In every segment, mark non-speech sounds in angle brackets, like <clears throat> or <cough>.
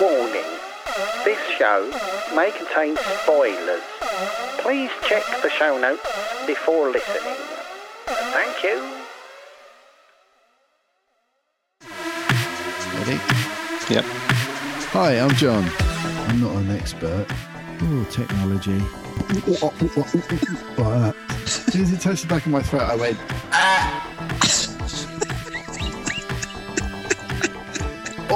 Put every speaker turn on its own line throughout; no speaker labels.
Warning. This show may contain spoilers. Please check the show notes before listening. Thank you.
Ready?
Yep.
Hi, I'm John. I'm not an expert. Oh, technology. Like that. As soon as it touched the back of my throat, I went, ah!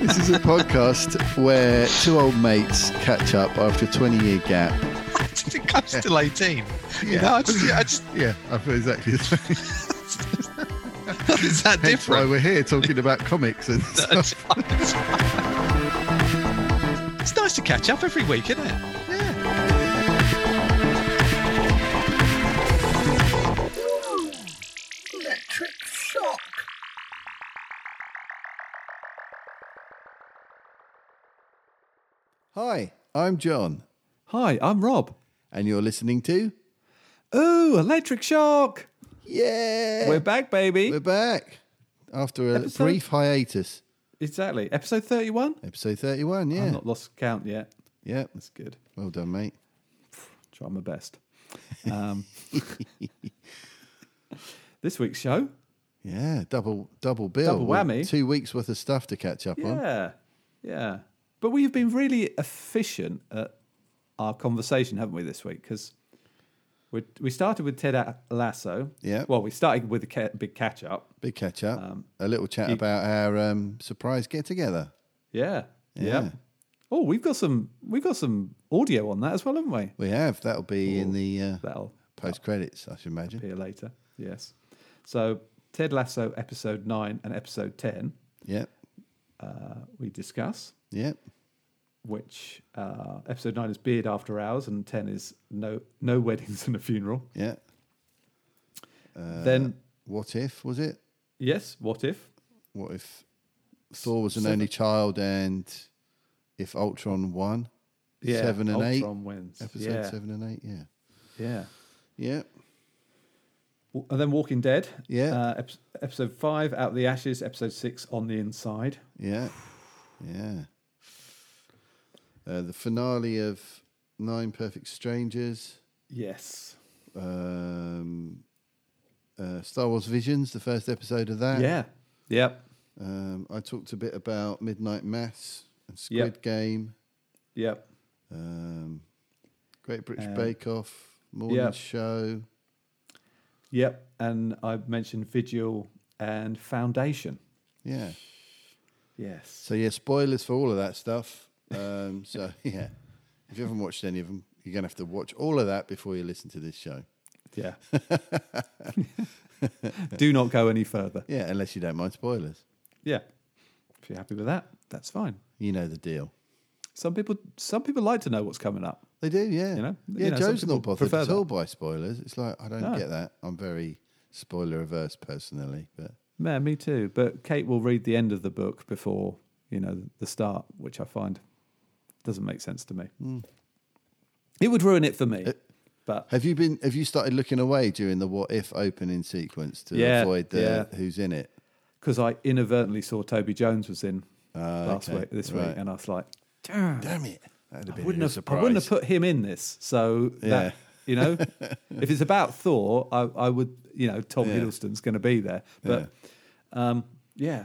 This is a podcast where two old mates catch up after a 20 year gap.
<laughs> I think I'm still 18. You
Yeah.
know, I just, I just,
Yeah, I feel exactly the same.
it's
That's
that
why
different.
we're here talking about
<laughs>
comics and stuff.
it's nice to catch up every week, isn't it?
Yeah. Hi, I'm John,
Hi, I'm Rob.
and you're listening to.
Ooh, electric shock.
Yeah.
We're back, baby.
We're back after a
Episode-
brief hiatus.
Exactly. Episode 31?
Episode 31, yeah.
I've not lost count yet.
Yeah.
That's good.
Well done, mate.
Try my best.
<laughs>
Um, this week's show.
Yeah, double double bill.
Double
with
whammy.
Two weeks worth of stuff to catch up on.
Yeah. Yeah. But we've been really efficient at our conversation, haven't we, this week? Because we, we started with Ted A- Lasso.
Yeah.
Well, we started with a ca- big catch up.
Big catch up.
Um,
a little chat about our um, surprise get together.
Yeah.
Yeah.
Oh, we've got some we've got some audio on that as well, haven't we?
We have. That'll be in the uh,
That'll
post credits, I should imagine.
appear later. Yes. So Ted Lasso episode nine and episode ten
Yep.
uh, we discuss,
Yep.
which uh, episode nine is beard after hours and ten is no no weddings and a funeral.
Yeah. Uh,
then
What if was it?
yes, what if?
What if Thor was an only child and if Ultron won?
Yeah,
Seven and eight.
Ultron wins.
Episode
yeah,
seven and eight. Yeah.
Yeah.
Yeah.
W- And then Walking Dead.
Yeah.
Uh, ep- episode five, Out of the Ashes. Episode six, On the Inside.
Yeah. Yeah. Uh, the finale of Nine Perfect Strangers,
Yes.
um, uh, Star Wars Visions, the first episode of that.
yeah. Yep.
Um, I talked a bit about Midnight Mass and Squid
Yep.
Game,
Yep.
um, Great British
Um,
Bake Off, Morning
yeah.
Show.
Yep. And I mentioned Vigil and Foundation.
Yeah.
Yes.
So, yeah, spoilers for all of that stuff. Um, <laughs> so, yeah, if you haven't watched any of them, you're going to have to watch all of that before you listen to this show.
Yeah. <laughs> Do not go any further.
Yeah, unless you don't mind spoilers.
Yeah. If you're happy with that, that's fine.
You know the deal.
Some people some people like to know what's coming up.
They do, yeah.
You know? You
yeah,
know, some
Joe's
people
not bothered
prefer
at
that.
all by spoilers. It's like, I don't
No.
get that. I'm very spoiler averse personally, but
Yeah, me too. But Kate will read the end of the book before, you know, the start, which I find doesn't make sense to me. It would ruin it for me. But
Have you been? Have you started looking away during the "What If" opening sequence to
Yeah,
avoid the
yeah.
who's in it?
because I inadvertently saw Toby Jones was in last
okay,
week this
right.
week and I was like,
Damn it! That'd have been
wouldn't
a
have, I
surprise.
wouldn't have put him in this. So
Yeah.
that, you know,
<laughs>
if it's about Thor, I, I would, you know, Tom
Yeah.
Hiddleston's going to be there. But um, yeah,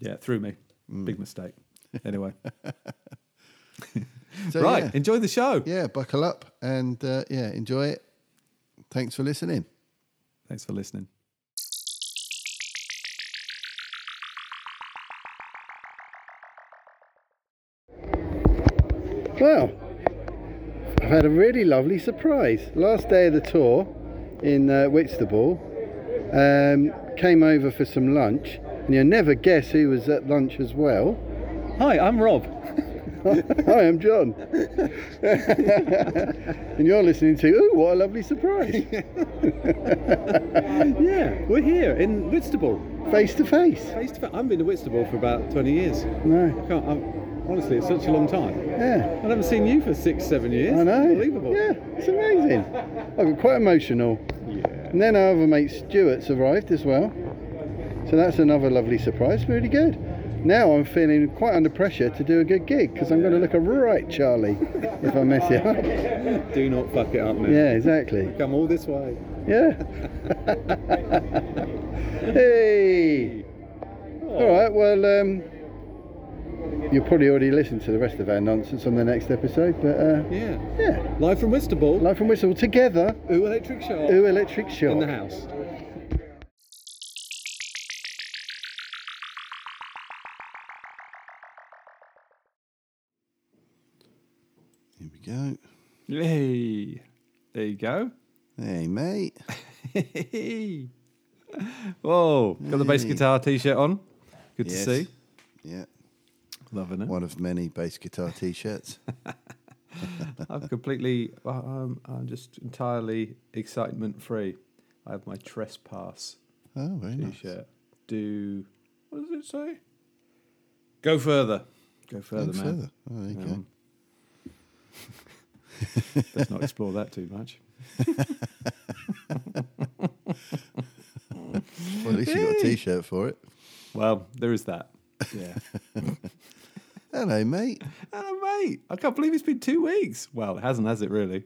yeah, it threw me.
Mm.
Big
<laughs>
mistake. Anyway,
So,
right,
Yeah,
enjoy the show.
yeah, buckle up and uh, yeah, enjoy it. Thanks for listening.
Thanks for listening.
Well, I've had a really lovely surprise. Last day of the tour in uh, Whitstable, um, came over for some lunch, and you'll never guess who was at lunch as well.
Hi, I'm Rob.
<laughs> Hi, I'm John. <laughs> and you're listening to, ooh, what a lovely surprise.
yeah, we're here in Whitstable,
Face to face.
face to face. I haven't been to Whitstable for about 20 years. I
No.
can't, I'm, honestly, it's such a long time.
Yeah.
I haven't seen you for six, seven years.
I know.
Unbelievable.
Yeah, it's amazing. I got quite emotional.
Yeah.
And then our other mate Stuart's arrived as well. So that's another lovely surprise. Really good. Now I'm feeling quite under pressure to do a good gig because I'm going to look a right Charlie if I mess it up.
Do not fuck it up
<laughs>
now.
Yeah, exactly.
Come all this way.
Yeah. <laughs> hey. All right. Well, um, you probably already listened to the rest of our nonsense on the next episode, but uh,
Yeah.
yeah,
Live from Whitstable.
life and whistle together.
Ooh, electric shark.
Ooh, electric shock.
in the house.
Here we go.
Hey, there you go. <laughs>
Hey, mate.
Whoa, got the bass guitar t-shirt on. Good
Yes.
to see.
Yeah,
Loving it.
one of many bass guitar
<laughs>
t-shirts. Oh,
I'm completely, um, I'm just entirely excitement free. I have my trespass
Oh, very nice.
t-shirt. Do what does it say? Go further. Go further,
Go
man.
further. Oh, there you go.
Um, let's not explore that too much.
Well, at least you got a t-shirt for it.
Well, there
<laughs>
is that. Yeah.
Hello, mate.
Hello, Oh, mate. I can't believe it's been two weeks. Well, it hasn't, has it? Really?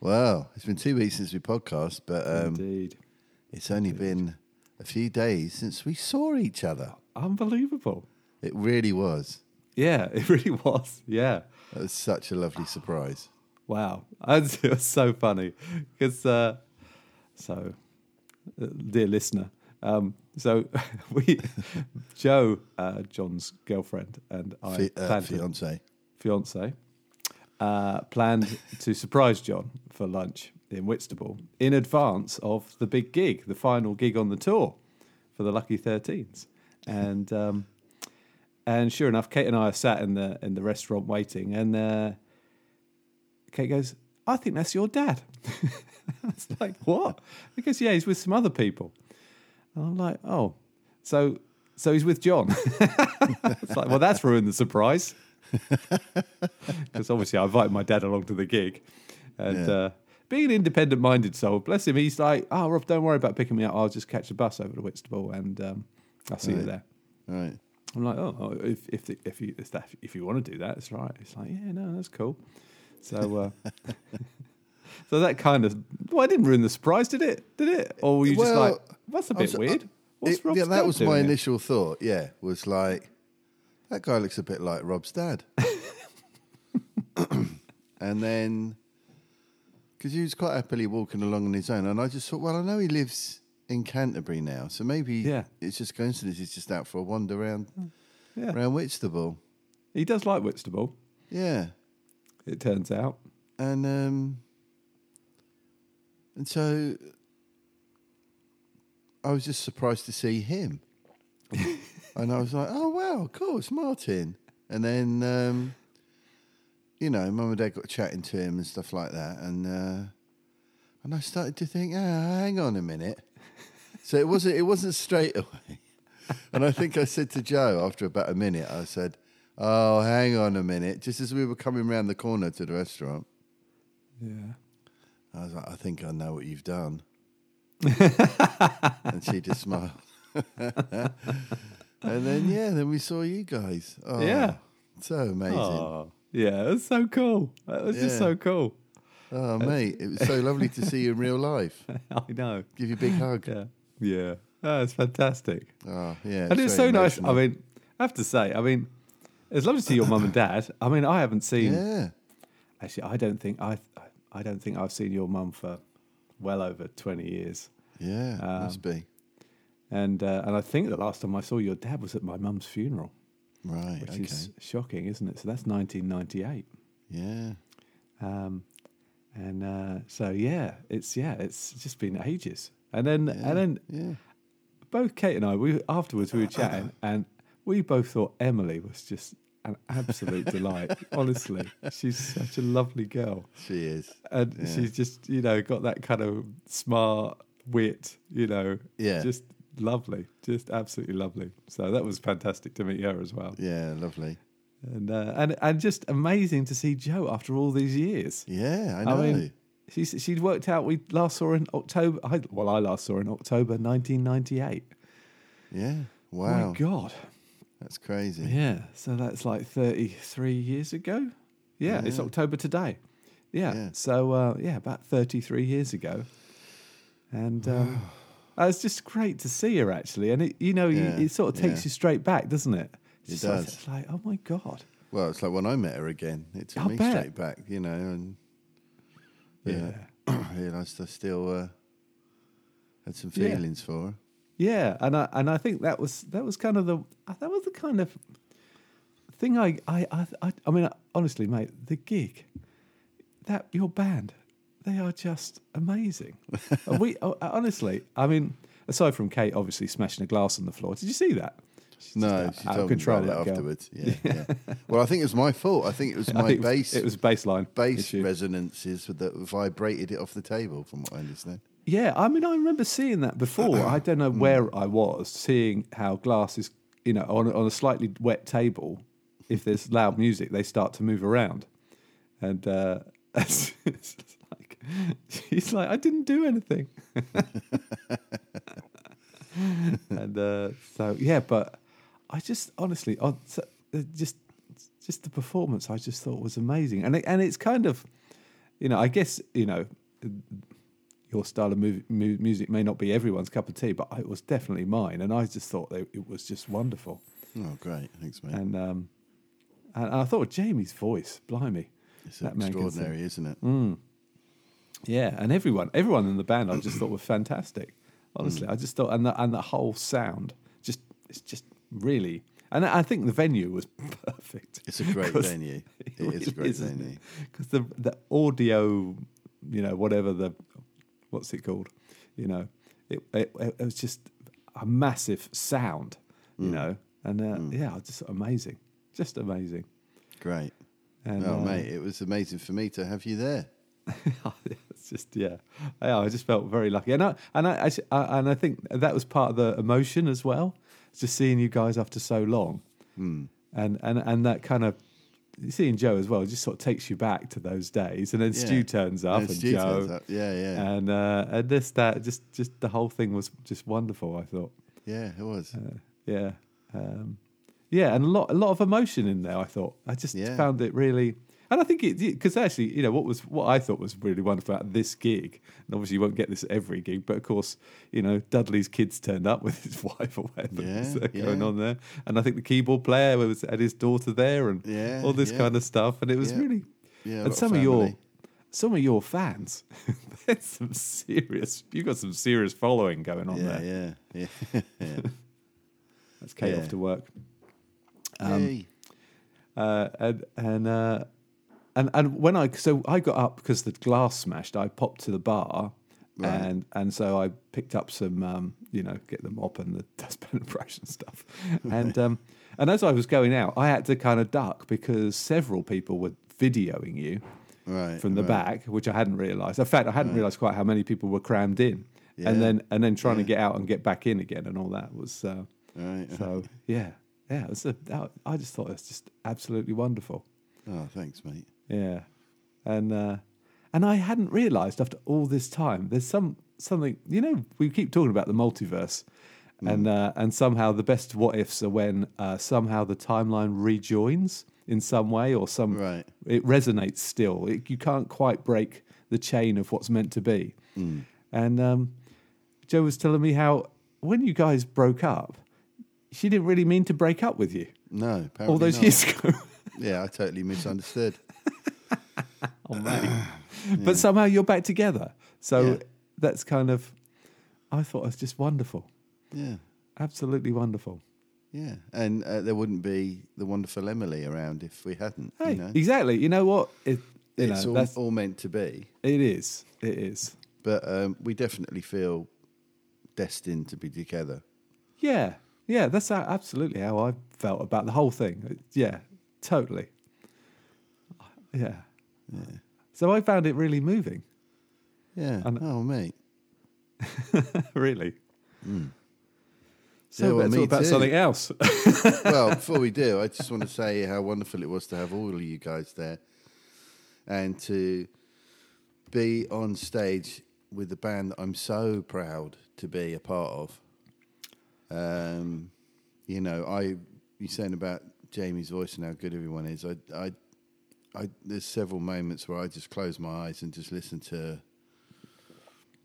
Wow, it's been two weeks since we podcast, but um,
Indeed.
it's only been a few days since we saw each other.
Unbelievable.
It really was.
Yeah, <laughs> it really was. Yeah.
That was such a lovely surprise.
Wow. <laughs> It was so funny. Because, uh, so, uh, dear listener, um, so <laughs> we, Joe, uh, John's girlfriend, and I,
Fi- uh,
planned to-
fiance.
fiance, uh, planned to surprise John for lunch in Whitstable in advance of the big gig, the final gig on the tour for the Lucky Thirteens, and um, and sure enough, Kate and I are sat in the in the restaurant waiting, and uh, Kate goes, "I think that's your dad." <laughs> I was like, "What?" He goes, "Yeah, he's with some other people." And I'm like, "Oh, so." So he's with John. <laughs> it's like, well, that's ruined the surprise because obviously I invited my dad along to the gig, and
Yeah.
uh, being an independent-minded soul, bless him, he's like, "Oh, Rob, don't worry about picking me up. I'll just catch a bus over to Whitstable, and um, I'll see you
Right.
there."
All right.
I'm like, "Oh, oh, if if the, if you if, that, if you want to do that, it's right." It's like, "Yeah, no, that's cool." So, uh, <laughs> so that kind of well, I didn't ruin the surprise, did it? Did it? Or were you just
Well,
like, "That's a
I
bit
was- I-
weird." What's
It-
Rob's
yeah, that
dad
was my
doing here?"
initial thought. Yeah, was like that guy looks a bit like Rob's
<laughs>
dad, and then because he was quite happily walking along on his own, and I just thought, well, I know he lives in Canterbury now, so maybe
Yeah. Hmm.
it's just coincidence. He's just out for a wander around
Yeah.
around Whitstable.
He does like Whitstable.
Yeah,
It turns out.
and um, and so I was just surprised to see him, and I was like, "Oh wow, of course, Martin." And then um, you know, Mum and Dad got chatting to him and stuff like that, and uh, and I started to think, "Ah, hang on a minute." So it wasn't it wasn't straight away, and I think I said to Joe after about a minute, I said. Oh, hang on a minute. Just as we were coming round the corner to the restaurant,
Yeah.
I was like, I think I know what you've done. and she just smiled. <laughs> and then, yeah, then we saw you guys. Oh,
Yeah.
So amazing. Oh,
Oh, yeah, that's so cool. That was just
Yeah.
so cool. <laughs>
Oh, mate, it was so lovely to see you in real life.
I know.
Give you a big hug.
<laughs> Yeah. Yeah. Oh, it's fantastic.
Oh, yeah.
and it was so
very
nice. I
emotional.
mean, I have to say, I mean, it's lovely to see your mum and dad. I mean, I haven't seen
yeah.
actually I don't think I I don't think I've seen your mum for well over 20 years.
Yeah.
um,
must be.
And uh, and I think the last time I saw your dad was at my mum's funeral,
Right.
which
Okay.
is shocking, isn't it? So that's 1998.
Yeah.
Um, and uh, so yeah, it's yeah, it's just been ages. And then and then
Yeah. Uh-huh.
both Kate and I, we afterwards we were chatting, and we both thought Emily was just an
<laughs>
absolute delight. Honestly, she's such a lovely girl.
She is.
and
Yeah.
she's just you know got that kind of smart wit you know
Yeah.
just lovely just absolutely lovely so that was fantastic to meet her as well
Yeah, lovely.
and uh, and and just amazing to see joe after all these years
Yeah, I know.
i mean she's she'd worked out we last saw her in october I, well i last saw her in october 1998
yeah. Wow.
my god
That's crazy.
yeah so that's like 33 years ago yeah, it's october today yeah,
Yeah.
so uh, yeah about 33 years ago and um, uh, it's just great to see her actually and it, you know
Yeah,
you, it sort of takes
yeah.
you straight back doesn't it
It
like-
does.
it's like oh my god
Well, it's like when I met her again, it took
I
me
bet.
straight back, you know, and <clears throat> yeah, I realised I still uh, had some
Yeah.
feelings for her.
Yeah, and I and I think that was that was kind of the that was the kind of thing I I I I, I mean honestly, mate, the gig that your band they are just
<laughs>
amazing. And we oh, honestly, I mean, aside from Kate obviously smashing a glass on the floor, did you see that? She's
No,
just
she
out of
told me about that
that girl. <laughs>
afterwards. Yeah, yeah. Well, I think it was my fault. I think it was
I
my
think
bass
it was baseline
bass
issue.
resonances that vibrated it off the table, from what I understand.
Yeah, I mean, I remember seeing that before. I don't know where I was, seeing how glass is, you know, on, on a slightly wet table, if there's loud music, they start to move around. And uh, <laughs> it's just like, she's like, I didn't do anything. <laughs> and uh, so, yeah, but I just honestly, I, so- uh, just just the performance, I just thought was amazing. And, it, and it's kind of, you know, I guess, you know, your style of mu- mu- music may not be everyone's cup of tea, but it was definitely mine, and I just thought that it was just wonderful.
Oh, great. Thanks, mate.
And um, and I thought Jamie's voice, blimey,
it's
that man can sing. Mm.
extraordinary, isn't it?
yeah, and everyone, everyone in the band, I just thought were fantastic.
Mm.
Honestly, I just thought, and the, and the whole sound, just it's just really, and I think the venue was <laughs> perfect.
It's
<laughs>
a great
'Cause
venue. It is a great venue.
because the the audio, you know, whatever the what's it called, you know, it it, it was just a massive sound, you
Mm.
know, and uh, yeah, just amazing, just amazing.
Great.
And,
oh,
uh,
mate, it was amazing for me to have you there.
<laughs> it's just Oh, yeah, yeah. I just felt very lucky, and I and I, actually- I and I think that was part of the emotion as well. Just seeing you guys after so long,
Hmm.
and and and that kind of seeing Joe as well just sort of takes you back to those days. And then
Yeah.
Stu turns up,
And
and,
Stu
Joe,
turns up. Yeah, yeah.
and uh, and this that just just the whole thing was just wonderful. I thought,
yeah, it was.
yeah, um, yeah, and a lot a lot of emotion in there. I thought I just
Yeah.
found it really. And I think it because actually, you know, what was what I thought was really wonderful about this gig, and obviously you won't get this at every gig, but of course, you know, Dudley's kids turned up with his <laughs> wife or whatever was
Yeah,
uh, going
yeah.
on there, and I think the keyboard player was had his daughter there, and
Yeah,
all this
yeah.
kind of stuff, and it was
Yeah.
really,
Yeah, a lot
and
of
some of your,
family.
some of your fans, <laughs> there's some serious, you've got some serious following going on
yeah,
there.
yeah, yeah.
<laughs> That's Kate
Yeah.
off to work. Um,
Yay.
uh, and and uh, and and when I so I got up because the glass smashed. I popped to the bar, and and so I picked up some um, you know get the mop and the <laughs> dustpan and brush and stuff, and um, and as I was going out, I had to kind of duck because several people were videoing you
Right,
from the
Eh, right.
back, which I hadn't realised. In fact, I hadn't realised quite how many people were crammed in, and
Yeah.
then and then trying to get out and get back in again and all that was. Uh,
Right.
so yeah, yeah. It was a, that- I just thought it was just absolutely wonderful.
<laughs> Oh, thanks, mate.
Yeah, and uh, and I hadn't realised after all this time there's some something you know we keep talking about the multiverse, and uh, and somehow the best what ifs are when uh, somehow the timeline rejoins in some way or some
Right.
it resonates still. It, you can't quite break the chain of what's meant to be.
Mm.
And um, Joe was telling me how when you guys broke up, she didn't really mean to break up with you
No, apparently
all those
not.
years
<laughs>
ago.
Yeah, I totally misunderstood.
<laughs> but somehow you're back together. So
Oh, Yeah.
that's kind of, I thought it was just wonderful,
yeah,
absolutely wonderful.
yeah. And uh, there wouldn't be the wonderful Emily around if we hadn't.
Hey,
you know,
exactly. You know what? It, you
it's
know,
all,
that's,
all meant to be.
it is. It is.
But um, we definitely feel destined to be together.
Yeah, yeah. That's how, absolutely how I felt about the whole thing. Yeah, Totally. Yeah. yeah. So I found it really moving, <laughs>
Yeah.
And-
oh, mate.
really.
Hmm. Yeah,
So
well,
let's
me
talk about
too. <laughs>
something else. <laughs>
well, before we do, I just want to say how wonderful it was to have all of you guys there and to be on stage with the band that I'm so proud to be a part of. Um, you know, I you saying about Jamie's voice and how good everyone is. I, I, I there's several moments where I just close my eyes and just listen to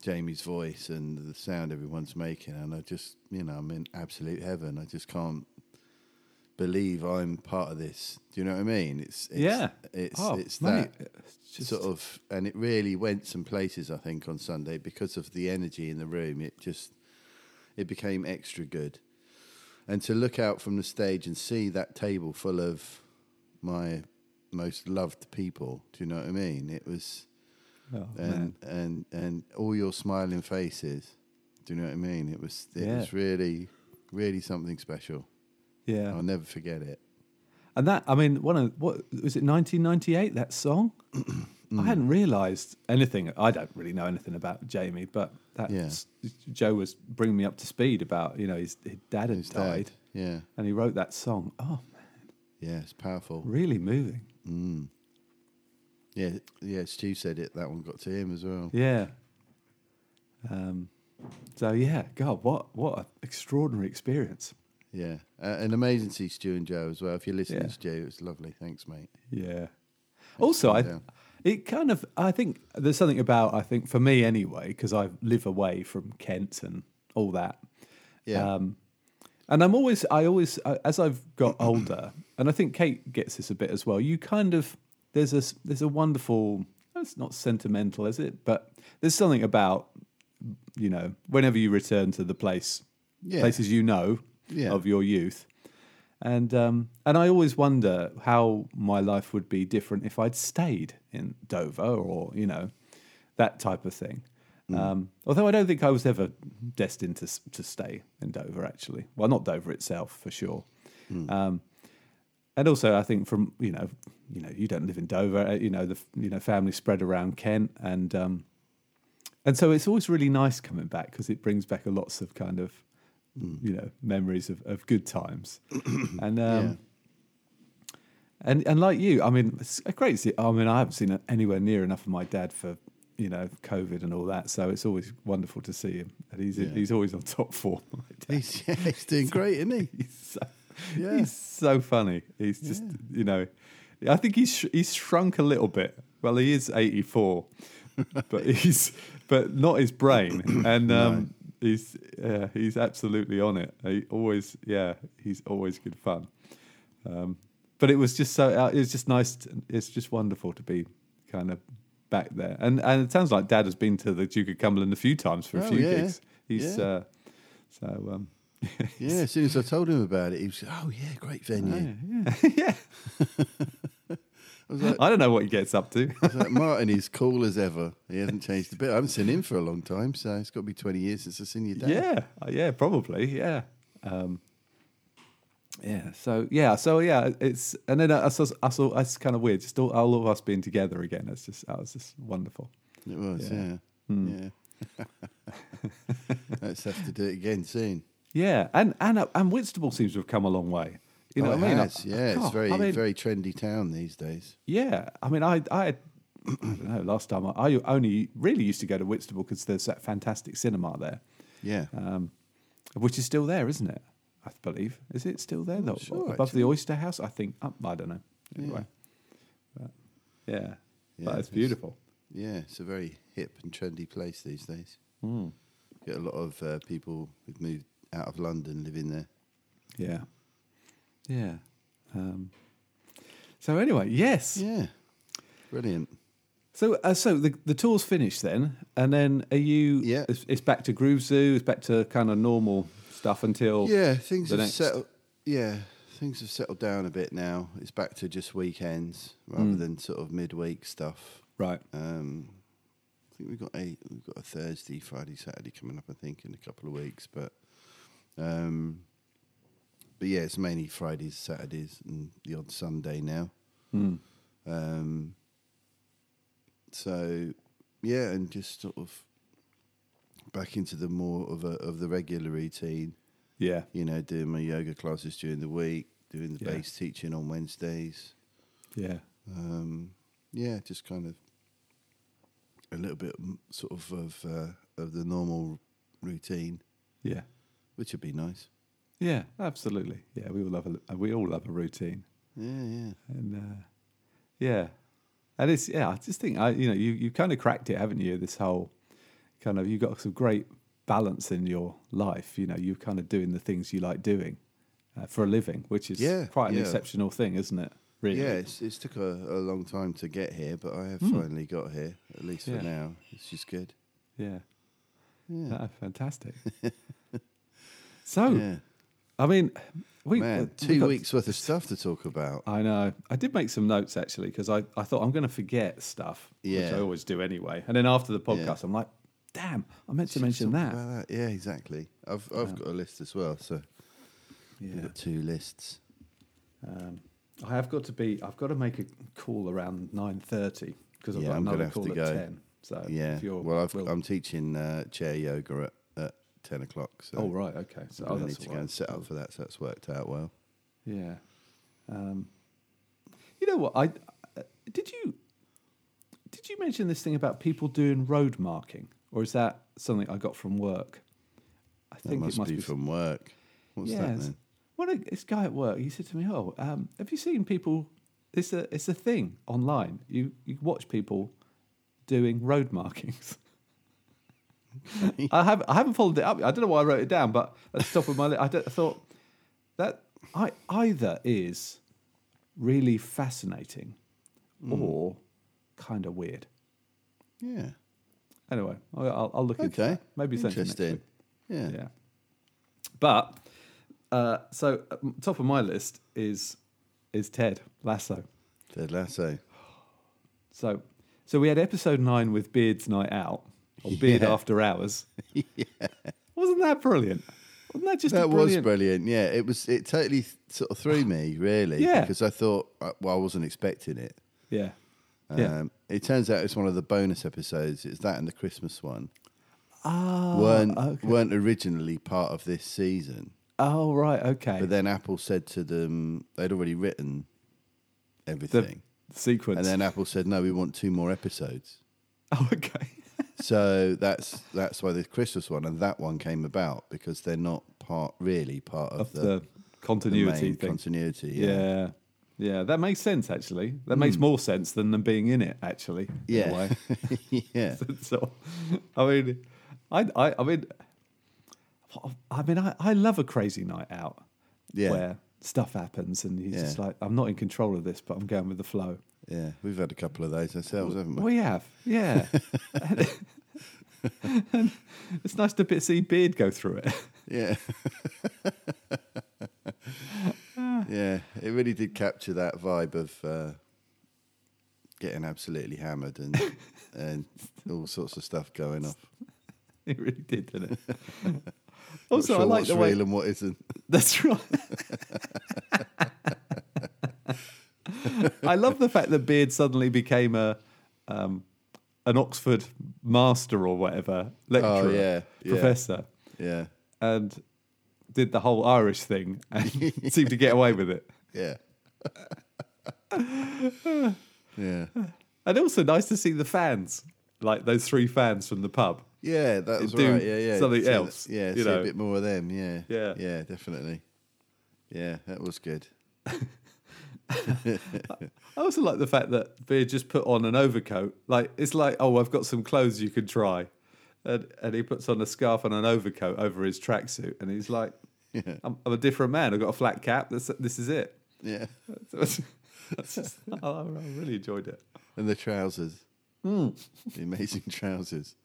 Jamie's voice and the sound everyone's making, and I just, you know, I'm in absolute heaven. I just can't believe I'm part of this. Do you know what I mean? It's, it's
yeah.
it's
Oh,
it's
mate,
that
it's just-
sort of, and it really went some places. I think on Sunday because of the energy in the room, it just it became extra good. And to look out from the stage and see that table full of my most loved people, do you know what I mean? It was
oh, man.
and and and all your smiling faces. Do you know what I mean? It was it
Yeah.
was really really something special.
Yeah.
I'll never forget it.
And that, I mean, one of what was it, 1998?
<clears throat>
That song.
Hmm.
I hadn't realised anything. I don't really know anything about Jamie, but that
Yeah.
Joe was bringing me up to speed about you know his, his dad had
His dad.
died,
Yeah.
and he wrote that song. Oh,
Yeah, it's powerful.
really moving.
Yeah, yeah, Stu said it. That one got to him as well.
Yeah. Um. So yeah, God, what what an extraordinary experience.
Yeah. Uh, and amazing to see Stu and Joe as well. If you're listening,
Yeah.
Stu, it's lovely. Thanks, mate.
Yeah. Also, I
down.
it kind of I think there's something about I think for me anyway because I live away from Kent and all that.
Yeah.
Um, and I'm always I always uh, as I've got <clears throat> older, and I think Kate gets this a bit as well. You kind of there's a s- there's a wonderful. It's not sentimental, is it? But there's something about you know whenever you return to the place
Yeah.
places you know
Yeah.
of your youth. And um, and I always wonder how my life would be different if I'd stayed in Dover or you know that type of thing. Um, although I don't think I was ever destined to s- to stay in Dover actually. Well, not Dover itself for sure. Um, and also, I think from you know you know you don't live in Dover. uh, You know the f- you know family spread around Kent and. Um, and so it's always really nice coming back because it brings back a lots of kind of you know memories of, of good times and um
Yeah.
and and like you i mean it's a great se- i mean i haven't seen anywhere near enough of my dad for you know covid and all that so it's always wonderful to see him and he's he's always on top <laughs> form my
<laughs>
dad.
He's, yeah, he's doing great, isn't
<laughs>
he?
he's so
Yeah.
he's so funny he's just you know i think he's sh- he's shrunk a little bit well he is
<laughs>
84 but he's but not his
<coughs>
brain and um he's yeah he's absolutely on it he always yeah he's always good fun um but it was just so uh, it was just nice to, it's just wonderful to be kind of back there and and it sounds like dad has been to the duke of cumberland a few times for a
Oh,
few
yeah.
gigs he's
Yeah.
uh so um <laughs>
Yeah, as soon as I told him about it, he was, oh, yeah, great venue. <laughs>
yeah
I was like,
I don't know what he gets up to.
I was like, Martin is cool as ever. He hasn't changed a bit. I haven't seen him for a long time, so it's got to be 20 years since I've seen your <laughs> dad.
yeah, uh, yeah, probably, yeah, um, yeah. So yeah, so yeah, it's and then I, I saw, I saw it's kind of weird. Just all, all of us being together again. It's just that was just wonderful.
It was, yeah.
Yeah. Hmm.
Yeah. <laughs> Let's have to do it again soon.
Yeah, and and uh, and Whitstable seems to have come a long way. You know
Oh,
what
it
I mean?
has,
I-
yeah, it's
God,
very,
I mean,
very trendy town these days.
Yeah, I mean, I, <clears throat> I, I don't know. Last time I, I only really used to go to Whitstable because there's that fantastic cinema there,
Yeah.
um, which is still there, isn't it? I believe is it still there though?
sure,
above the Oyster House, I think. Up, I don't know. Anyway, but, yeah,
Yeah,
but it's
it's-
beautiful.
Yeah, it's a very hip and trendy place these days. Mm. Get a lot of uh, people who've moved out of London living there.
Yeah, yeah. Um, so anyway, yes.
Yeah, brilliant.
So uh, so the the tour's finished then, and then are you?
Yeah.
It's, it's back to Groove Zoo. It's back to kind of normal stuff until
Yeah, things
the
have
next-
settled. Yeah, things have settled down a bit now. It's back to just weekends rather
Hmm.
than sort of midweek stuff.
Right.
Um, I think we've got a we've got a Thursday, Friday, Saturday coming up. I think in a couple of weeks, but um, but yeah, it's mainly Fridays, Saturdays, and the odd Sunday now.
Mm.
Um, so yeah, and just sort of back into the more of a, of the regular routine.
Yeah.
You know, doing my yoga classes during the week, doing the
Yeah.
bass teaching on Wednesdays.
Yeah.
Um, yeah, just kind of a little bit mm, sort of of, uh, of the normal routine,
Yeah.
which would be nice.
Yeah. Absolutely. Yeah. We all love a we all love a routine.
Yeah, yeah.
and uh, yeah, and it's yeah. I just think I, you know, you you kind of cracked it, haven't you? This whole kind of you got some great balance in your life. You know, you're kind of doing the things you like doing uh, for a living, which is
Yeah,
quite an
yeah.
exceptional thing, isn't it? Really? Hmm.
Yeah, it's, it's took a, a long time to get here, but I have finally got here, at least
Yeah.
for now. It's just good.
Yeah.
Yeah.
Ah,
<laughs>
fantastic. so,
yeah.
I mean, oh, we
Man,
we
two
got-
weeks worth of stuff to talk about.
I know. I did make some notes actually because I, I thought I'm going to forget stuff, which
Yeah.
I always do anyway. And then after the podcast, I'm like, damn, I meant to
Should we
mention
talk
that.
about Yeah, exactly. I've I've got a list as well, so I've
Yeah.
got two lists.
Um, I have got to be. I've got to make a call around nine thirty because I've
Yeah,
got
I'm gonna
another
have
call
to
at
go.
ten. So
Yeah.
Uh, if you're,
Well, I've,
will-
I'm teaching uh, chair yoga at, at ten o'clock. So
oh right, okay. So
I'm
oh,
gonna
that's
need to
all
go
right.
and set up for that. So that's worked out well.
Yeah. Um, you know what? I uh, did you did you mention this thing about people doing road marking, or is that something I got from work? I
That
think
must,
it must
be,
be,
from work. What's
yeah,
that
it's-
then?
What a, this guy at work, he said to me, "Oh, um, have you seen people? It's a it's a thing online. You you watch people doing road <laughs> markings." I have I haven't followed it up. I don't know why I wrote it down, but at the top of my list, I, don't- I thought that I either is really fascinating
Hmm.
or kind of weird.
Yeah.
Anyway, I- I'll, I'll look into
Okay.
that. Maybe something next
Interesting.
week.
Yeah.
Yeah. But uh, so uh, m- top of my list is is Ted Lasso.
Ted Lasso.
So so we had episode nine with Beard's Night Out or Beard
Yeah.
After Hours. Wasn't that brilliant? Wasn't that just a
That was
brilliant?
brilliant. Yeah, it was. It totally th- sort of threw me, really.
Yeah.
Because I thought, uh, well, I wasn't expecting it.
yeah.
Um,
Yeah.
It turns out it's one of the bonus episodes. It's that and the Christmas one
Ah,
weren't
okay.
weren't originally part of this season.
Oh right, okay.
But then Apple said to them they'd already written everything,
sequence.
and then Apple said, "No, we want two more episodes."
<laughs> oh okay.
so that's that's why the Christmas one and that one came about because they're not part really part of,
of
the,
the,
the
continuity
main
thing.
continuity.
yeah. yeah. that makes sense actually. That makes more sense than them being in it actually. in a
Hmm. yeah,
way.
<laughs> yeah.
<laughs> so, I mean, I, I, I mean, I mean, I, I love a crazy night out
Yeah.
where stuff happens and he's just
Yeah.
like, I'm not in control of this, but I'm going with the flow.
Yeah, we've had a couple of those ourselves, haven't we?
We have, yeah. <laughs> And it's nice to bit see Beard go through it. <laughs>
Yeah. <laughs> yeah, it really did capture that vibe of uh, getting absolutely hammered
<laughs>
and and all sorts of stuff going off.
It really did, didn't it?
<laughs> Not
Also, I
sure
like
what's
the way.
real and what isn't. <laughs>
That's right. <laughs> I love the fact that Beard suddenly became a um, an Oxford master or whatever lecturer,
Oh, yeah, yeah.
professor,
Yeah,
and did the whole Irish thing and <laughs> seemed to get away with it. <laughs>
yeah, yeah,
And also nice to see the fans, like those three fans from the pub.
yeah. That was
Do
right. Yeah, yeah.
something
See that-
else,
Yeah, see
you know.
a bit more of them. Yeah,
Yeah.
yeah, definitely. Yeah, that was good.
I also like the fact that Beard just put on an overcoat. Like it's like, oh, I've got some clothes you could try, and and he puts on a scarf and an overcoat over his tracksuit, and he's like,
Yeah.
I'm, I'm a different man. I've got a flat cap. This this is it. <laughs>
Yeah,
So it's- it's just- I, I really enjoyed it.
and the trousers,
Hmm.
the amazing trousers.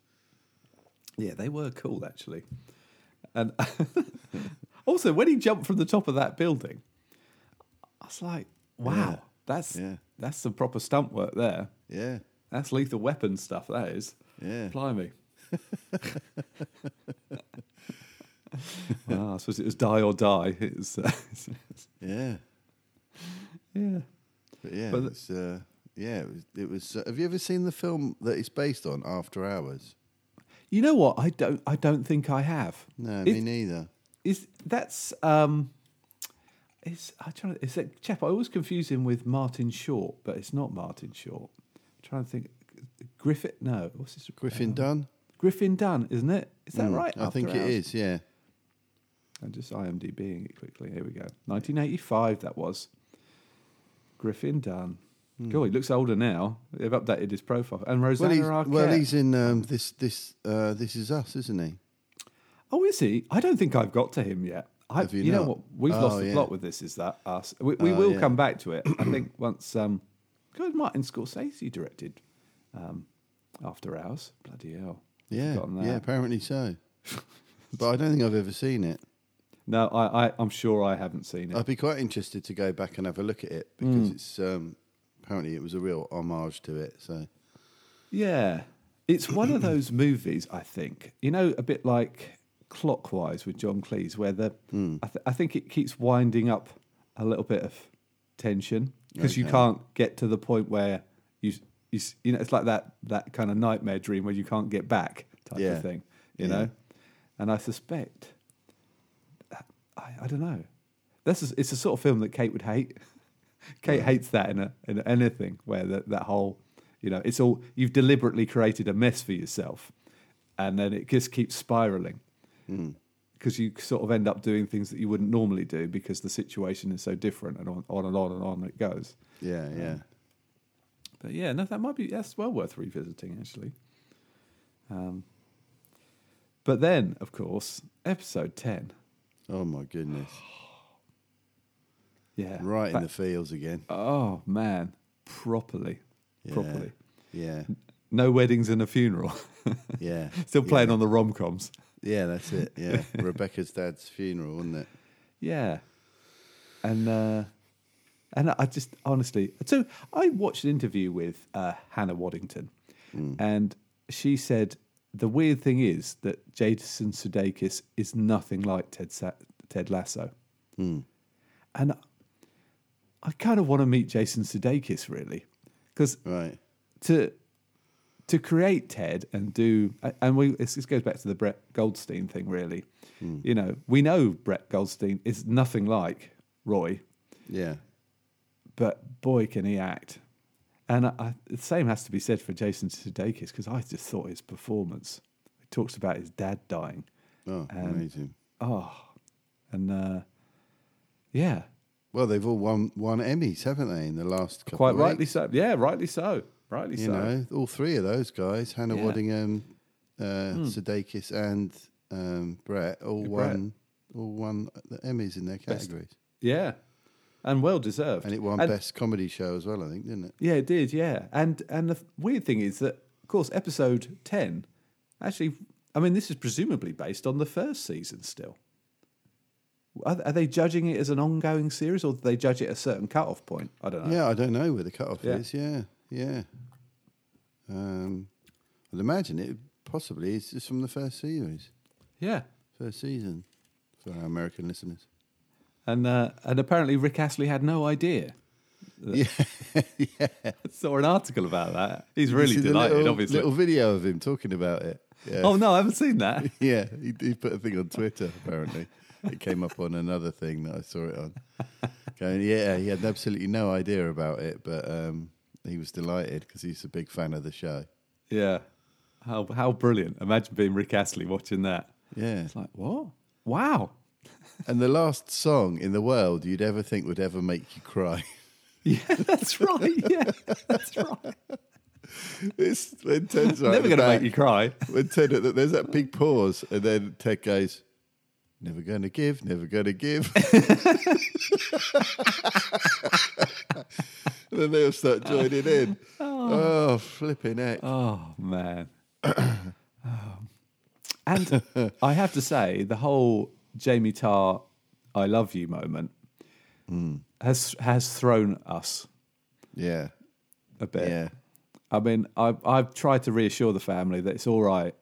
Yeah, they were cool actually. And <laughs> also, when he jumped from the top of that building, I was like, wow,
Yeah.
that's
Yeah.
that's some proper stunt work there.
Yeah,
That's lethal weapon stuff. That is.
yeah.
Blimey. Wow, I suppose Ah, it was die or die. It was, uh, <laughs>
Yeah.
yeah.
But yeah,
But-
it's, uh, yeah, it was. It was uh, have you ever seen the film that it's based on, After Hours?
You know what? I don't. I don't think I have.
No,
It-
me neither.
Is that's um, is I trying to, is that chap? I always confuse him with Martin Short, but it's not Martin Short. I'm trying to think, Griffith. No, what's his
Griffin
um,
Dunn.
Griffin Dunn, isn't it? Is that
Mm,
right?
I think
After
it
Hours?
is. Yeah.
I'm just IMDBing it quickly. Here we go. 1985. That was Griffin Dunn. Cool. He looks older now. They've updated his profile. And
Hmm. Well,
Rosanna
he's,
Arquette.
well, he's in um, this. This. Uh, this is us, isn't he?
Oh, is he? I don't think I've got to him yet. I,
Have you
know
not?
what? We've
Oh,
lost the
yeah.
plot with this. Is that us? We, we
Oh,
will
yeah.
come back to it. I think once. Um, good. Martin Scorsese directed um, After Hours. Bloody hell. I'd
Yeah.
forgotten that.
Yeah. Apparently
<laughs>
so. but I don't think I've ever seen it.
No, I, I, I'm sure I haven't seen it.
I'd be quite interested to go back and have a look at it because
Mm.
it's um, apparently it was a real homage to it. So
Yeah. It's one
<clears throat>
of those movies, I think, you know, a bit like Clockwise with John Cleese, where the,
Hmm.
I, th- I think it keeps winding up a little bit of tension because you
Okay.
can't get to the point where you, s- you, s- you know, it's like that, that kind of nightmare dream where you can't get back type
Yeah.
of thing, you
Yeah.
know? And I suspect, I, I don't know. This is, it's a sort of film that Kate would hate. <laughs> Kate hates that in, a, in anything where that, that whole, you know, it's all, you've deliberately created a mess for yourself. And then it just keeps spiraling because you sort of end up doing things that you wouldn't normally do because the situation is so different and on, on and on and on it goes.
yeah, yeah.
But yeah, no, that might be, that's well worth revisiting actually. Um, but then, of course, episode 10.
Oh my
<sighs>
goodness!
Yeah.
Right
That-
in the fields again.
Oh man, properly,
Yeah.
properly.
Yeah.
No weddings and a funeral. <laughs>
Yeah.
Still
yeah.
playing on the rom coms.
Yeah, that's it. Yeah,
<laughs>
Rebecca's dad's funeral, wasn't it?
Yeah, and uh, and I just honestly, so I watched an interview with uh, Hannah Waddington, and she said the weird thing is that Jason Sudeikis is nothing like Ted Sa- Ted Lasso, and I kind of want to meet Jason Sudeikis really because
Right.
to to create TED and do and we this this goes back to the Brett Goldstein thing really.
Hmm.
You know, we know Brett Goldstein is nothing like Roy,
Yeah.
but boy can he act. And I, I, the same has to be said for Jason Sudeikis because I just thought his performance. He talks about his dad dying. Um,
Oh, amazing.
Oh, and uh, yeah,
Well, they've all won won Emmys, haven't they? In the last couple.
quite
of
rightly
weeks?
so. Yeah, rightly so. Rightly
You
so.
know, all three of those guys, Hannah
Yeah. Hmm.
Waddingham, uh, Sudeikis, and um, Brett, all
Brett.
won all won the Emmys in their categories,
Yeah, and well deserved.
and it won best comedy show as well, I think, didn't it?
Yeah, it did. Yeah, and and the weird thing is that, of course, episode ten, actually, I mean, this is presumably based on the first season still. Are, are they judging it as an ongoing series, or do they judge it at a certain cut-off point? I don't know.
Yeah, I don't know where the cutoff
Uh, Yeah.
is. Yeah, yeah. Um, I'd imagine it possibly is just from the first series,
Yeah.
first season, for our American listeners.
And uh, and apparently Rick Astley had no idea.
Yeah, <laughs> yeah.
I saw an article about that. He's
You
really
see the
delighted,
little,
obviously.
Little video of him talking about it. Yeah.
Oh no, I haven't seen that.
<laughs> yeah, he, he put a thing on Twitter. Apparently, it came up on another thing that I saw it on. Going, yeah, he had absolutely no idea about it, but um, he was delighted because he's a big fan of the show.
Yeah. How how brilliant! Imagine being Rick Astley watching that.
Yeah,
It's like what? Wow.
and the last song in the world you'd ever think would ever make you cry. <laughs>
<laughs> Yeah, that's right. Yeah, that's <laughs> right.
it's when Ted's right at the
Never going to
back.
make you cry.
when Ted, there's that big pause, and then Ted goes, "Never gonna give, never gonna give." <laughs> and then they'll start joining in. Oh, flipping heck!
Oh <clears throat> man. Um, <laughs> and I have to say, the whole Jamie Tarr "I love you" moment Hmm. has has thrown us
Yeah,
a bit.
yeah,
I mean, I've I've tried to reassure the family that it's all right.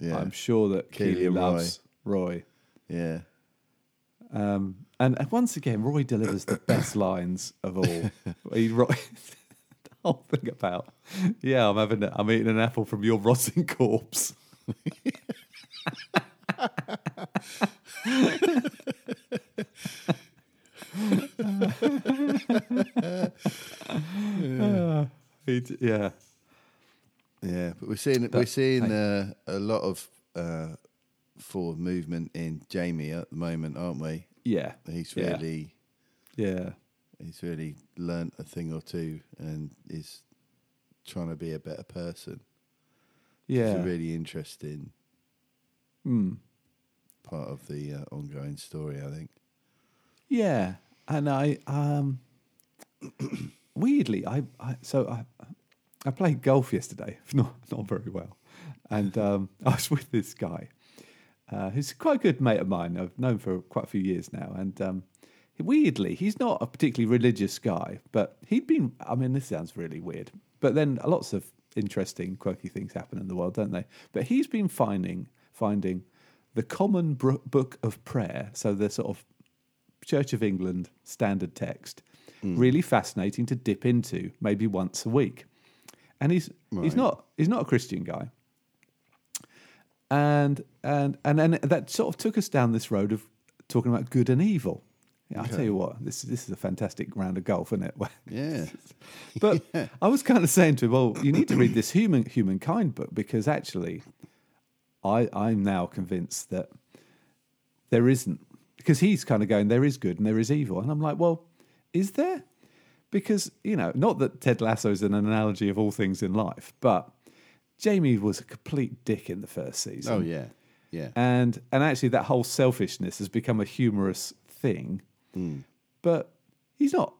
yeah.
I'm sure that Keely
Keely and
loves Roy.
Yeah.
Um, and and once again, Roy delivers the best lines of all. He, Roy, <laughs> the whole thing about, yeah, I'm having, a, I'm eating an apple from your rotting corpse. <laughs> Uh, he d- yeah.
Yeah, but we're seeing we're seeing uh, a lot of uh, forward movement in Jamie at the moment, aren't we?
Yeah.
He's
Yeah.
really
Yeah.
he's really learnt a thing or two, and is trying to be a better person. It's
Yeah.
a really interesting
Mm.
part of the uh, ongoing story, I think.
Yeah, and I um <clears throat> weirdly I, I so I I played golf yesterday, <laughs> not not very well, and um, <laughs> I was with this guy uh, who's quite a good mate of mine. I've known for quite a few years now, and um, weirdly, he's not a particularly religious guy, but he'd been. I mean, this sounds really weird, but then lots of interesting, quirky things happen in the world, don't they? But he's been finding finding the Common Bro- Book of Prayer, so the sort of Church of England standard text, really fascinating to dip into, maybe once a week. And he's he's not he's not a Christian guy, and and and then that sort of took us down this road of talking about good and evil. Yeah, I tell you what, this this is a fantastic round of golf, isn't it? <laughs>
Yeah,
but I was kind of saying to him, "Well, you need to read this human humankind book because actually, I I'm now convinced that there isn't because he's kind of going there is good and there is evil, and I'm like, well, is there? Because you know, not that Ted Lasso is an analogy of all things in life, but Jamie was a complete dick in the first
<laughs>
season
oh yeah, yeah,
and and actually that whole selfishness has become a humorous thing but he's not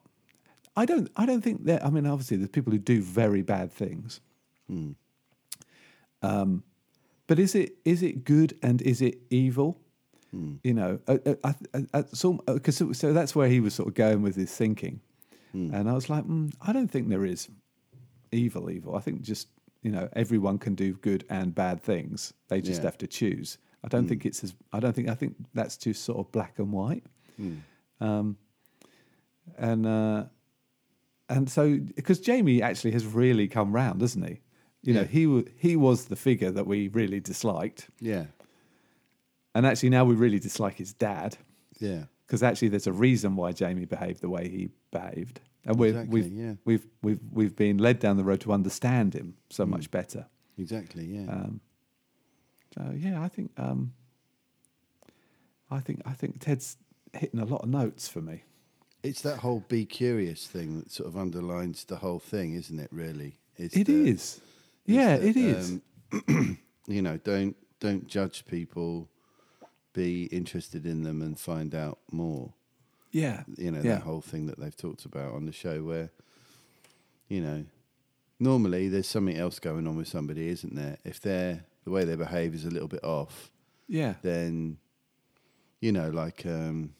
i don't i don't think that i mean obviously there's people who do very bad things um but is it is it good and is it evil you know I, I, I, I, so, uh, cause so, so that's where he was sort of going with his thinking and i was like mm, i don't think there is evil evil i think just you know everyone can do good and bad things they just
Yeah.
have to choose i don't think it's as i don't think i think that's too sort of black and white um and uh and so because jamie actually has really come round hasn't he you know he wa- he was the figure that we really disliked
yeah,
and actually now we really dislike his dad
yeah,
because actually there's a reason why Jamie behaved the way he behaved, and we've
Exactly,
we've,
yeah.
we've we've we've been led down the road to understand him so
Mm.
much better.
exactly, yeah,
um, So yeah, I think um, I think I think Ted's hitting a lot of notes for me.
It's that whole be curious thing that sort of underlines the whole thing, isn't it? Really, it's
It
the-
is, yeah,
that,
it is.
um, you know, don't don't judge people. Be interested in them and find out more.
yeah,
You know
yeah.
that whole thing that they've talked about on the show, where you know normally there's something else going on with somebody, isn't there? If they're the way they behave is a little bit off,
yeah,
then you know like um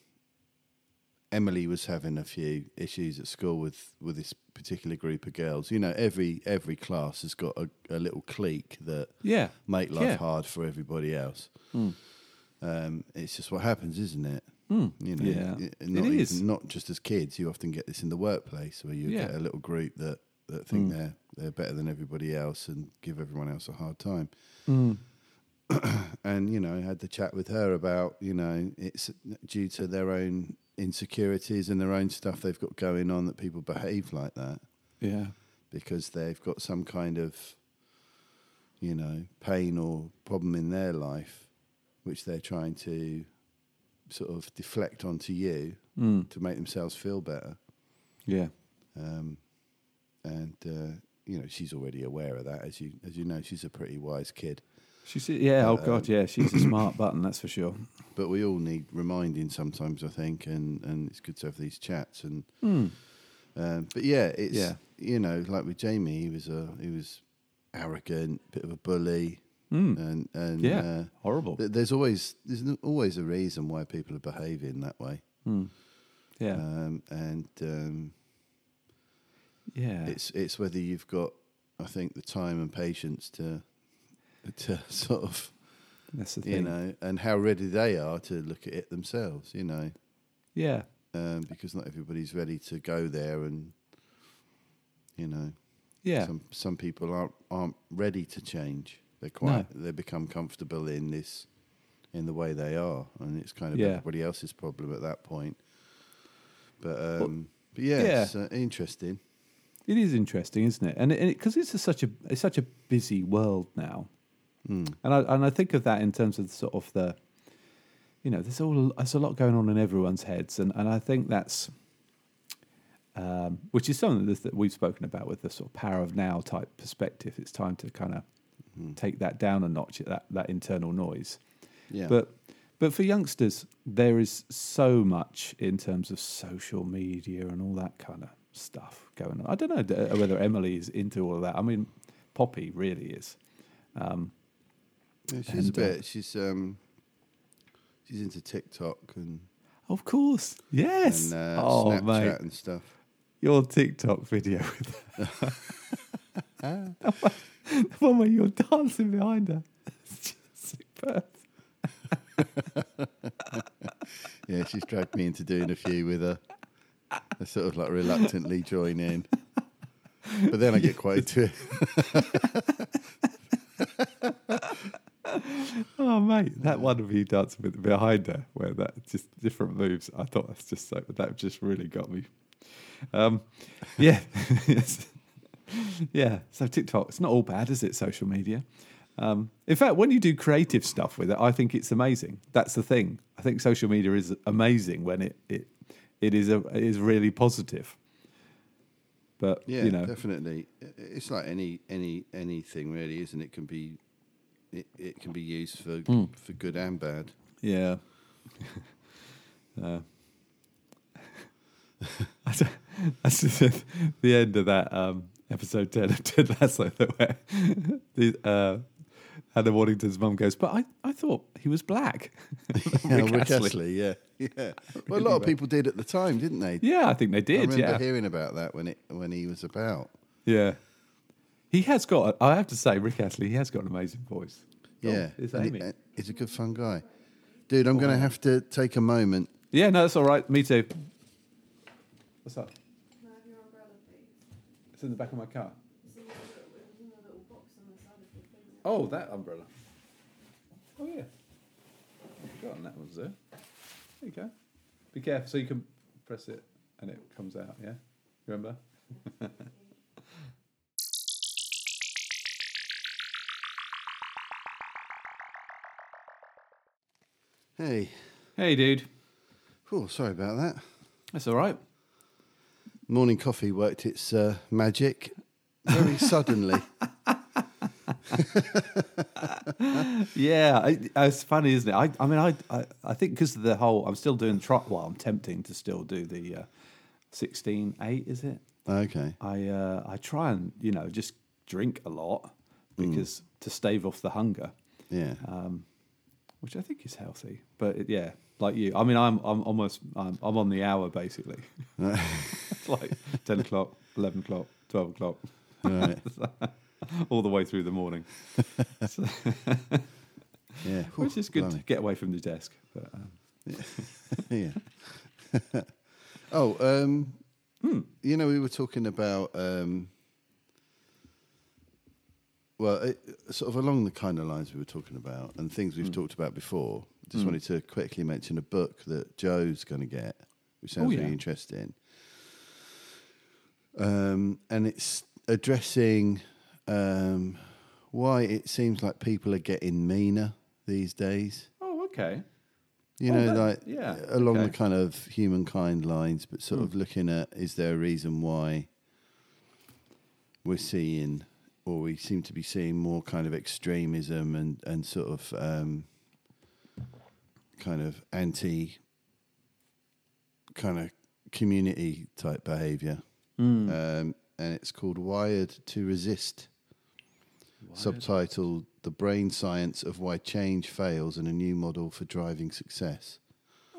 Emily was having a few issues at school with with this particular group of girls. You know, every every class has got a, a little clique that
yeah, Hmm.
make life
Yeah.
hard for everybody else. Um, it's just what happens, isn't it?
Hmm.
You know,
Yeah.
y-
It
not
is.
even- not just as kids. You often get this in the workplace where you
Yeah. Mm.
get a little group that that think they're they're better than everybody else and give everyone else a hard time.
Hmm.
and you know, I had the chat with her about you know it's due to their own insecurities and their own stuff they've got going on that people behave like that
yeah,
because they've got some kind of, you know, pain or problem in their life, which they're trying to sort of deflect onto you to make themselves feel better.
Hmm. yeah,
Um, and uh, you know, she's already aware of that, as you as you know, she's a pretty wise kid.
She's yeah. Oh god, yeah. She's
<coughs>
a smart button, that's for sure.
But we all need reminding sometimes, I think, and and it's good to have these chats and.
Hmm.
Um, but yeah, it's
Yeah.
you know, like with Jamie, he was a he was arrogant, bit of a bully, and and
Hmm. Yeah,
uh,
horrible.
th- there's always there's n- always a reason why people are behaving that way,
Hmm. Yeah,
um, and um,
yeah.
it's it's whether you've got, I think, the time and patience to to <laughs> sort of
That's the thing.
you know, and how ready they are to look at it themselves, you know,
Yeah.
um, because not everybody's ready to go there, and you know,
Yeah.
some some people aren't aren't ready to change. They're quite they become comfortable in this in the way they are, and it's kind of
Yeah.
everybody else's problem at that point. But um, but yeah,
yeah.
it's uh, interesting.
It is interesting, isn't it? And because it, 'cause it's a, such a it's such a busy world now, and I and I think of that in terms of sort of the, you know, there's all there's a lot going on in everyone's heads, and and I think that's, um, which is something that, that we've spoken about with the sort of power of now type perspective. It's time to kind of take that down a notch, that that internal noise.
Yeah,
But but for youngsters, there is so much in terms of social media and all that kind of stuff going on. I don't know d- uh, whether Emily is into all of that. I mean, Poppy really is.
Yeah, she's a
and, uh,
bit. She's um, she's into TikTok and
Of course, yes.
and uh,
oh
Snapchat
mate,
and stuff.
your TikTok video with <laughs> her. the one where you're dancing behind her. <laughs> It's just superb.
Yeah, she's dragged me into doing a few with her. I sort of like reluctantly join in, but then I get quite into it.
Oh mate, that one of you dancing with behind her, where that just different moves. I thought that's just so that just really got me. Um, yeah, <laughs> yes, yeah. So TikTok, it's not all bad, is it? Social media. Um, in fact, when you do creative stuff with it, I think it's amazing. That's the thing. I think social media is amazing when it it, it is a it is really positive. But
Yeah,
<laughs> you know,
definitely. I- It's like any any anything really, isn't it? Can be it, it can be used for
Hmm.
for good and
<laughs>
bad. <laughs>
Yeah. uh, <laughs> I don't- that's just at the end of that um, episode 10 of Ted Lasso, though, where the, uh, Hannah Waddington's mum goes, But I, I thought he was black.
<laughs>
<laughs>
Yeah,
Rick
Rick
Astley.
Astley, yeah, <laughs>
<laughs>
yeah. Well, a lot of people did at the time, didn't they?
Yeah, I think they
I
did.
remember
yeah. Oh,
hearing about that when it when he was about.
Yeah. He has got, I have to say, Rick Astley, he has got an amazing voice. Oh,
Yeah,
It's
and
Amy.
he- and he's a good fun guy, dude. I'm going to have to take a moment.
Yeah, no, that's all right. Me too. What's up?
Can I have your umbrella, please?
It's in the back of my car.
It's in a little, it's in a little box on the side of the thing.
Oh, that umbrella. Oh yeah. I've Forgotten that one's there. There you go. Be careful so you can press it and it comes out. Yeah, remember.
Hey,
Hey, dude.
oh, sorry about that.
That's all right.
Morning coffee worked its uh, magic very
<laughs>
suddenly.
Yeah, I, uh, it's funny, isn't it? I, I mean, I, I, I think because of the whole, I'm still doing tri Well, I'm tempting to still do the uh, 16 8, is it?
okay.
I uh, I try and you know just drink a lot
Hmm.
because to stave off the hunger. um,
Yeah.
which I think is healthy. But it, yeah, like you, I mean, I'm I'm almost I'm, I'm on the hour
<laughs>
basically. <laughs> it's like ten o'clock, eleven o'clock, twelve o'clock,
right.
all the way through the morning,
Yeah.
which
Ooh,
is good to
blimey.
get away from the desk. But um,
yeah. <laughs> oh, um,
Hmm.
you know, we were talking about, um, well, it, sort of along the kind of lines we were talking about and things
Hmm.
we've talked about before. Just wanted to quickly mention a book that Joe's going to get, which sounds
Oh, yeah.
really interesting. Um, and it's addressing um, why it seems like people are getting meaner these days.
oh, okay,
You
Oh,
know, like
that- yeah,
along the
okay. Hmm.
kind of humankind lines, but sort of looking at is there a reason why we're seeing or we seem to be seeing more kind of extremism and, and sort of um, kind of anti kind of community type behavior.
Hmm.
Um, and it's called Wired to Resist. Subtitled The Brain Science of Why Change Fails and a New Model for Driving Success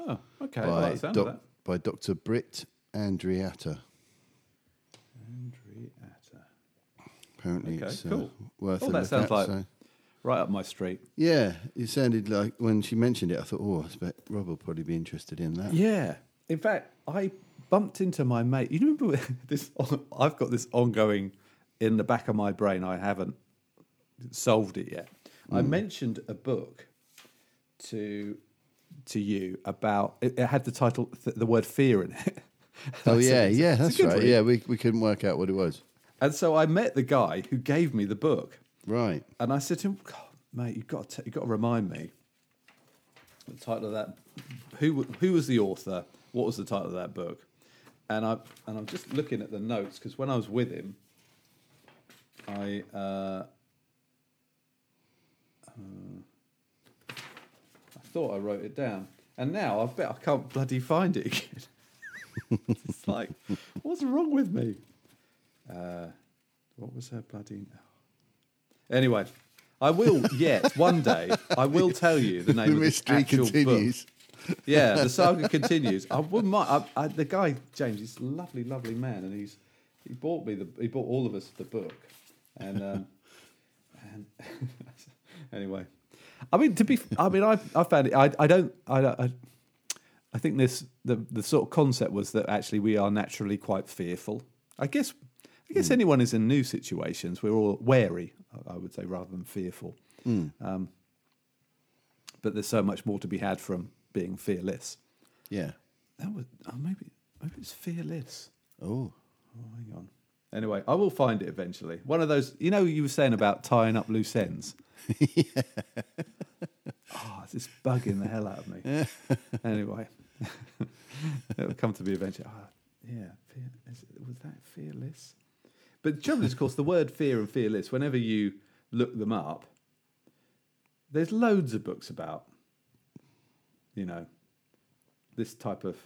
oh, okay, I
by,
like the sound
doc-
of that.
by Dr. Britt Andriatta.
Andriatta.
Apparently,
Okay,
it's
cool.
uh, worth
Oh,
a
that
look
sounds
at,
like
so-
right up my street.
Yeah, it sounded like when she mentioned it, I thought, oh, I expect Rob will probably be interested in that.
Yeah. In fact, I bumped into my mate. You remember <laughs> this? I've got this ongoing in the back of my brain. I haven't solved it yet. I
Mm.
mentioned a book to to you about it, it had the title th- the word fear in it. <laughs>
Oh
I said,
yeah,
"It's a-
yeah,
it's a
that's
good
right.
read."
Yeah, we we couldn't work out what it was.
And so I met the guy who gave me the book.
Right.
And I said to him, God, mate, you've got to, you've got to remind me the title of that. Who w- who was the author? What was the title of that book? And I and I'm just looking at the notes because when I was with him, I uh, um, I thought I wrote it down, and now I bet I can't bloody find it again. <laughs> it's like, what's wrong with me? Uh, what was her bloody? Anyway, I will yet one day. I will tell you the name
<laughs> the
of this
mystery
actual book.
continues.
Yeah, the saga continues. I wouldn't mind. I, I, the guy James, he's a lovely, lovely man, and he's he bought me the he bought all of us the book, and um, <laughs> and <laughs> anyway, I mean to be, I mean I I found it. I I don't I don't- I, I think this the the sort of concept was that actually we are naturally quite fearful. I guess I guess anyone is in new situations. We're all wary, I- I would say, rather than fearful
Hmm.
Uh, but there's so much more to be had from being fearless.
Yeah.
That was oh, maybe maybe it's fearless.
Oh.
Oh, hang on. Anyway, I will find it eventually. One of those, you know, you were saying about tying up loose ends. oh, it's just bugging the hell out of me. anyway, <laughs> it'll come to me eventually. Ah, yeah, fear, is, was that fearless? But the trouble is, of course, the word fear and fearless, whenever you look them up, there's loads of books about, you know, this type of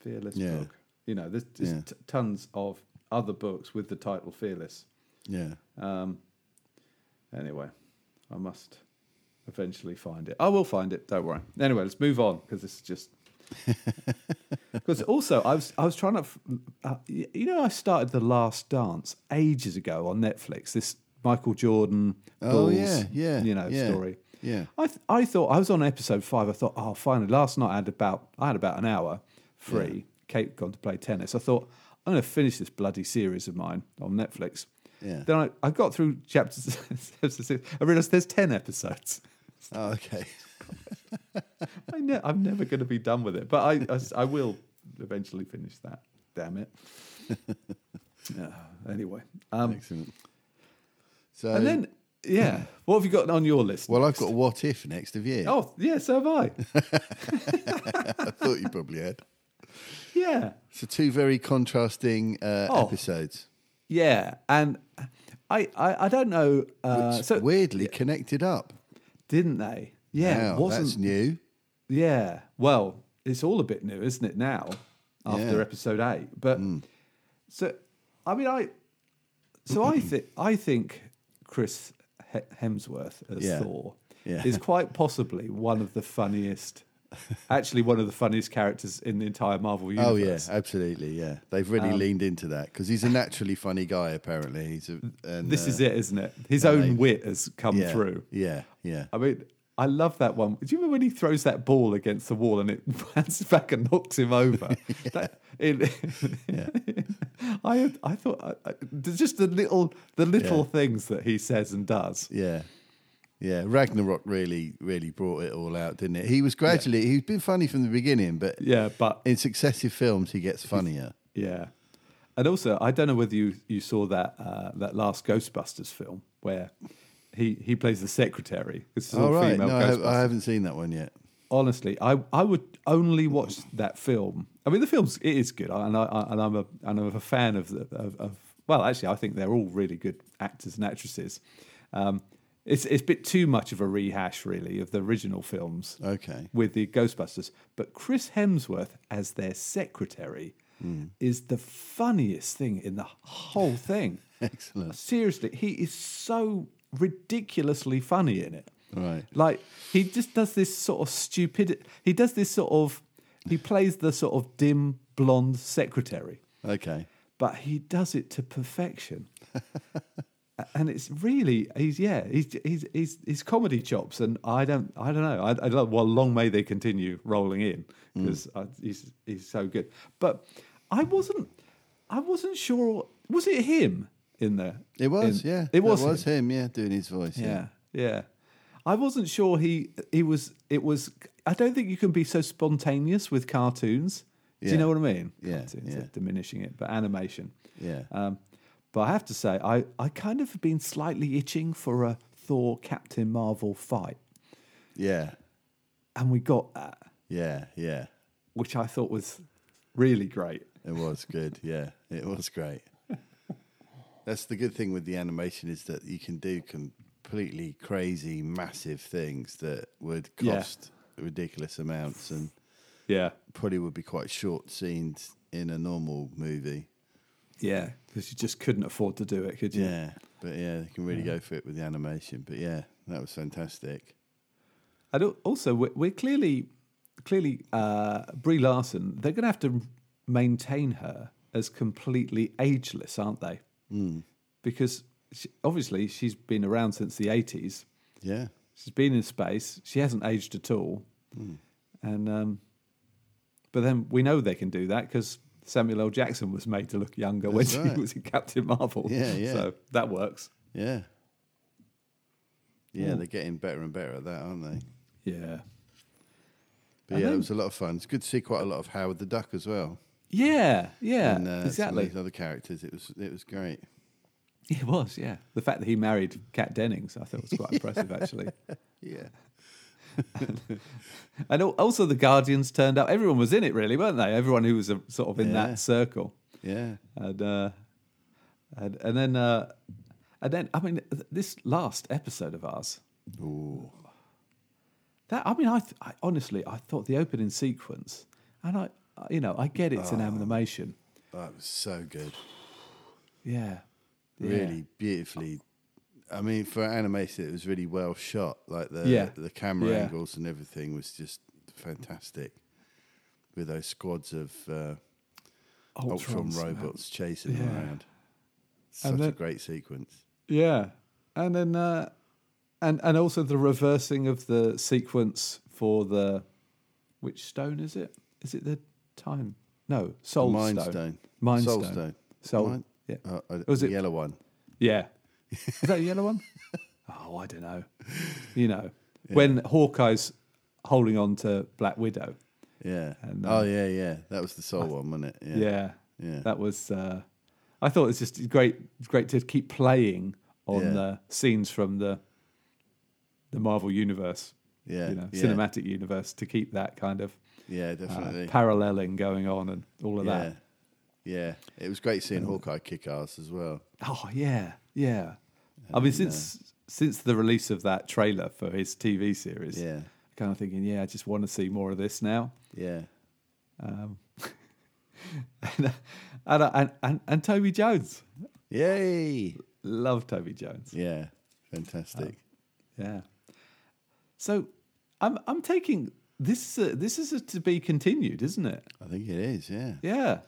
fearless
Yeah.
book. You know, there's just
Yeah.
t- tons of other books with the title Fearless.
Yeah.
Um, anyway, I must eventually find it. I will find it. Don't worry. Anyway, let's move on because this is
<laughs>
just. Because also, I was I was trying to, f- uh, y- you know, I started the Last Dance ages ago on Netflix. This Michael Jordan,
Oh,
Bulls,
yeah, yeah,
you know,
yeah,
story.
yeah.
I th- I thought I was on episode five. I thought, oh, finally, last night I had about I had about an hour free. Kate gone to play tennis. I thought I'm going to finish this bloody series of mine on Netflix.
Yeah.
Then I, I got through chapter <laughs> six. I realised there's ten episodes.
Oh, okay.
I ne- I'm never going to be done with it, but I, I s- I will eventually finish that.
<laughs>
Damn it. Ah, anyway, um,
Excellent. So
and then yeah, what have you got on your list?
well, I've got what if next of year.
oh yeah, so have I.
<laughs> I thought you probably had.
yeah.
So two very contrasting uh,
Oh.
episodes,
Yeah, and I I, I don't know. Uh,
It's
so
weirdly connected up.
didn't they? Yeah,
Wow, that's
wasn't
new.
yeah. Well, it's all a bit new, isn't it? Now after
Yeah. Hmm.
episode eight, but so I mean I so I think I think Chris He- Hemsworth as
Yeah.
Thor
Yeah. <laughs>
is quite possibly one of the funniest. Actually, one of the funniest characters in the entire Marvel universe. Um,
Oh yeah, absolutely. Yeah, they've really leaned into that because he's a naturally funny guy. Apparently, he's a, and,
this
uh,
is it, isn't it? His own wit has come
yeah,
through.
Yeah, yeah.
I mean, I love that one. Do you remember when he throws that ball against the wall and it <laughs> bounces back and knocks him
<laughs>
over? That- it- <laughs> I I thought I, I, there's just the little the little
Yeah.
things that he says and does.
Yeah. Yeah, Ragnarok really, really brought it all out, didn't it? He was gradually, he's been funny from the beginning, but
Yeah, but
in successive films, he gets funnier.
yeah, and also I don't know whether you you saw that uh, that last Ghostbusters film where he he plays the secretary. This is
All
all
Oh, right,
female
no, I, ha-
Ghostbusters.
I haven't seen that one yet.
honestly, I, I would only watch that film. I mean, the film's it is good, and I, I and I'm a and I'm a fan of the of, of well, actually, I think they're all really good actors and actresses. Um, it's it's a bit too much of a rehash, really, of the original films.
Okay.
With the Ghostbusters, but Chris Hemsworth as their secretary
Hmm.
is the funniest thing in the whole thing.
<laughs> Excellent.
Seriously, he is so ridiculously funny in it.
Right.
Like he just does this sort of stupid. He does this sort of. He plays the sort of dim blonde secretary,
Okay. <laughs>
but he does it to perfection. A- and it's really he's yeah he's he's he's, he's comedy chops and I don't I don't know I, I love well long may they continue rolling in
Mm.
because he's he's so good but I wasn't I wasn't sure was it him in there
It was,
In-
yeah.
it was
It was him,
him.
yeah, doing his voice.
yeah yeah I wasn't sure he he was it was I don't think you can be so spontaneous with cartoons do you
Yeah.
know what I mean
Yeah,
cartoons
yeah.
they're diminishing it but animation
Yeah.
um, but I have to say, I, I kind of have been slightly itching for a Thor Captain Marvel fight.
Yeah.
And we got that,
Yeah. Yeah.
which I thought was really great.
It was good. Yeah. It was great. That's the good thing with the animation is that you can do completely crazy, massive things that would
Yeah.
cost ridiculous amounts and
Yeah.
probably would be quite short scenes in a normal movie.
Yeah. Because you just couldn't afford to do it, could you?
Yeah. But yeah, they can really go for it with the animation. But yeah, that was fantastic.
And al- also, we're, we're clearly, clearly, uh, Brie Larson, they're going to have to maintain her as completely ageless, aren't they?
Hmm.
Because she, obviously she's been around since the 80s.
Yeah.
She's been in space. She hasn't aged at all.
Hmm.
And um, but then we know they can do that because Samuel L. Jackson was made to look younger
That's
when
right.
she was in Captain Marvel.
Yeah, yeah.
So that works.
Yeah. Yeah, they're getting better and better at that, aren't they?
Yeah.
But yeah, it was a lot of fun. It's good to see quite a lot of Howard the Duck as well.
Yeah, yeah,
and uh, some
exactly.
of those other characters. It was it was great.
It was, yeah. The fact that he married Kat Dennings, I thought was
<laughs>
quite impressive, actually.
Yeah.
And al- also the Guardians turned up. Everyone was in it, really, weren't they? Everyone who was uh, sort of in
Yeah.
that circle.
Yeah.
and uh, and and then uh, and then I mean th- this last episode of ours. That I mean, I, th- I honestly I thought the opening sequence, and I I- you know I get it's
Ah.
an animation,
That Oh, was so good.
yeah, Yeah.
Really beautifully I mean, for animation it was really well shot. Like the
Yeah.
the camera
Yeah.
angles and everything was just fantastic. With those squads of uh, Ultron
Ultrons, man.
robots chasing them
Yeah.
around. Such
And
a
then-
great sequence.
yeah, and then uh, and and also the reversing of the sequence for the which stone is it? Is it the time? No, soul
Mind
stone.
Stone.
Mind
Soul
stone.
Stone.
Soul.
Mind-
Yeah.
Uh, uh,
Was
the
it-
yellow one?
Yeah. Is that a yellow
<laughs>
one? oh, I don't know. You know, when Hawkeye's holding on to Black Widow.
Yeah.
And, uh,
oh yeah, yeah. That was the soul one, wasn't it?
Yeah.
Yeah.
That was, uh, I thought it's just great, great to keep playing on
Yeah.
the scenes from the the Marvel universe,
Yeah,
you know,
yeah.
cinematic universe to keep that kind of
Yeah,
uh,
definitely.
paralleling going on and all of
yeah.
that.
Yeah. It was great seeing Hawkeye kick ass as well.
Oh yeah, yeah. I mean,
uh,
since since the release of that trailer for his TV series,
Yeah.
kind of thinking, yeah, I just want to see more of this now. <laughs>
Yeah.
and and, and, and, and Toby Jones,
Yay.
love Toby Jones.
Yeah. Fantastic.
Yeah. So, I'm I'm taking this. Uh, this is a to be continued, isn't it?
I think it is, yeah.
Yeah.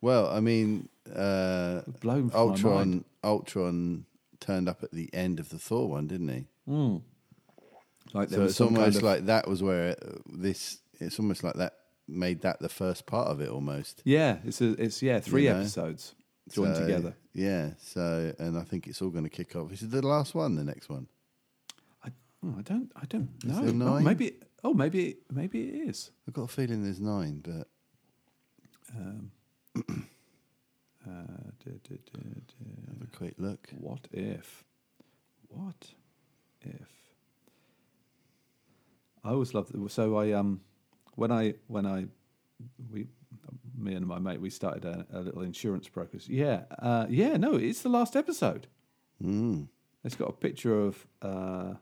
Well, I mean uh
Blown from my
Ultron
mind.
Ultron turned up at the end of the Thor one, didn't he?
Mm. Like
so it's almost like that was where uh, this it's almost like that made that the first part of it almost.
yeah. It's a, it's yeah three
know?
episodes joined
So,
together.
Yeah. So and I think it's all gonna kick off. Is it the last one, the next one?
I, oh, I don't I don't know.
there
Oh,
nine?
maybe oh maybe maybe it is.
I've got a feeling there's nine, but
Uh, duh, duh, duh, duh.
have a quick look.
What if? What if? I always loved. So I um, when I when I we me and my mate we started a, a little insurance brokers. Yeah, uh, yeah. No, it's the last episode.
Mm.
It's got a picture of. Uh,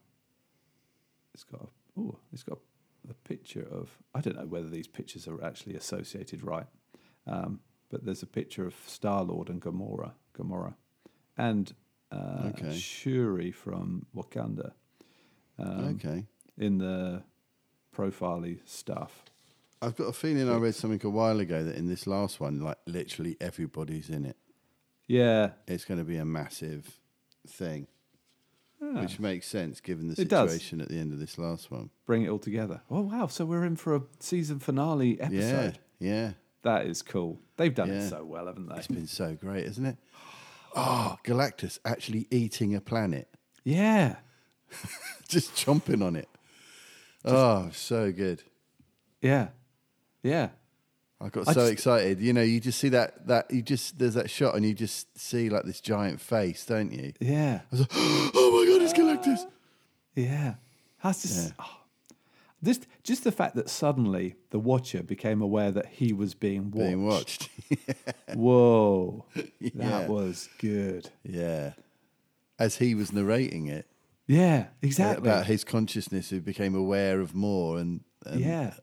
it's got. A, oh, it's got a picture of. I don't know whether these pictures are actually associated right, um, but there's a picture of Star Lord and Gamora, Gamora, and uh,
Okay.
Shuri from Wakanda Um,
okay.
in the profiley stuff.
I've got a feeling I read something a while ago that in this last one, like literally everybody's in it.
Yeah,
It's going to be a massive thing, which makes sense given the
Ah. It does.
situation at the end of this last one.
Bring it all together. Oh wow! So we're in for a season finale episode.
Yeah, yeah.
That is cool. They've done
Yeah.
it so well, haven't
It's
they?
been so great, isn't it? <gasps> Oh, Galactus actually eating a planet, <laughs>
Yeah.
just chomping on it. Oh, so good.
Yeah. Yeah.
I got
I
so
just-
excited. You know, you just see that that you just there's that shot and you just see like this giant face, don't you?
Yeah.
I was like, <gasps> oh my god, it's Galactus.
Yeah. That's just, oh. this, just the fact that suddenly the watcher became aware that he was being watched.
Being watched. <laughs>
Whoa.
Yeah.
That was good.
yeah. As he was narrating it uh,
Yeah, exactly.
about his consciousness who became aware of more and and,
yeah.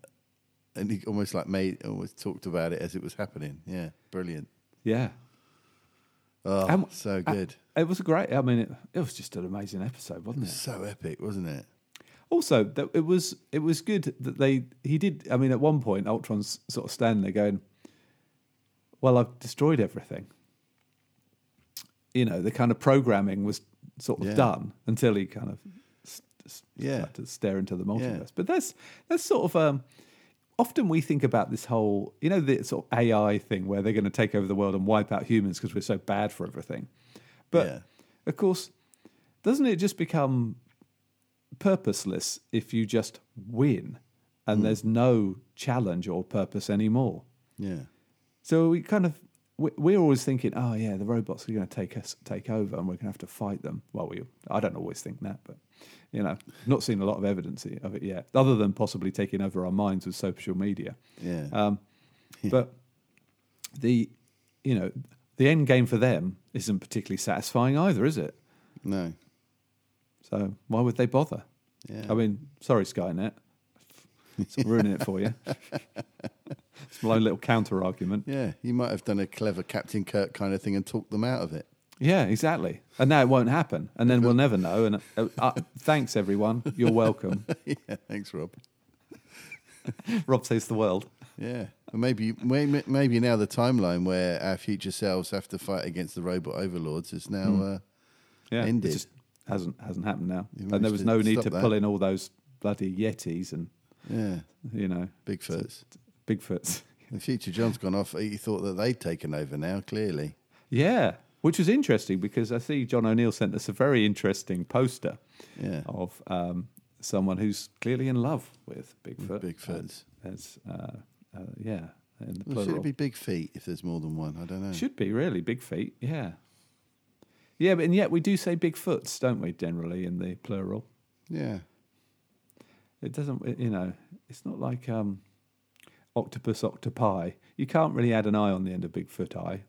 and he almost like made almost talked about it as it was happening. Yeah. Brilliant.
Yeah.
Oh
And-
so
I-
good.
it was great. I mean, it, it was just an amazing episode, wasn't it?
so epic, wasn't it?
Also, that it was it was good that they he did. I mean, at one point, Ultron's sort of standing there going, "Well, I've destroyed everything." You know, the kind of programming was sort of
Yeah.
done until he kind of s- s-
Yeah.
had to stare into the multiverse. But that's that's sort of um. Often we think about this whole, you know, the sort of AI thing where they're going to take over the world and wipe out humans because we're so bad for everything. But
Yeah.
of course, doesn't it just become purposeless if you just win and there's no challenge or purpose anymore?
Yeah.
So we kind of we- we're always thinking, oh yeah, the robots are going to take us take over and we're going to have to fight them. Well, we I don't always think that, but you know, not seen a lot of evidence of it yet, other than possibly taking over our minds with social media.
Yeah.
Um, but the you know the end game for them isn't particularly satisfying either, is it?
no.
So why would they bother?
Yeah.
I mean, sorry, Skynet. It's ruining it for you. it's my own little counter argument.
Yeah. You might have done a clever Captain Kirk kind of thing and talked them out of it. <laughs>
Yeah, exactly. And now it won't happen. And then we'll never know. And uh, uh, thanks, everyone. You're welcome.
<laughs> yeah. Thanks, Rob.
Rob saves the world.
Yeah, but maybe may- maybe now the timeline where our future selves have to fight against the robot overlords is now.
Hmm.
Uh,
Yeah, it
Ended.
just hasn't hasn't happened now.
You
and there
managed
was
to
no need
stop
to
that.
pull in all those bloody yetis and
yeah,
you know
Bigfoots.
bigfoots.
The future John's gone off. He thought that they'd taken over now. Clearly,
Yeah, which was interesting because I see John O'Neill sent us a very interesting poster
Yeah.
of um, someone who's clearly in love with Bigfoot.
Bigfoots.
That's uh, uh, yeah, in the
Well,
plural.
should it be big feet if there's more than one? I don't know.
Should be, really big feet. Yeah, yeah, but and yet we do say Bigfoots, don't we? Generally in the plural,
Yeah,
it doesn't. it- You know, it's not like um, octopus, octopi. You can't really add an eye on the end of Bigfoot eye.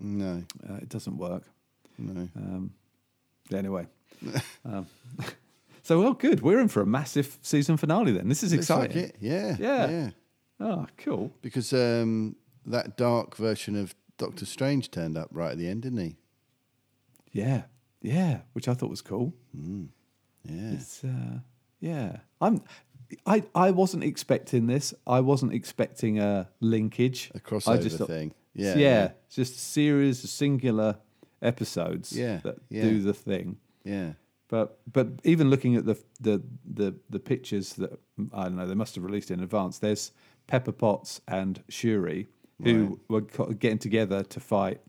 no,
Uh, it doesn't work.
no.
Um,
<laughs>
anyway, um, <laughs> so well, good. We're in for a massive season finale. Then this is
Looks like
exciting.
it. Yeah,
Yeah. Oh, cool.
Because um, that dark version of Doctor Strange turned up right at the end, didn't he?
Yeah, yeah. Which I thought was cool.
Yeah,
It's uh, yeah. I'm. I I wasn't expecting this. I wasn't expecting a linkage,
a
I
crossover
just thought-
thing.
Yeah,
Yeah,
Just a series of singular episodes.
Yeah,
that
yeah.
do the thing.
yeah.
But but even looking at the the the the pictures that I don't know they must have released in advance. There's Pepper Potts and Shuri who were co- getting together to fight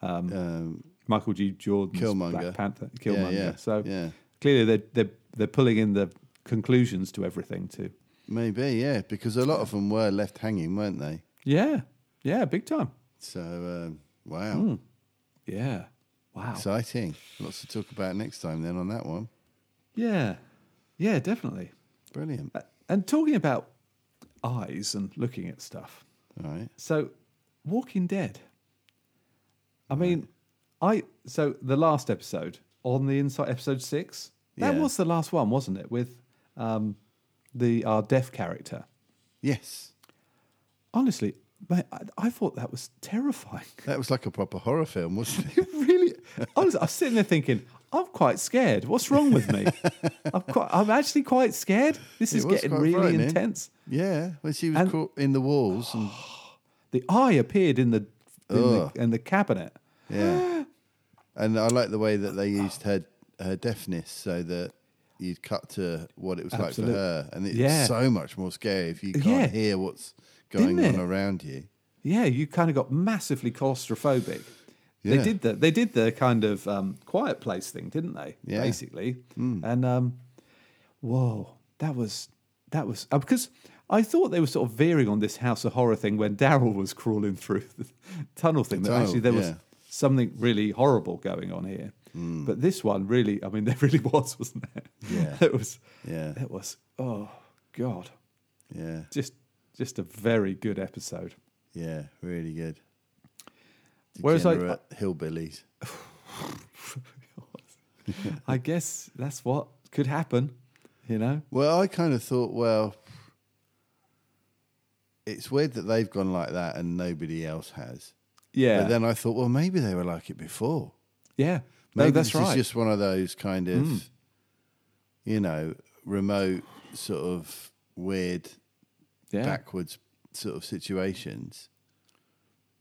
Um,
Michael G. Jordan's Black
Killmonger.
Panther,
Yeah,
Mm. Killmonger.
yeah,
So
yeah.
clearly they're they're they're pulling in the conclusions to everything too.
Maybe, yeah, because a lot of them were left hanging, weren't they?
Yeah, yeah, big time.
So, um, wow,
Hmm. Yeah, wow.
exciting. Lots to talk about next time then on that one.
yeah, yeah, definitely.
Brilliant.
A- And talking about eyes and looking at stuff.
All right.
So, Walking Dead. I mean, I so the last episode on the inside episode six. That
Yeah.
was the last one, wasn't it? With um, the our deaf character.
Yes.
Honestly, mate, I, I thought that was terrifying. <laughs>
That was like a proper horror film, wasn't it?
It really, honestly, I was sitting there thinking, I'm quite scared. What's wrong with
<laughs>
me? I'm quite, I'm actually quite scared. This
It
is
was
getting
quite
really
frightening.
intense.
yeah. When she was
And-
caught in the walls. And,
The eye appeared in the in, the
Ugh.
<gasps> in the cabinet.
yeah. And I like the way that they used her her deafness so that you'd cut to what it was
Absolute.
like for her. And it's
Yeah.
so much more scary if you can't
Yeah.
hear what's
Didn't
going on
it?
around you.
Yeah, you kind of got massively claustrophobic. They
Yeah.
did the they did the kind of um, quiet place thing, didn't they?
Yeah. Hmm.
Basically, and um, whoa, that was that was uh, because I thought they were sort of veering on this House of Horror thing when Daryl was crawling through the tunnel thing. that
tunnel,
actually there was
Oh, yeah. Hmm.
something really horrible going on here. But this one really, I mean, <laughs> there really was, wasn't there?
Yeah.
it was.
Yeah.
it was. Oh God,
Yeah.
just just a very good episode.
Yeah. Really good.
Whereas I-
Degenerate hillbillies.
I guess that's what could happen, you know?
Well, I kind of thought, well, it's weird that they've gone like that and nobody else has.
Yeah.
But then I thought, well, maybe they were like it before.
yeah.
Maybe
No, that's
this
right. Hmm.
is just one of those kind of, you know, remote sort of weird
yeah.
backwards sort of situations.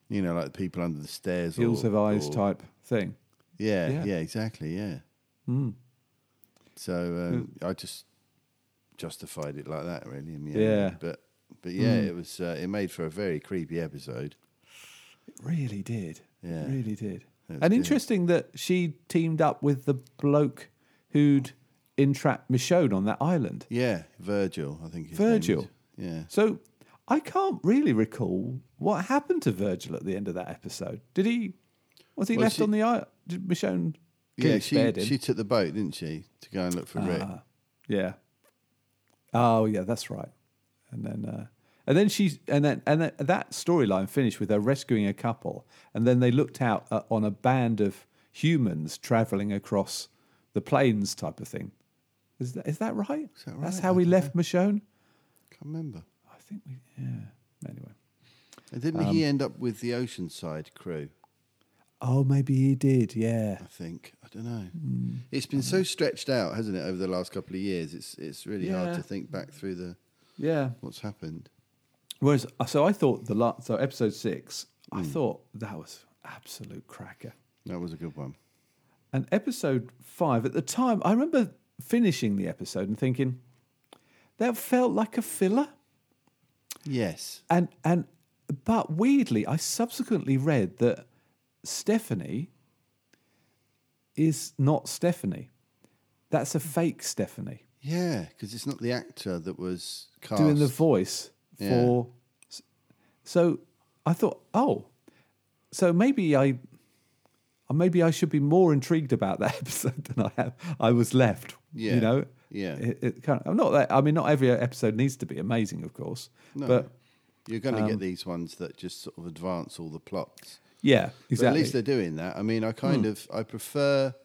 You know, like the people under the stairs.
Heels
or,
of eyes
or-
type thing. Hmm.
Yeah,
Yeah.
yeah, exactly. Yeah. So um,
Hmm.
I just justified it like that, really. In the end.
Yeah. Hmm.
But but yeah, it was uh, it made for a very creepy episode.
It really did.
Yeah.
It really did.
It was
And
good.
interesting that she teamed up with the bloke who'd entrapped Michonne on that island.
Yeah, Virgil, I think. His
Virgil.
Name is. Yeah.
So I can't really recall what happened to Virgil at the end of that episode. Did he, was he
Well,
left
she-
on the island? Did Michonne
Yeah,
clearly
she
spared him? Ah.
she took the boat, didn't she, to go and look for Rick?
Yeah. Oh yeah, that's right. And then uh, and then she and then and then that storyline finished with her rescuing a couple, and then they looked out uh, on a band of humans traveling across the plains, type of thing. Is that is that right?
that
That's
right?
how
I
we left Michonne.
Can't remember.
I think we yeah. Anyway.
And didn't
Um,
he end up with the Oceanside crew?
Oh, maybe he did. Yeah.
I think I don't know.
Hmm.
It's been so stretched out, hasn't it, over the last couple of years? It's it's really
Yeah.
hard to think back through the
Yeah.
what's happened.
Whereas, uh, so I thought the last, so episode six, I thought that was absolute cracker.
That was a good one.
And episode five, at the time, I remember finishing the episode and thinking, that felt like a filler.
Yes.
And and but weirdly, I subsequently read that Stephanie is not Stephanie. That's a fake Stephanie
Yeah, because it's not the actor that was cast.
doing the voice
Yeah.
for. So I thought, oh, so maybe I, maybe I should be more intrigued about that <laughs> episode than I have. I was left,
Yeah.
you know,
Yeah.
It, it kind of, not that. I mean, not every episode needs to be amazing, of course,
No.
but
You're going
um,
to get these ones that just sort of advance all the plots.
yeah,
But
exactly. Hmm.
at least they're doing that. I mean, I kind of I prefer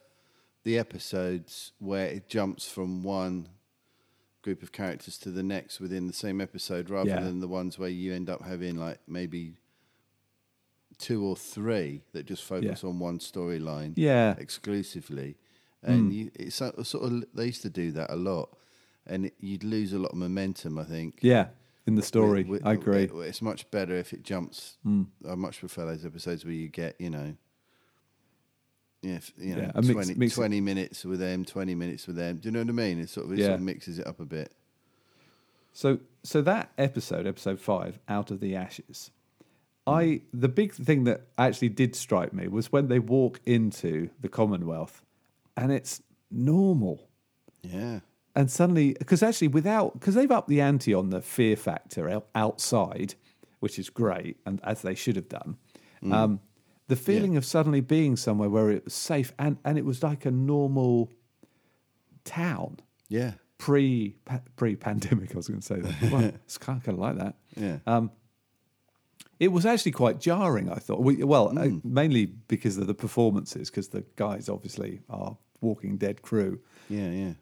the episodes where it jumps from one group of characters to the next within the same episode, rather
Yeah.
than the ones where you end up having like maybe two or three that just focus on one storyline,
Yeah.
exclusively.
Hmm.
And you, it's sort of, sort of they used to do that a lot, and it, you'd lose a lot of momentum. I think.
yeah, in the story,
Wi-
I
wi-
agree. Hmm.
it's much better if it jumps. I much prefer those episodes where you get, you know, if, you know,
Yeah, a mix-
20,
mix-
20 minutes with them, 20 minutes with them. Do you know what I mean? It sort of, it
Yeah.
sort of mixes it up a bit.
So so that episode, episode five, out of the ashes. I the big thing that actually did strike me was when they walk into the Commonwealth, and it's normal,
Yeah.
and suddenly because actually without because they've upped the ante on the fear factor out- outside, which is great, and as they should have done. Um, the feeling of suddenly being somewhere where it was safe and, and it was like a normal town
Yeah.
pre pre pandemic. I was going to say that. <laughs> Well, it's kind of, kind of like that.
Yeah.
Um, It was actually quite jarring. I thought. We, well, uh, mainly because of the performances, because the guys obviously are Walking Dead crew
yeah. Yeah.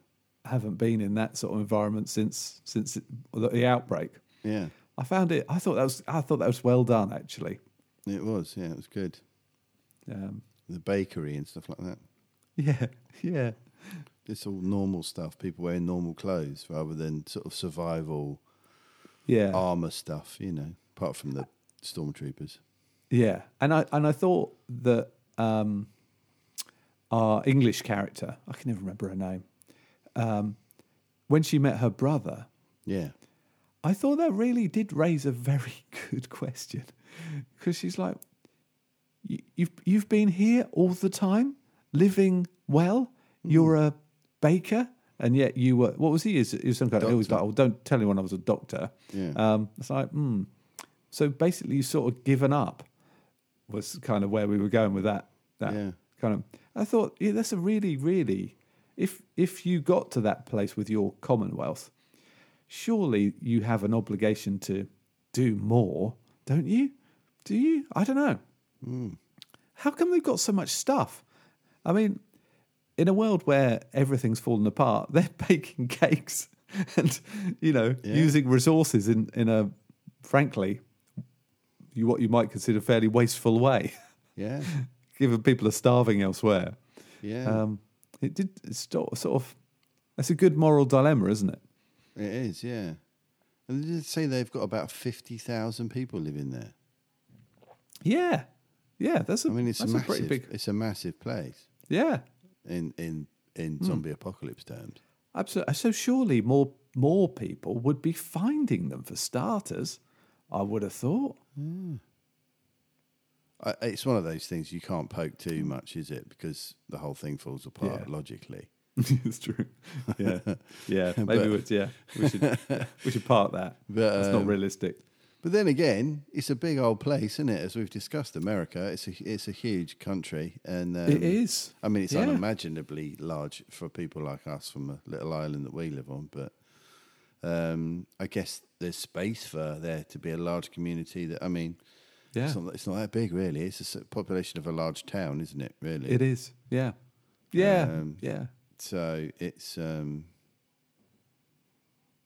haven't been in that sort of environment since since it, the, the outbreak.
Yeah.
I found it. I thought that was. I thought that was well done actually.
It was. Yeah. It was good.
Um,
The bakery and stuff like that.
<laughs> yeah, yeah,
It's all normal stuff. People wearing normal clothes rather than sort of survival
yeah.
armor stuff, you know, apart from the stormtroopers.
Yeah, and I and I thought that um, our English character, I can never remember her name, um, when she met her brother,
Yeah.
I thought that really did raise a very <laughs> good question because she's like, "You- "You've you've been here all the time, living well. You're a baker, and yet you were what was he? Is is some kind of he was like, oh, don't tell anyone I was a doctor.
Yeah.
Um, it's like, hmm. So basically, you sort of given up was kind of where we were going with that. That
Yeah.
kind of. I thought yeah, that's a really, really. If if you got to that place with your Commonwealth, surely you have an obligation to do more, don't you? Do you? I don't know. How come they've got so much stuff? I mean, in a world where everything's fallen apart, <laughs> they're baking cakes and you know using resources in in a frankly you what you might consider fairly wasteful way, <laughs>
Yeah.
given people are starving elsewhere.
Yeah.
Um, it did it's sort sort of. That's a good moral dilemma, isn't it?
it is. Yeah. And they did say they've got about fifty thousand people living there.
Yeah, yeah. That's a.
I mean, it's
that's
a
a pretty
massive.
big.
It's a massive place
Yeah,
in in
Hmm.
in zombie apocalypse terms.
absolutely. So surely more more people would be finding them for starters. I would
<laughs>
have thought.
I, it's one of those things you can't poke too much, is it? Because the whole thing falls apart
Hmm. Yeah.
logically.
it's true. Yeah,
<laughs>
yeah. Maybe we we, yeah we should we should part that.
<laughs> But,
That's not
um,
realistic.
But then again, it's a big old place, isn't it? As we've discussed, America. It's a it's a huge country, and um,
it is.
I mean, it's
Yeah.
unimaginably large for people like us from a little island that we live on. But um, I guess there's space for there to be a large community. That I mean,
Yeah,
it's, not, it's not that big, really. It's a s- population of a large town, isn't it? Really,
it is. Yeah, yeah,
Um,
yeah.
so it's um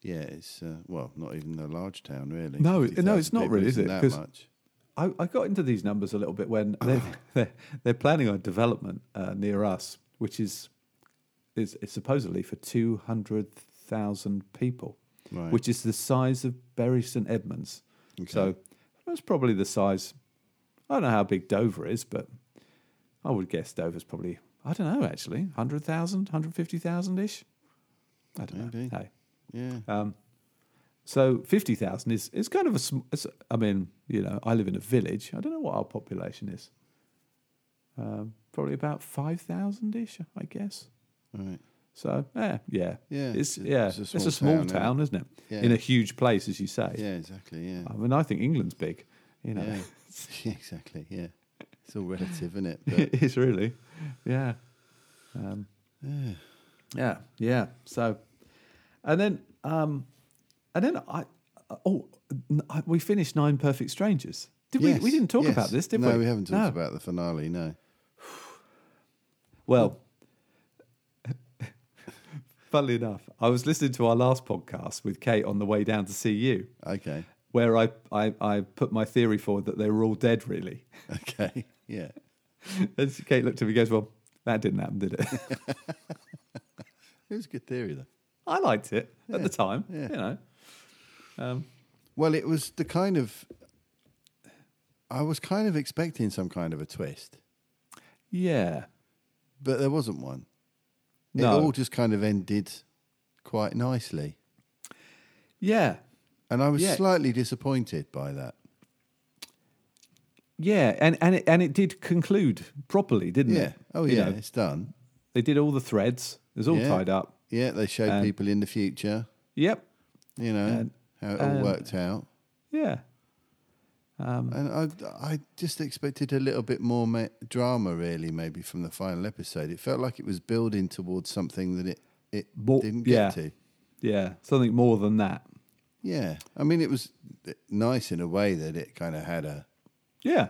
yeah it's uh, well not even a large town really
No, it-
50,000
no, it's not
people
really, is
isn't
it?
that
'Cause-
much
I, I got into these numbers a little bit when
Oh,
they're, <laughs> they're, they're planning on development uh, near us, which is is, is supposedly for two hundred thousand people,
Right.
which is the size of Bury St Edmunds. So that's probably the size. I don't know how big Dover is, but I would guess Dover's probably I don't know actually 100,000, 150,000 ish. I don't
Maybe.
know. Hey.
yeah
Uh, So fifty thousand is is kind of a. sm- it's- I mean, you know, I live in a village. I don't know what our population is. Um, probably about five thousand ish, I guess.
right
So eh, yeah,
Yeah,
it's
it's a-
yeah,
it's a
it's
small
a small
town,
town,
isn't it?
isn't it?
Yeah.
In a huge place, as you say.
yeah exactly yeah
I mean, I think England's big. You know,
<laughs> yeah exactly yeah it's all relative isn't
<laughs>
it but,
it is really. Yeah. Um, yeah. Yeah. So, and then, um, and then I, oh, n- I- we finished Nine Perfect Strangers. Did
Yes,
we? We didn't talk
yes.
about this, did
no
we?
we haven't talked
No.
about the finale no
Well, <laughs> funnily enough, I was listening to our last podcast with Kate on the way down to see you,
okay <laughs>
where I, I, I put my theory forward that they were all dead, really. <laughs>
okay yeah
and Kate looked at me and goes, Well, that didn't happen, did it? <laughs>
it was a good theory though
I liked it at the time,
yeah.
you know. Um,
well it was the kind of I was kind of expecting some kind of a twist
yeah.
but there wasn't one
No.
it all just kind of ended quite nicely
Yeah.
And I was
Yeah.
slightly disappointed by that.
Yeah. And, and, it, and it did conclude properly, didn't
Yeah.
it?
Oh,
You
yeah.
know,
It's done.
they did all the threads, it was all
Yeah.
tied up.
Yeah. They showed people in the future,
Yep.
you know,
Um, And- um,
how it all
and-
worked out.
Yeah. um,
And I, I just expected a little bit more ma- drama, really, maybe from the final episode. It felt like it was building towards something that it, it
More-
didn't
yeah.
get to.
Yeah. Something more than that.
Yeah. I mean, it was eh, nice in a way that it kind of had a
Yeah.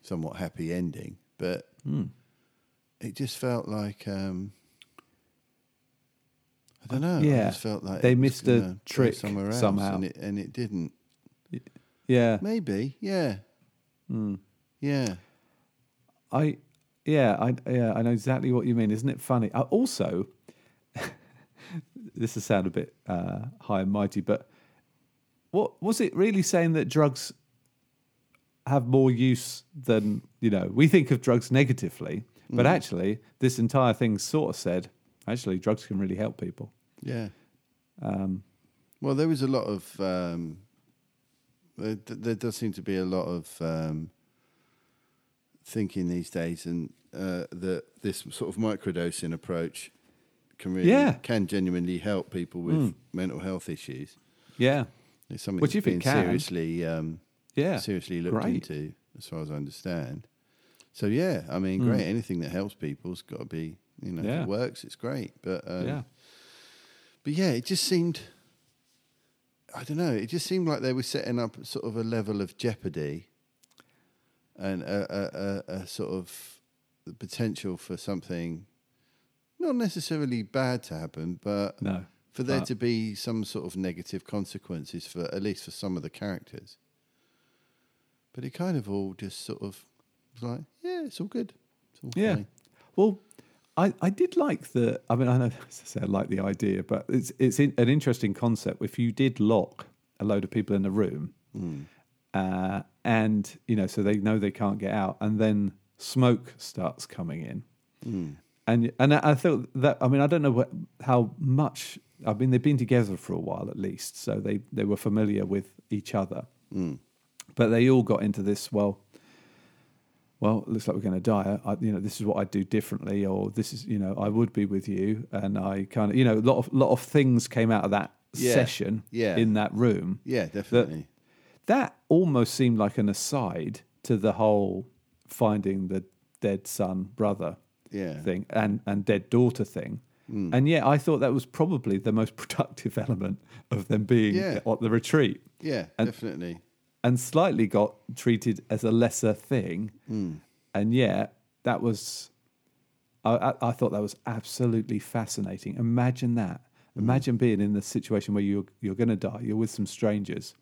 somewhat happy ending, but
Hmm.
it just felt like. Um, I don't know. I
Uh, yeah.
just felt like
They
it was
missed a
gonna go
trick
somewhere else
somehow.
and it, and it didn't.
Yeah.
Maybe, yeah,
Hmm.
yeah,
I yeah, I yeah, I know exactly what you mean. Isn't it funny? I also, <laughs> this will sound a bit uh, high and mighty, but what was it really saying that drugs have more use than you know? We think of drugs negatively, But actually, this entire thing sort of said, actually, drugs can really help people.
Yeah.
Um.
well, there was a lot of. Um, there, there does seem to be a lot of um, thinking these days, and uh, that this sort of microdosing approach can really
Yeah.
can genuinely help people with mental health issues.
Yeah.
It's something
Which
that's
if it
being
can-
seriously um,
Yeah.
seriously looked
Great.
into, as far as I understand. So yeah, I mean, great. Anything that helps people's got to be, you know, if
Hmm. Yeah.
it works, it's great. But um,
Yeah.
but yeah, it just seemed. I don't know. It just seemed like they were setting up sort of a level of jeopardy, and a, a, a, a sort of the potential for something, not necessarily bad to happen, but
No,
for there
but-
to be some sort of negative consequences for at least for some of the characters. But it kind of all just sort of was like, yeah, it's all good. It's all
Yeah.
fine.
Well, I, I did like the. I mean, I know <laughs> as I say I like the idea, but it's it's in, an interesting concept. If you did lock a load of people in a room, uh, and you know, so they know they can't get out, and then smoke starts coming in, and and I, I thought that. I mean, I don't know what, how much. I mean, they've been together for a while at least, so they they were familiar with each other.
Mm.
But they all got into this. Well, well, it looks like we're going to die. I, you know, this is what I'd do differently, or this is, you know, I would be with you, and I kind of, you know, a lot of lot of things came out of that
Yeah.
session
Yeah.
in that room.
Yeah, definitely.
That almost seemed like an aside to the whole finding the dead son brother
Yeah. Hmm.
thing and and dead daughter thing. And yet, I thought that was probably the most <laughs> productive element of them being
Yeah.
at the retreat
yeah,
and-
definitely.
and slightly got treated as a lesser thing.
Hmm.
And yet, that was, I, I, I thought that was absolutely fascinating. Imagine that.
Hmm.
Imagine being in the situation where you're, you're going to die, you're with some strangers,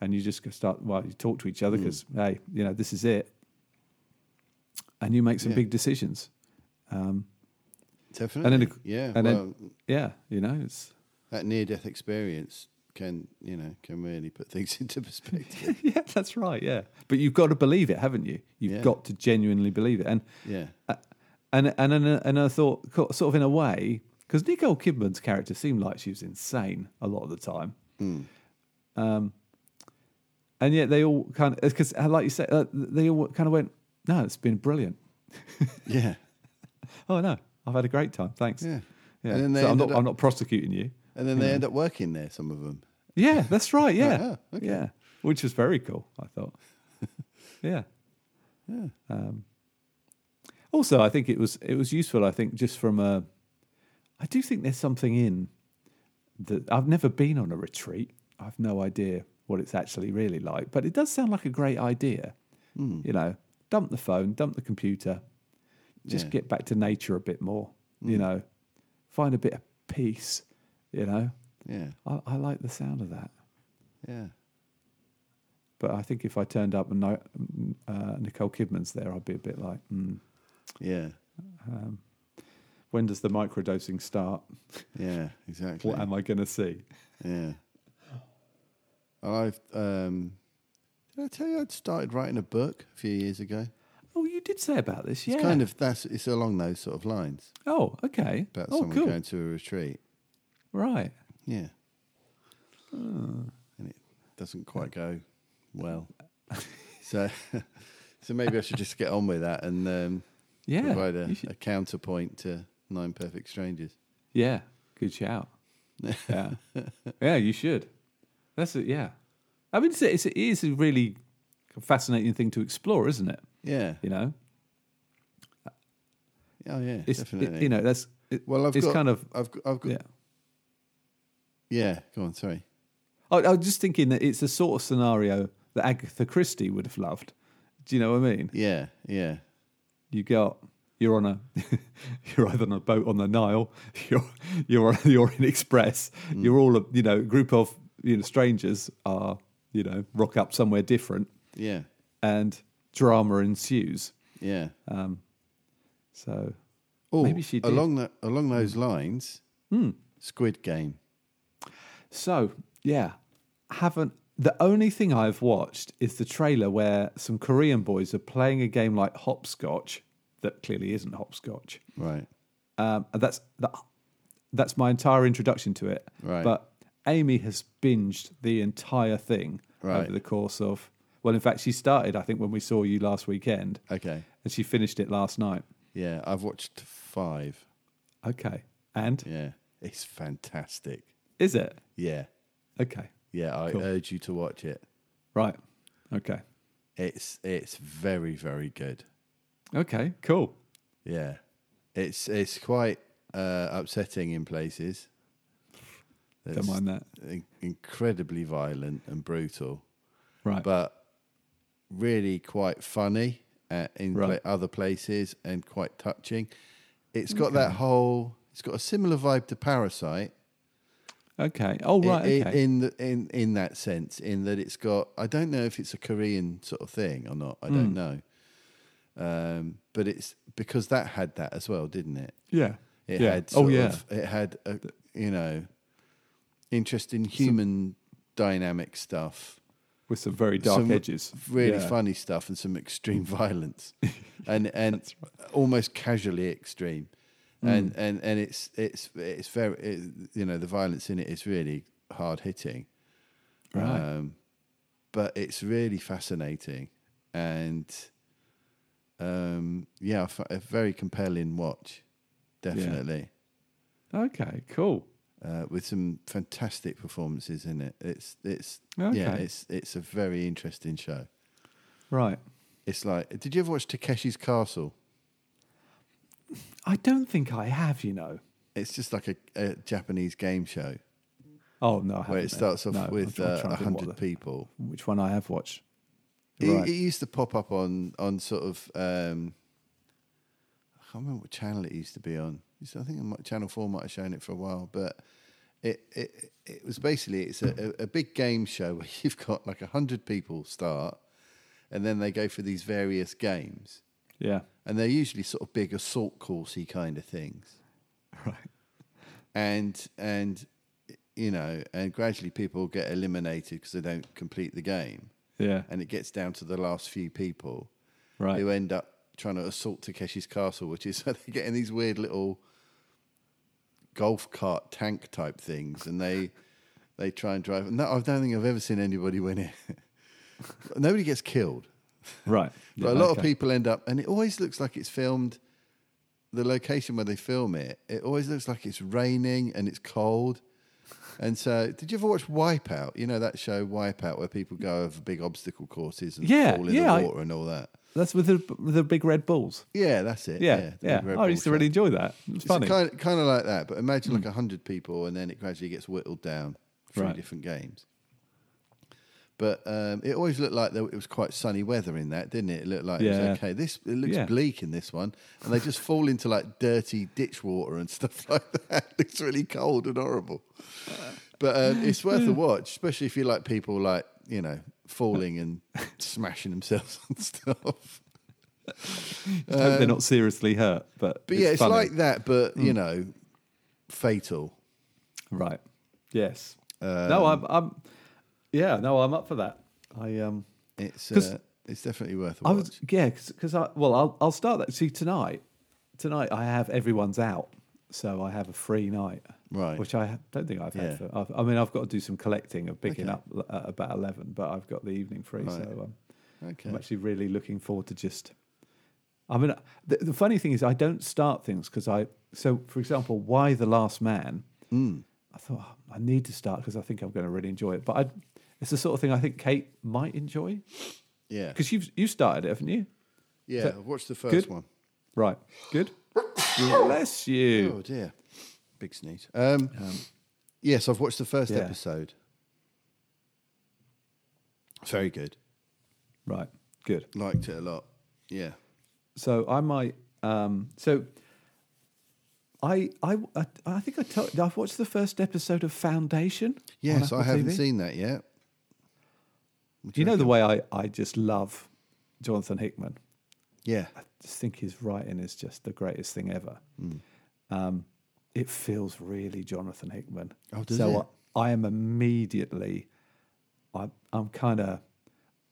and you just go start, well, you talk to each
Hmm.
other because, hey, you know, this is it. And you make some big decisions.
Definitely.
And then, the-
yeah.
and
well,
then, yeah, you know, it's,
that near death experience can, you know, can really put things <laughs> into
<laughs>
perspective.
yeah, that's right. Yeah. But you've got to believe it, haven't you? You've
Yeah.
got to genuinely believe it. And,
yeah.
Uh, and and and and I thought, co- sort of in a way, because Nicole Kidman's character seemed like she was insane a lot of the time. Um,
Hmm.
and yet they all kind of because, like you said, uh, they all kind of went, "No, it's been brilliant."
Yeah.
Oh no, I've had a great time. Thanks.
Yeah.
yeah.
And then they
so I'm
ended
not, I'm
up-
not prosecuting you.
And then they end up working there, some of them.
Yeah, that's right. Yeah,
oh, okay.
yeah, which was very cool.
<laughs>
I thought. yeah. Yeah. Um, also, I think it was it was useful. I think just from a, I do think there's something in that I've never been on a retreat. I've no idea what it's actually really like, but it does sound like a great idea.
Hmm.
You know, dump the phone, dump the computer, just
Yeah. Hmm.
get back to nature a bit more. You know, find a bit of peace. You know,
Yeah.
I, I like the sound of that.
Yeah.
But I think if I turned up and no, uh, Nicole Kidman's there, I'd be a bit like, hmm,
Yeah.
when does the microdosing start?
Yeah. Exactly.
What am I going to see?
Yeah. I've um did I tell you I'd started writing a book a few years ago?
Oh, you did say about this, yeah.
It's kind of that's it's along those sort of lines
Oh, okay.
about
oh,
someone
cool.
going to a retreat.
Right.
Yeah.
Ah.
And it doesn't quite go well. <laughs> so so maybe I should just get on with that and um
Yeah.
provide
you
a,
should-
a counterpoint to Nine Perfect Strangers.
yeah. Good
<laughs>
shout. yeah. Yeah, you should. That's it. Yeah. I mean, it's, a- it's, a- it is a really fascinating thing to explore, isn't it?
Yeah.
You know,
Oh yeah,
it's, it-
definitely.
you know, that's, it,
well I've
it's
got
kind of,
I've got I've got
yeah.
yeah, go on, sorry.
I, I was just thinking that it's the sort of scenario that Agatha Christie would have loved. Do you know what I mean?
Yeah, yeah.
You got you're on a <laughs> you're either on a boat on the Nile, <laughs> you're you're on, you're in express, you're all a you know group of you know strangers are you know rock up somewhere different,
Yeah.
and drama ensues.
Yeah.
So
Oh,
Uh, maybe she did. Hmm.
along that along those lines. Squid Game.
So yeah, haven't. The only thing I've watched is the trailer where some Korean boys are playing a game like hopscotch, that clearly isn't hopscotch.
Right.
Um, and that's that, that's my entire introduction to it.
Right.
But Amy has binged the entire thing
Right.
over the course of. Well, in fact, she started. I think when we saw you last weekend,
Okay.
and she finished it last night.
Yeah, I've watched five.
Okay. And
Yeah, it's fantastic.
is it?
Yeah,
Okay.
yeah. I
Cool.
urge you to watch it.
Right. Okay.
It's it's very very good.
Okay. Cool.
Yeah, it's it's quite uh, upsetting in places.
Don't mind that.
in- incredibly violent and brutal,
Right.
but really quite funny uh, in pla-
Right.
other places and quite touching. It's got that whole. It's got a similar vibe to Parasite.
okay. Oh,
i-
right.
i-
Okay.
in the, in in that sense, in that it's got. I don't know if it's a Korean sort of thing or not. I
Hmm.
don't know. Um, but it's because that had that as well, didn't it?
yeah.
It
yeah.
had. Sort
oh, yeah.
Of, it had a, you know, interest in human dynamic stuff,
With some very dark
some
edges.
really
Yeah.
funny stuff, and some extreme <laughs>
<laughs>
violence, and and almost casually extreme.
Hmm.
And, and and it's it's it's very it, you know the violence in it is really hard hitting
Right.
um, but it's really fascinating and um, yeah, f- a very compelling watch, definitely.
okay. Cool.
Uh, with some fantastic performances in it, it's it's yeah,
Okay.
it's it's a very interesting show.
Right.
It's like, did you ever watch Takeshi's Castle?
I don't think I have. You know.
It's just like a, a Japanese game show
Oh no. I
where
haven't,
it starts
no.
off
No, I'm
with
try- I'm
uh,
trying to think what
hundred
the-
people.
Which one I have watched?
It,
Right.
it used to pop up on on sort of um, I can't remember what channel it used to be on. It's- I think it might- Channel Four might have shown it for a while, but it it, it was basically it's a, a, a big game show <laughs> where you've got like hundred people start, and then they go for these various games,
Yeah.
and they're usually sort of big assault coursey kind of things
<laughs> Right.
and and you know, and gradually people get eliminated because they don't complete the game,
Yeah.
and it gets down to the last few people
Right.
who end up trying to assault Takeshi's castle, which is <laughs> they get in these weird little golf cart tank type things, and they they try and drive. No, I don't think I've ever seen anybody win it. <laughs> Nobody gets killed,
Right.
but a lot of people end up, and it always looks like it's filmed. The location where they film it, it always looks like it's raining and it's cold. And so, did you ever watch Wipeout? You know that show Wipeout, where people go over big obstacle courses and
Yeah,
fall in
yeah, I-
the water and all that.
That's with the, with the big red balls.
Yeah, that's it.
Yeah.
the
Yeah. Oh,
Red
I
Bull
used to
shot.
really enjoy that. It's
It's
funny. Hmm.
kind of, kind of like that, but imagine like like hundred people, and then it gradually gets whittled down through
Right.
different games. But um, it always looked like there, it was quite sunny weather in that, didn't it? It looked like it
Yeah.
was okay. This it looks
Yeah.
bleak in this one, and they just fall into like dirty ditch water and <laughs> stuff like that. <laughs> It's really cold and horrible. But um, it's worth
<laughs>
a watch, especially if you like people like you know falling
<laughs>
and smashing themselves and stuff.
Just hope they're not seriously hurt. But,
But yeah, it's
funny. Hmm.
like that, but you know, fatal.
Right. Yes.
Um,
no, I'm, I'm. Yeah. No, I'm up for that. I um.
It's
'Cause-
uh, it's definitely worth a
I
watch.
was yeah, because I well, I'll I'll start that. See tonight, tonight I have everyone's out, so I have a free night,
Right.
Which I ha- don't think I've
Yeah.
had. For, I've, I mean, I've got to do some collecting of picking up l- at about eleven, but I've got the evening free,
Right.
so um,
okay.
I'm actually really looking forward to just. I mean, the, the funny thing is, I don't start things because I. So, for example, why the Last Man?
Hmm.
I thought "Oh, I need to start because I think I'm going to really enjoy it. But I, it's the sort of thing I think Kate might enjoy
yeah.
because you've you started it, haven't you?
Yeah.
that
I've watched the first
good?
one.
Right. Good. Bless you.
Oh dear. Big sneeze. Um, yes, I've watched the first
yeah.
episode. Very good.
Right. Good.
Liked it a lot. Yeah.
So I might. Um, so I, I I I think I told, I've watched the first episode of Foundation. on
Yes,
Apple
I haven't
TV.
seen that yet.
Do you know the way I I just love Jonathan Hickman?
Yeah.
I just think his writing is just the greatest thing ever.
Mm.
Um, it feels really Jonathan Hickman.
Oh, does
so
it?
I, I am immediately, I, I'm kind of,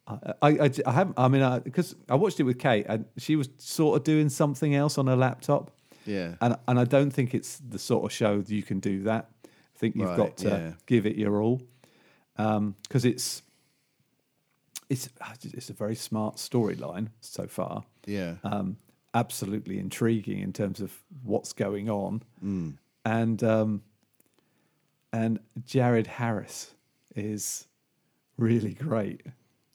I, I, I, I haven't. I mean, because I, watched it with Kate, and she was sort of doing something else on her laptop.
Yeah.
and and I don't think it's the sort of show that you can do that. I think you've
Right,
got to
yeah.
give it your all because it's it's it's a very smart storyline so far.
Yeah.
Um, absolutely intriguing in terms of what's going on,
Mm.
and um, and Jared Harris is really great.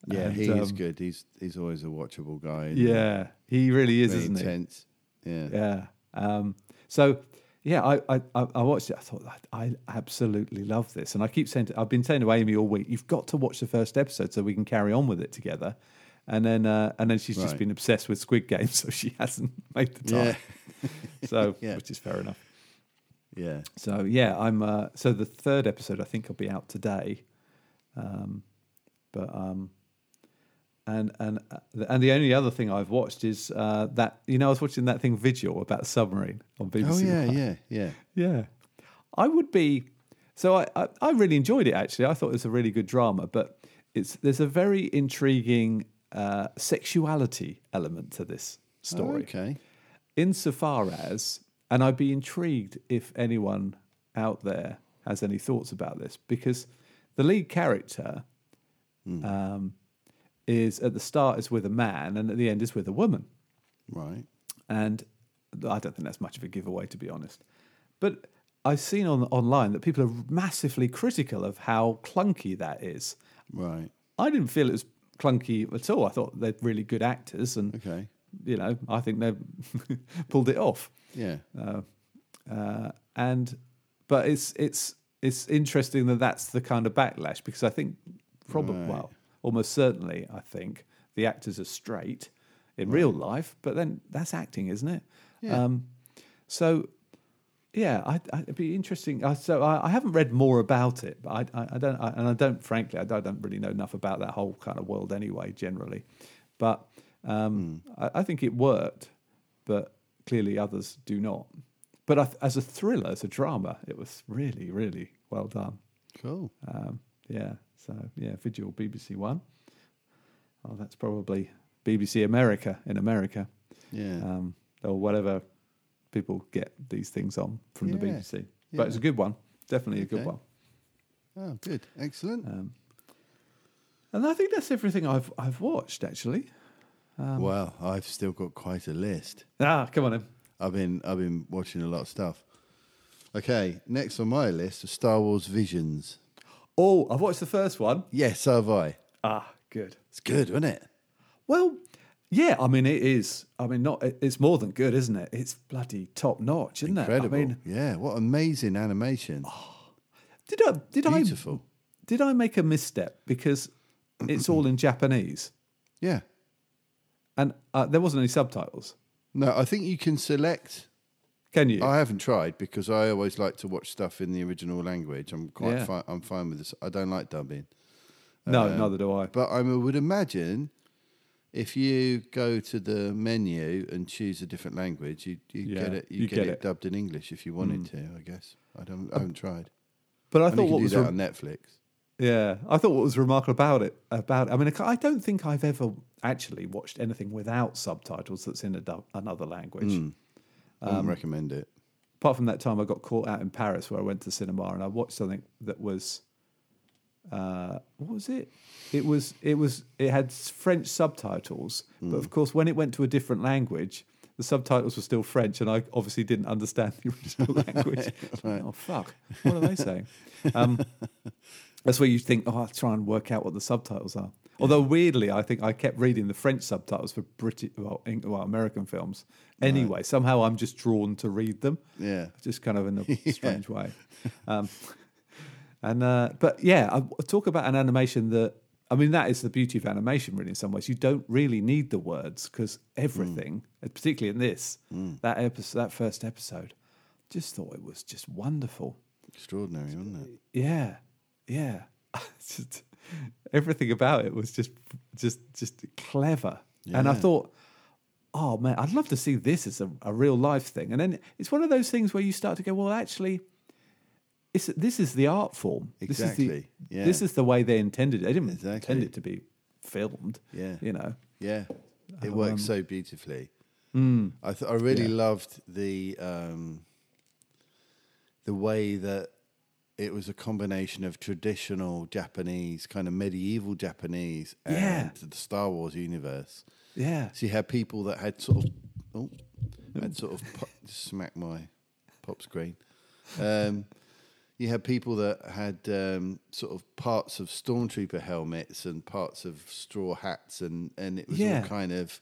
yeah,
And,
he is
um,
good. He's he's always a watchable guy. and
Yeah, he really is,
very
isn't he?
intense. Yeah.
Yeah. Um, so yeah, I, I I I watched it. I thought I, I absolutely love this, and I keep saying to, I've been saying to Amy all week, you've got to watch the first episode so we can carry on with it together. And then uh, and then she's just
Right.
been obsessed with Squid Game, <laughs> so she hasn't made the time.
Yeah.
So
Yeah.
which is fair enough.
Yeah.
So yeah, I'm. Uh, so the third episode I think will be out today, um, but um, and and uh, and the only other thing I've watched is uh, that you know I was watching that thing Vigil about submarine on BBC.
Oh yeah,
One.
yeah, yeah.
yeah. I would be. So I, I I really enjoyed it actually. I thought it was a really good drama, but it's there's a very intriguing uh, sexuality element to this
Oh,
story
okay.
insofar as, and I'd be intrigued if anyone out there has any thoughts about this, because the lead character um, is at the start is with a man and at the end is with a woman.
Right.
And I don't think that's much of a giveaway, to be honest. But I've seen on online that people are massively critical of how clunky that is.
Right.
I didn't feel it was clunky at all. I thought they're really good actors, and
Okay.
you know, I think they've <laughs> pulled it off
Yeah.
uh, and but it's it's it's interesting that that's the kind of backlash because I think probably well almost certainly I think the actors are straight in real life, but then that's acting, isn't it?
Yeah.
Um, so yeah, I, I, it'd be interesting. I, so I, I haven't read more about it, but I, I, I don't, I, and I don't, frankly, I don't, I don't really know enough about that whole kind of world anyway, generally. But um, I, I think it worked, but clearly others do not. But I, as a thriller, as a drama, it was really, really well done.
cool.
Um, yeah. So yeah, Vigil, BBC One. Oh, that's probably BBC America in America
Yeah.
um, or whatever people get these things on from the
Yeah,
BBC. But it's a good one, definitely a good
Okay.
one. Um,
oh, good. Excellent.
And I think that's everything I've I've watched actually. um,
well, I've still got quite a list.
Ah, come on in.
I've been I've been watching a lot of stuff. Okay, next on my list is Star Wars Visions.
Oh, I've watched the first one.
Yes, have I.
Ah, good.
It's good, isn't it?
Well, yeah, I mean it is. I mean not it- it's more than good, isn't it? It's bloody top notch, isn't
Incredible.
it? I mean, oh.
yeah, what amazing animation.
did I did
Beautiful.
I did I make a misstep because it's all in Japanese
Yeah.
and uh, there wasn't any subtitles.
No, I think you can select.
Can you?
I haven't tried because I always like to watch stuff in the original language. I'm quite
Yeah.
fi- I'm fine with this. I don't like dubbing.
no,
uh,
neither do I.
But I would imagine if you go to the menu and choose a different language, you, you
Yeah,
get it you, get, it dubbed in English if you wanted to. I guess I don't. I haven't tried.
But Mm. I
And you
thought
can
what
do
was
that
re-
on Netflix.
Yeah, I thought what was remarkable about it about I mean I ca- I don't think I've ever actually watched anything without subtitles that's in a, du- another language.
Hmm. I
Um,
would recommend it.
Apart from that time I got caught out in Paris where I went to cinema and I watched something that was uh, what was it? It was it was it had s- French subtitles, but of course when it went to a different language, the subtitles were still French, and I obviously didn't understand the original <laughs> language. Oh fuck! What are they saying? Um, that's where you think, oh, I'll try and work out what the subtitles are. Although weirdly, I think I kept reading the French subtitles for British, well, Eng- well American films. Anyway, somehow I'm just drawn to read them
Yeah.
just kind of in a strange way. Um, <laughs> and uh, but yeah, I I talk about an animation that I mean that is the beauty of animation, really. In some ways, you don't really need the words because everything, and particularly in this that episode, that first episode, just thought it was just wonderful.
Extraordinary, wasn't it?
Yeah, yeah. <laughs> It's just, everything about it was just just just clever. And I
Yeah.
thought, oh man, I'd love to see this as a, a real life thing. And then it's one of those things where you start to go, well, actually, it's, this is the art form. This is the,
Exactly, yeah.
This is the way they intended it. They didn't
Exactly.
intend it to be filmed.
Yeah.
You know.
Yeah, it worked so beautifully. I th- I really loved the um, the way that it was a combination of traditional Japanese, kind of medieval Japanese, and
Yeah.
the Star Wars universe.
Yeah.
So you had people that had sort of, oh, had sort of
<laughs>
pop, smack my pop screen. Um, you had people that had um, sort of parts of stormtrooper helmets and parts of straw hats, and and it was
Yeah.
all kind of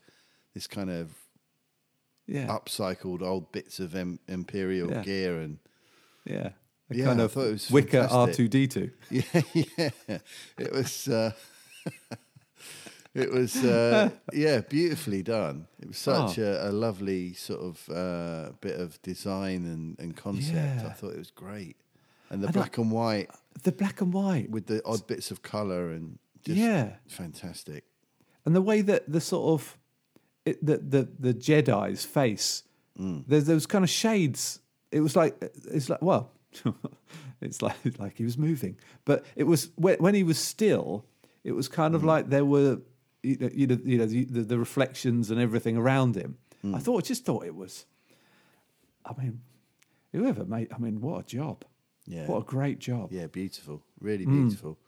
this kind of
Yeah.
Uh, upcycled old bits of em- imperial
Yeah.
gear and.
Yeah. A
Yeah,
kind
I
of
thought it was
Wicker R
fantastic.
two D two.
<laughs> yeah, yeah. It was, uh, <laughs> it was, uh, yeah, beautifully done. It was such
Oh.
a, a lovely sort of uh, bit of design and, and concept. I
Yeah.
thought it was great, and the
I don't-
black and white
The black and white.
with the odd bits of color and just
Yeah.
fantastic.
and the way that the sort of it, the, the the Jedi's face, there's those kind of shades. It was like it's like well, <laughs> it's like it's like he was moving, but it was when, when he was still. It was kind of like there were you know you know, you know the, the, the reflections and everything around him. I thought just thought it was. I mean, whoever made. I mean, what a job!
Yeah.
what a great job!
Yeah, beautiful, really
Hmm.
beautiful.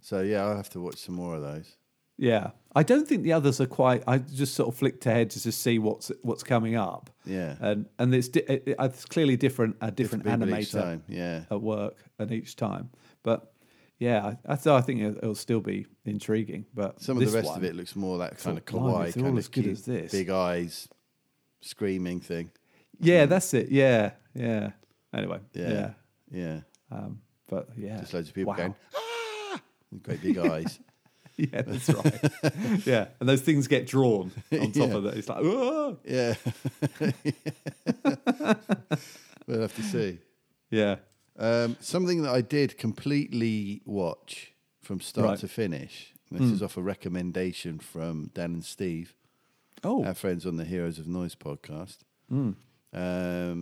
So yeah, I'll have to watch some more of those.
Yeah, I don't think the others are quite. I just sort of flicked ahead just to see what's what's coming up.
Yeah.
and and it's di- it, it- it's clearly different a different,
People each
animator Oh,
time, yeah,
at work and each time. But yeah, I, I, so I think it'll, it'll still be intriguing. But
Some of the
this
rest
one-
of it looks more that kind of
thought, blimey,
kawaii,
if they're all
kind
as
of
good
cute,
as this.
big eyes, screaming thing.
yeah, that's it. Yeah, yeah. Anyway, yeah.
Yeah, yeah.
Um, but yeah,
Just loads of people
Wow.
going, ah! with great big eyes.
<laughs> Yeah,
<laughs>
that's right. yeah, and those things get drawn on top
Yeah.
of that. It's like, "Whoa."
Yeah. <laughs> we'll have to see.
yeah,
Um, something that I did completely watch from start
Right. Hmm.
to finish. This is off a recommendation from Dan and Steve.
oh,
our friends on the Heroes of Noise podcast. Um,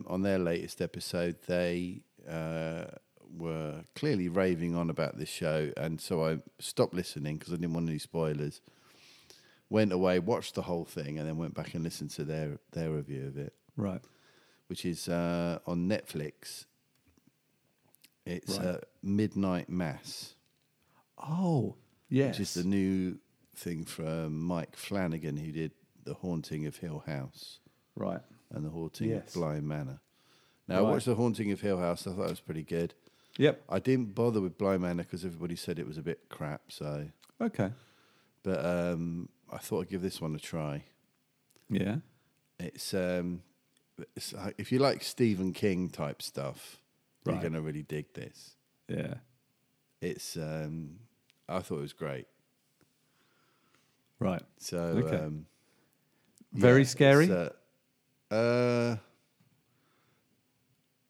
on their latest episode, they uh, were clearly raving on about this show, and so I stopped listening because I didn't want any spoilers. Went away, watched the whole thing, and then went back and listened to their their review of it,
right.
which is uh, on Netflix. It's uh, Midnight Mass,
Oh, yes.
which is the new thing from Mike Flanagan, who did The Haunting of Hill House.
right.
and the Haunting
Yes.
of Bly Manor. Now I
Right.
watched the Haunting of Hill House. I thought it was pretty good.
Yep.
I didn't bother with Bly Manor because everybody said it was a bit crap. So,
Okay.
but um, I thought I'd give this one a try.
Yeah.
It's, um, it's like- if you like Stephen King type stuff,
Right.
you're going to really dig this.
Yeah.
It's um, I thought it was great.
Right.
So
Okay.
um,
Very
Yeah, it's,
scary.
uh, uh,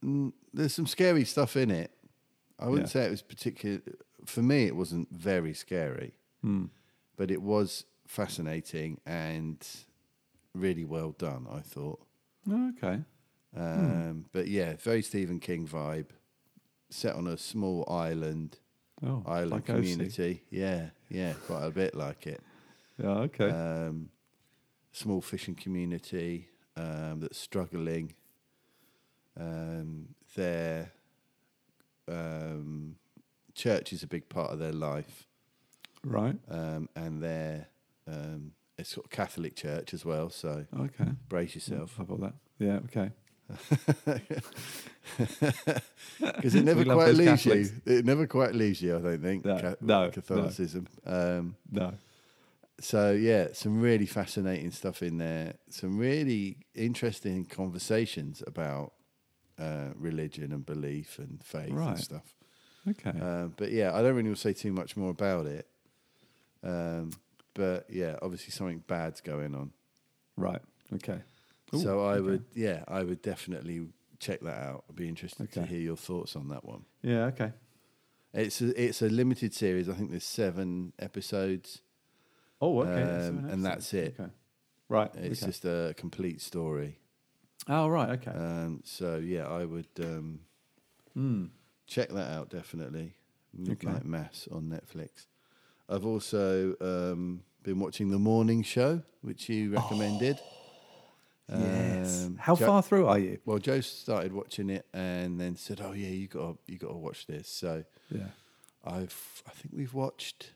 mm, there's some scary stuff in it. I wouldn't
Yeah.
say it was particular. For me, it wasn't very scary,
Hmm.
but it was fascinating and really well done. I thought.
Oh, okay.
Um, But yeah, very Stephen King vibe. Set on a small island,
Oh,
island
like OC.
community. Yeah, yeah, quite a bit like it
Yeah. Okay.
um, small fishing community um, that's struggling. Um, their um, church is a big part of their life,
right.
um, and their um, it's sort of Catholic church as well. So
Okay.
brace yourself <laughs>
<laughs> How about that? Yeah. Okay.
because it never
We love
quite
those
leaves
Catholics.
you. It never quite leaves you. I don't think
No,
Ca-
no, no.
Catholicism. Um,
No.
so yeah, some really fascinating stuff in there. Some really interesting conversations about uh, religion and belief and faith
Right.
and stuff.
Okay.
Uh, but yeah, I don't really want to say too much more about it. Um, but yeah, obviously something bad's going on.
right.
uh,
Okay.
so I would, yeah, I would definitely check that out. I'd be interested to
Okay.
hear your thoughts on that one.
Yeah. Okay.
It's a, it's a limited series. I think there's seven episodes.
Oh, okay. That's
Um, and
an episode.
that's it.
Okay. Right.
It's
okay.
just a complete story.
Oh, right. Okay.
Um, so yeah, I would um,
Hmm.
check that out definitely. Midnight Mass on Netflix. I've also um, been watching The Morning Show, which you recommended.
Oh, yes.
Um,
How
Jo-
far through are you?
Well, Joe started watching it and then said, "Oh yeah, you got you got to watch this." So
Yeah.
I've I think we've watched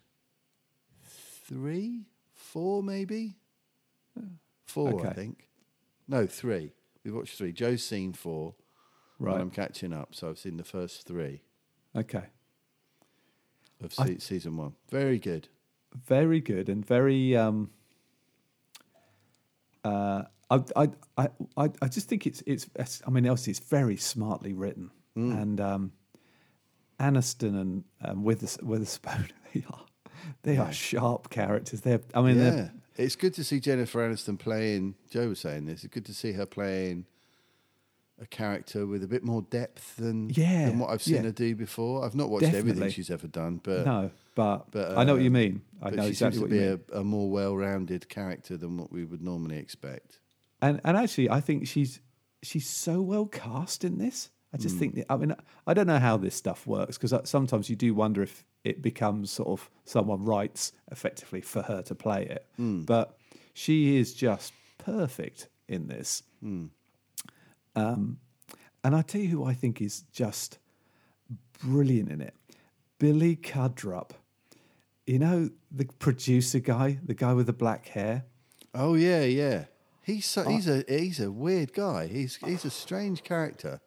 three, four maybe, four I
Oh, Okay.
think. No, three. We've watched three. Joe's seen four. and
Right.
I'm catching up, so I've seen the first three
Okay.
of se- season one. Very good.
very good and very um uh I, I I I I just think it's it's it's- I mean obviously it's very smartly written
Mm.
and um Aniston and um, Withers- Witherspoon <laughs> they are they are sharp characters they're I mean
Yeah,
they're
it's good to see Jennifer Aniston playing. Joe was saying this. It's good to see her playing a character with a bit more depth than
Yeah,
than what I've seen
yeah.
her do before. I've not watched everything
Definitely.
she's ever done, but
no but,
but,
I know what you
um,
mean I
but
know
she
exactly
seems
what
to be
you mean
a, a more well-rounded character than what we would normally expect.
and and actually I think she's she's so well cast in this. I just think that, I mean I don't know how this stuff works because sometimes you do wonder if it becomes sort of someone writes effectively for her to play it, but she is just perfect in this. Um, and I tell you who I think is just brilliant in it, Billy Cudrup. You know the producer guy, the guy with the black hair.
Oh yeah, yeah. He's so, he's a he's a weird guy. He's he's a strange character.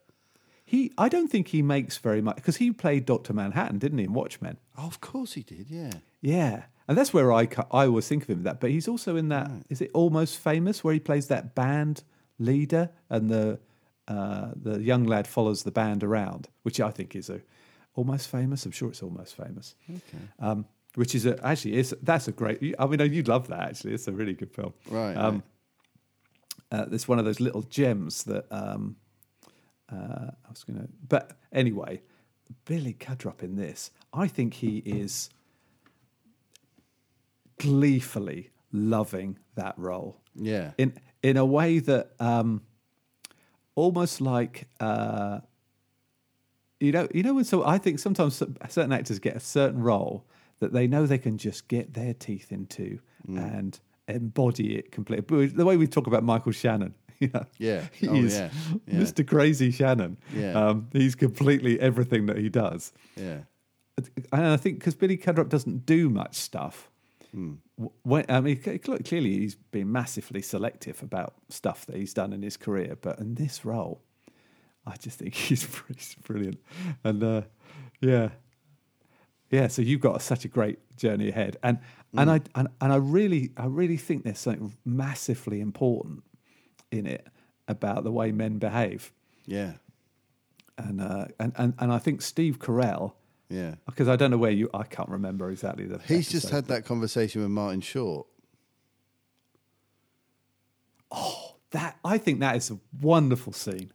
He, I don't think he makes very much because he played Doctor Manhattan, didn't he, in Watchmen?
Oh, of course he did. Yeah.
Yeah, and that's where I cu- I always think of him that. But he's also in that is it almost famous where he plays that band leader and the uh, the young lad follows the band around, which I think is a almost famous. I'm sure it's almost famous. Okay. Um, which is a, actually is that's a great. I mean, you'd love that actually. It's a really good film.
Right.
Um,
right.
uh, it's one of those little gems that um, uh, I was going to. But anyway, Billy Cudrup in this, I think he is gleefully loving that role
Yeah.
in in a way that um, almost like uh, you know you know when so I think sometimes cer- certain actors get a certain role that they know they can just get their teeth into
Mm.
and embody it completely. But The way we talk about Michael Shannon, <laughs> you know,
Yeah.
he
Oh,
is
yeah. Yeah.
Mr. Crazy Shannon.
Yeah.
Um, he's completely everything that he does
yeah.
and I think because Billy Cudrup doesn't do much stuff, w- when, I mean, c- cl- clearly he's been massively selective about stuff that he's done in his career, but in this role, I just think <laughs> he's, br- he's brilliant. And uh, yeah, yeah. So you've got such a great journey ahead, and and I and, and I really I really think there's something massively important in it about the way men behave,
Yeah.
and uh, and, and and I think Steve Carell
Yeah.
because I don't know where you. I can't remember exactly the.
He's just
episode.
had that conversation with Martin Short.
that. I think that is a wonderful scene.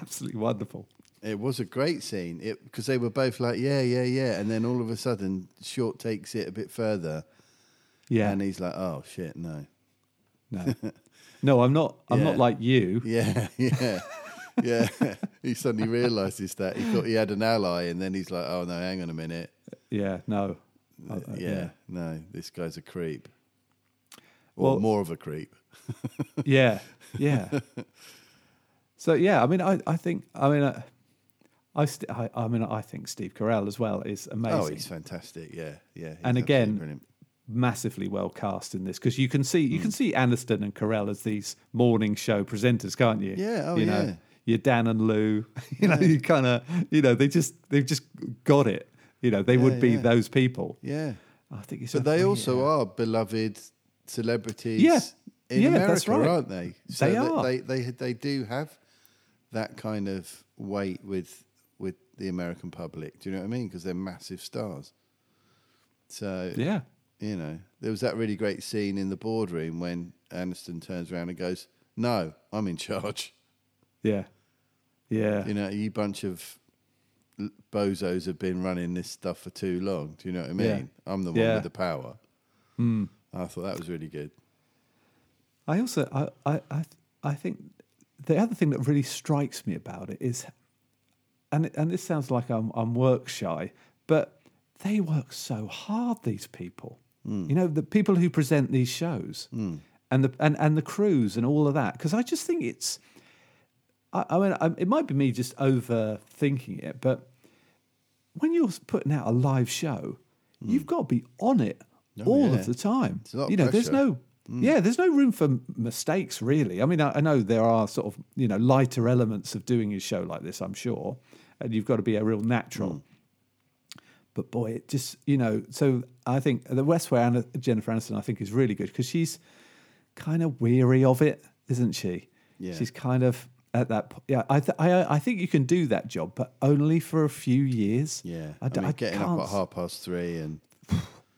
Absolutely wonderful.
It was a great scene because they were both like, yeah, yeah, yeah. And then all of a sudden, Short takes it a bit further
Yeah.
and he's like, oh, shit, no. <laughs>
no. No, I'm not. I'm not
Yeah.
like you.
Yeah, <laughs> yeah, yeah. <laughs> he suddenly realizes that. He thought he had an ally and then he's like, oh, no, hang on a minute.
Yeah. No. Uh, I- I-
Uh, yeah, no, this guy's a creep. Or
Well-
more of a creep.
Yeah. Yeah.
<laughs>
so yeah, I mean, I, I think, I mean, uh, I, st- I, I mean, I think Steve Carell as well is amazing.
Oh, he's fantastic. Yeah, yeah. he's
and
absolutely
again,
brilliant.
massively well cast in this because you can see
Mm.
you can see Aniston and Carell as these morning show presenters, can't you?
Yeah, oh,
you
yeah.
Know, you're Dan and Lou. <laughs> You know, you kind of you know they just they've just got it. You know, they would be
yeah.
those people.
yeah.
I think it's.
But they also are beloved celebrities
Yeah.
in
Yeah,
America,
that's right.
aren't they?
They
that
are.
They, they they do have that kind of weight with with the American public. Do you know what I mean? Because they're massive stars. So
Yeah.
you know, there was that really great scene in the boardroom when Aniston turns around and goes, "No, I'm in charge."
Yeah. Yeah.
You know, you bunch of l- bozos have been running this stuff for too long. Do you know what I mean?
Yeah.
I'm the one
Yeah. Hmm.
with the power. I thought that was really good.
I also I, I I I think the other thing that really strikes me about it is, and and this sounds like I'm I'm work shy, but they work so hard, these people. You know, the people who present these shows and, the, and, and the crews and all of that. Because I just think it's, I, I mean, I, it might be me just overthinking it, but when you're putting out a live show, you've got to be on it all
yeah.
of the time.
a lot of
you know, there's
pressure. Mm.
no, yeah, there's no room for m- mistakes really. I mean, I, I know there are sort of you know lighter elements of doing a show like this, I'm sure, and you've got to be a real natural.
Mm.
But boy, it just you know. So I think the West where Anna, Jennifer Aniston, I think, is really good because she's kind of weary of it, isn't she?
Yeah.
She's kind of at that. po- Yeah, I, th- I I think you can do that job, but only for a few years.
Yeah,
I, d-
mean,
I
getting
can't
up at half past three, and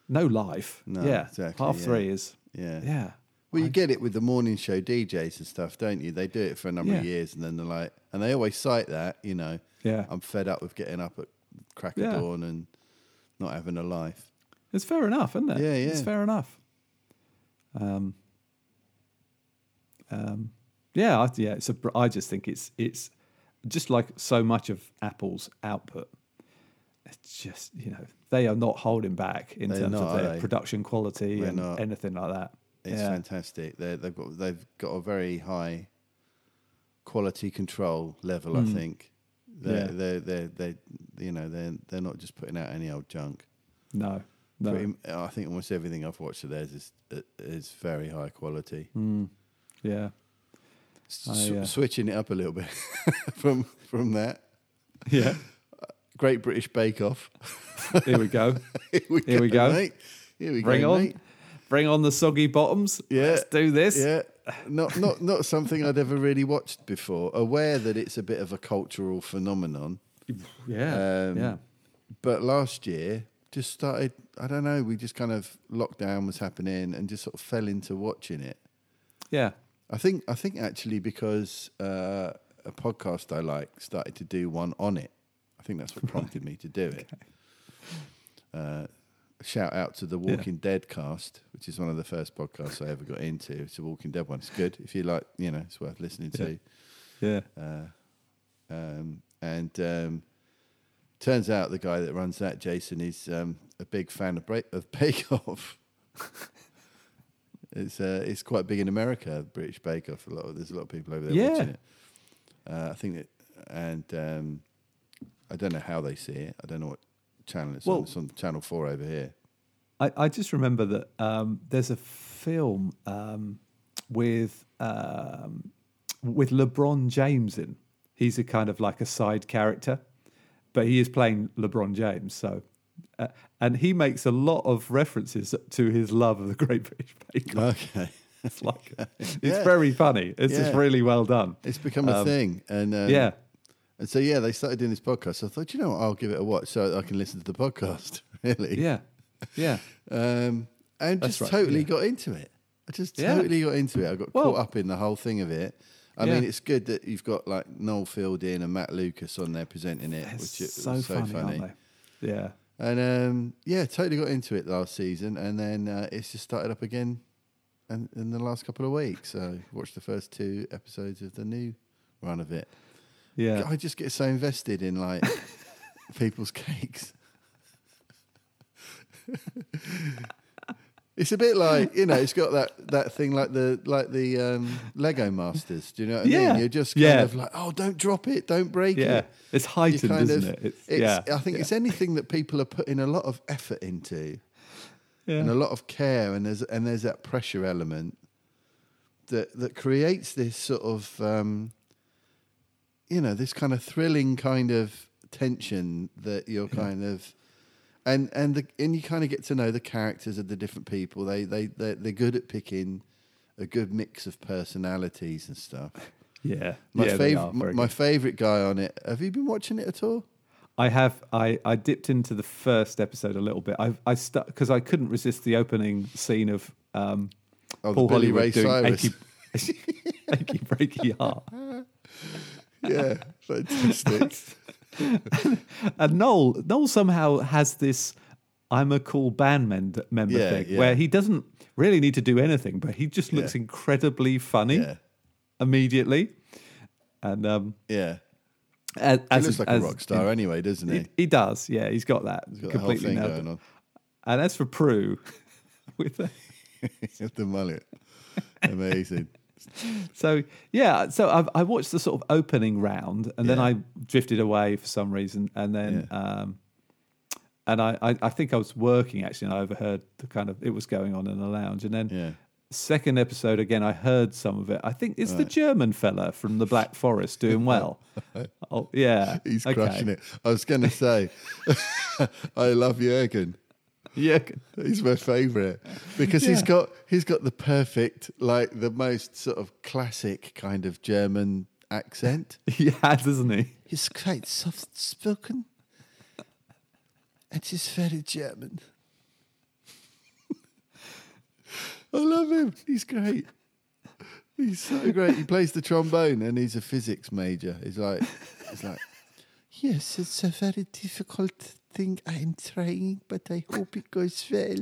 no life.
No,
yeah,
exactly,
half
yeah.
three is.
Yeah.
yeah.
well, you get it with the morning show DJs and stuff, don't you? They do it for a number of
Yeah.
years, and then they're like, and they always cite that, you know,
Yeah.
I'm fed up with getting up at crack of
Yeah.
dawn and not having a life.
It's fair enough, isn't it?
Yeah, yeah.
It's fair enough. Um. um, yeah, I, yeah. It's a. br- I just think it's it's just like so much of Apple's output. It's just you know they are not holding back in
They're
terms
not,
of
are
their
they?
production quality
We're
and
not.
anything like that.
It's
yeah.
fantastic. They're, they've got they've got a very high quality control level. I think they're,
Hmm. Yeah.
they're they're they you know they're they're not just putting out any old junk.
No, no.
Pretty, I think almost everything I've watched of theirs is uh, is very high quality.
Hmm.
<laughs>
Yeah,
S-
I, uh,
switching it up a little bit <laughs> from from that
yeah.
Great British Bake Off. <laughs>
Here we go.
Here we
Here we go.
Mate. Here we
Bring
go.
on,
mate.
bring on the soggy bottoms.
Yeah.
Let's do this.
Yeah, not not not something I'd ever really watched before. Aware that it's a bit of a cultural phenomenon,
yeah,
Um,
yeah.
but last year just started. I don't know. We just kind of lockdown was happening and just sort of fell into watching it.
yeah.
I think I think actually because uh, a podcast I like started to do one on it. I think that's what prompted me to do it. Uh, shout out to the Walking Dead cast, which is one of the first podcasts I ever got into. It's a Walking Dead one. It's good if you like. You know, it's worth listening to.
Yeah.
Um, and um, turns out the guy that runs that, Jason, is um, a big fan of, break, of <laughs> Bake Off. it's uh, it's quite big in America, British Bake Off. A lot of, there's a lot of people over there
Yeah.
watching it. Uh, I think that, and um, I don't know how they see it. I don't know what channel it's on.
Well-
It's on Channel Four over here.
I, I just remember that um, there's a film um, with um, with LeBron James in. He's a kind of like a side character, but he is playing LeBron James. So, uh, and he makes a lot of references to his love of the Great <laughs> British Bake Off.
Okay,
It's like it's
Yeah.
very funny. It's just
Yeah.
really well done.
<laughs> it's become a thing, and um,
yeah,
And so, yeah, they started doing this podcast. So I thought, you know what, I'll give it a watch so I can listen to the podcast, <laughs> really.
yeah, yeah.
Um, and just
right,
totally
yeah.
got into it. I just
Yeah.
totally got into it. I got
Well-
caught up in the whole thing of it. I
Yeah.
mean, it's good that you've got like Noel Fielding and Matt Lucas on there presenting it,
It's
which is
so, funny, aren't they? Yeah,
And um, yeah, totally got into it last season. And then uh, it's just started up again in, in the last couple of weeks. So watched the first two episodes of the new run of it.
yeah.
I just get so invested in
<laughs>
like people's cakes. it's a bit like you know, it's got that that thing like the like the um, Lego Masters. Do you know what I
Yeah.
mean? You're just kind
Yeah.
of like, oh, don't drop it, don't break
Yeah.
it.
It's
You
heightened, isn't it? It's-
It's, uh,
yeah.
I think it's anything that people are putting a lot of effort into
yeah.
and a lot of care, and there's and there's that pressure element that that creates this sort of um, you know this kind of thrilling kind of tension that you're kind of and and the and you kind of get to know the characters of the different people. They they they're, they're good at picking a good mix of personalities and
<laughs>
stuff.
Yeah,
My
yeah, they are
favorite
very
my
good.
favorite guy on it. Have you been watching it at all?
I have. I, I dipped into the first episode a little bit. I I stuck because I couldn't resist the opening scene of um,
Oh, the
Paul
Billy
Hollywood
Ray
doing
Cyrus.
achy, <laughs> achy breaky heart,
<laughs>
<laughs>
Yeah, fantastic.
and Noel Noel somehow has this I'm a cool band men- member
Yeah,
thing
yeah.
where he doesn't really need to do anything, but he just looks incredibly funny
Yeah.
immediately, and um
yeah.
As,
He
as-
looks like
as-
a rock star anyway, doesn't he?
He, he does, yeah. He's got that
He's got the whole
completely
thing
nailed
going
it.
on <laughs>
And as for Prue, <laughs> with the,
with the mullet. Amazing.
so yeah, so I've, I watched the sort of opening round, and then
Yeah.
I drifted away for some reason, and then um, and I, I I think I was working actually, and I overheard the kind of it was going on in the lounge, and then
Yeah.
second episode again, I heard some of it. I think it's the German fella from the Black Forest doing
<laughs>
well. oh yeah,
He's
okay.
crushing it. I was going to say, <laughs> I love Jurgen.
Yeah, <laughs>
He's my favourite because he's
Yeah.
got he's got the perfect like the most sort of classic kind of German accent.
he has, isn't he?
He's quite soft spoken. And he's very German. <laughs> I love him. He's great. He's so great. He plays the trombone and he's a physics major. He's like he's like Yes, it's a very difficult thing I'm trying, but I hope it goes well.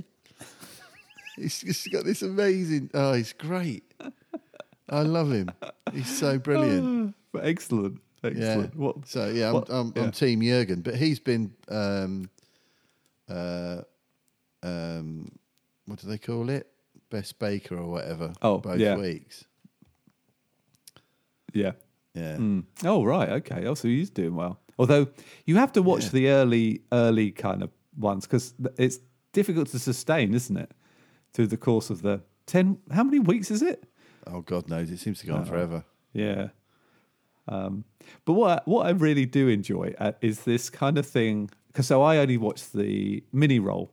he's just got this amazing oh, he's great. I love him. He's so brilliant.
But <gasps> excellent, excellent.
Yeah.
What?
So yeah, I'm,
what-
I'm,
yeah.
I'm Team Jurgen, but he's been um, uh, um, what do they call it? Best baker or whatever.
Oh,
both
yeah.
weeks.
yeah.
Yeah,
Oh right, okay. Oh, so he's doing well. Although you have to watch
Yeah.
the early, early kind of ones because it's difficult to sustain, isn't it? Through the course of the ten, how many weeks is it?
Oh God knows, it seems to go on forever.
Yeah. Um, but what I, what I really do enjoy uh, is this kind of thing. Because so I only watched the mini roll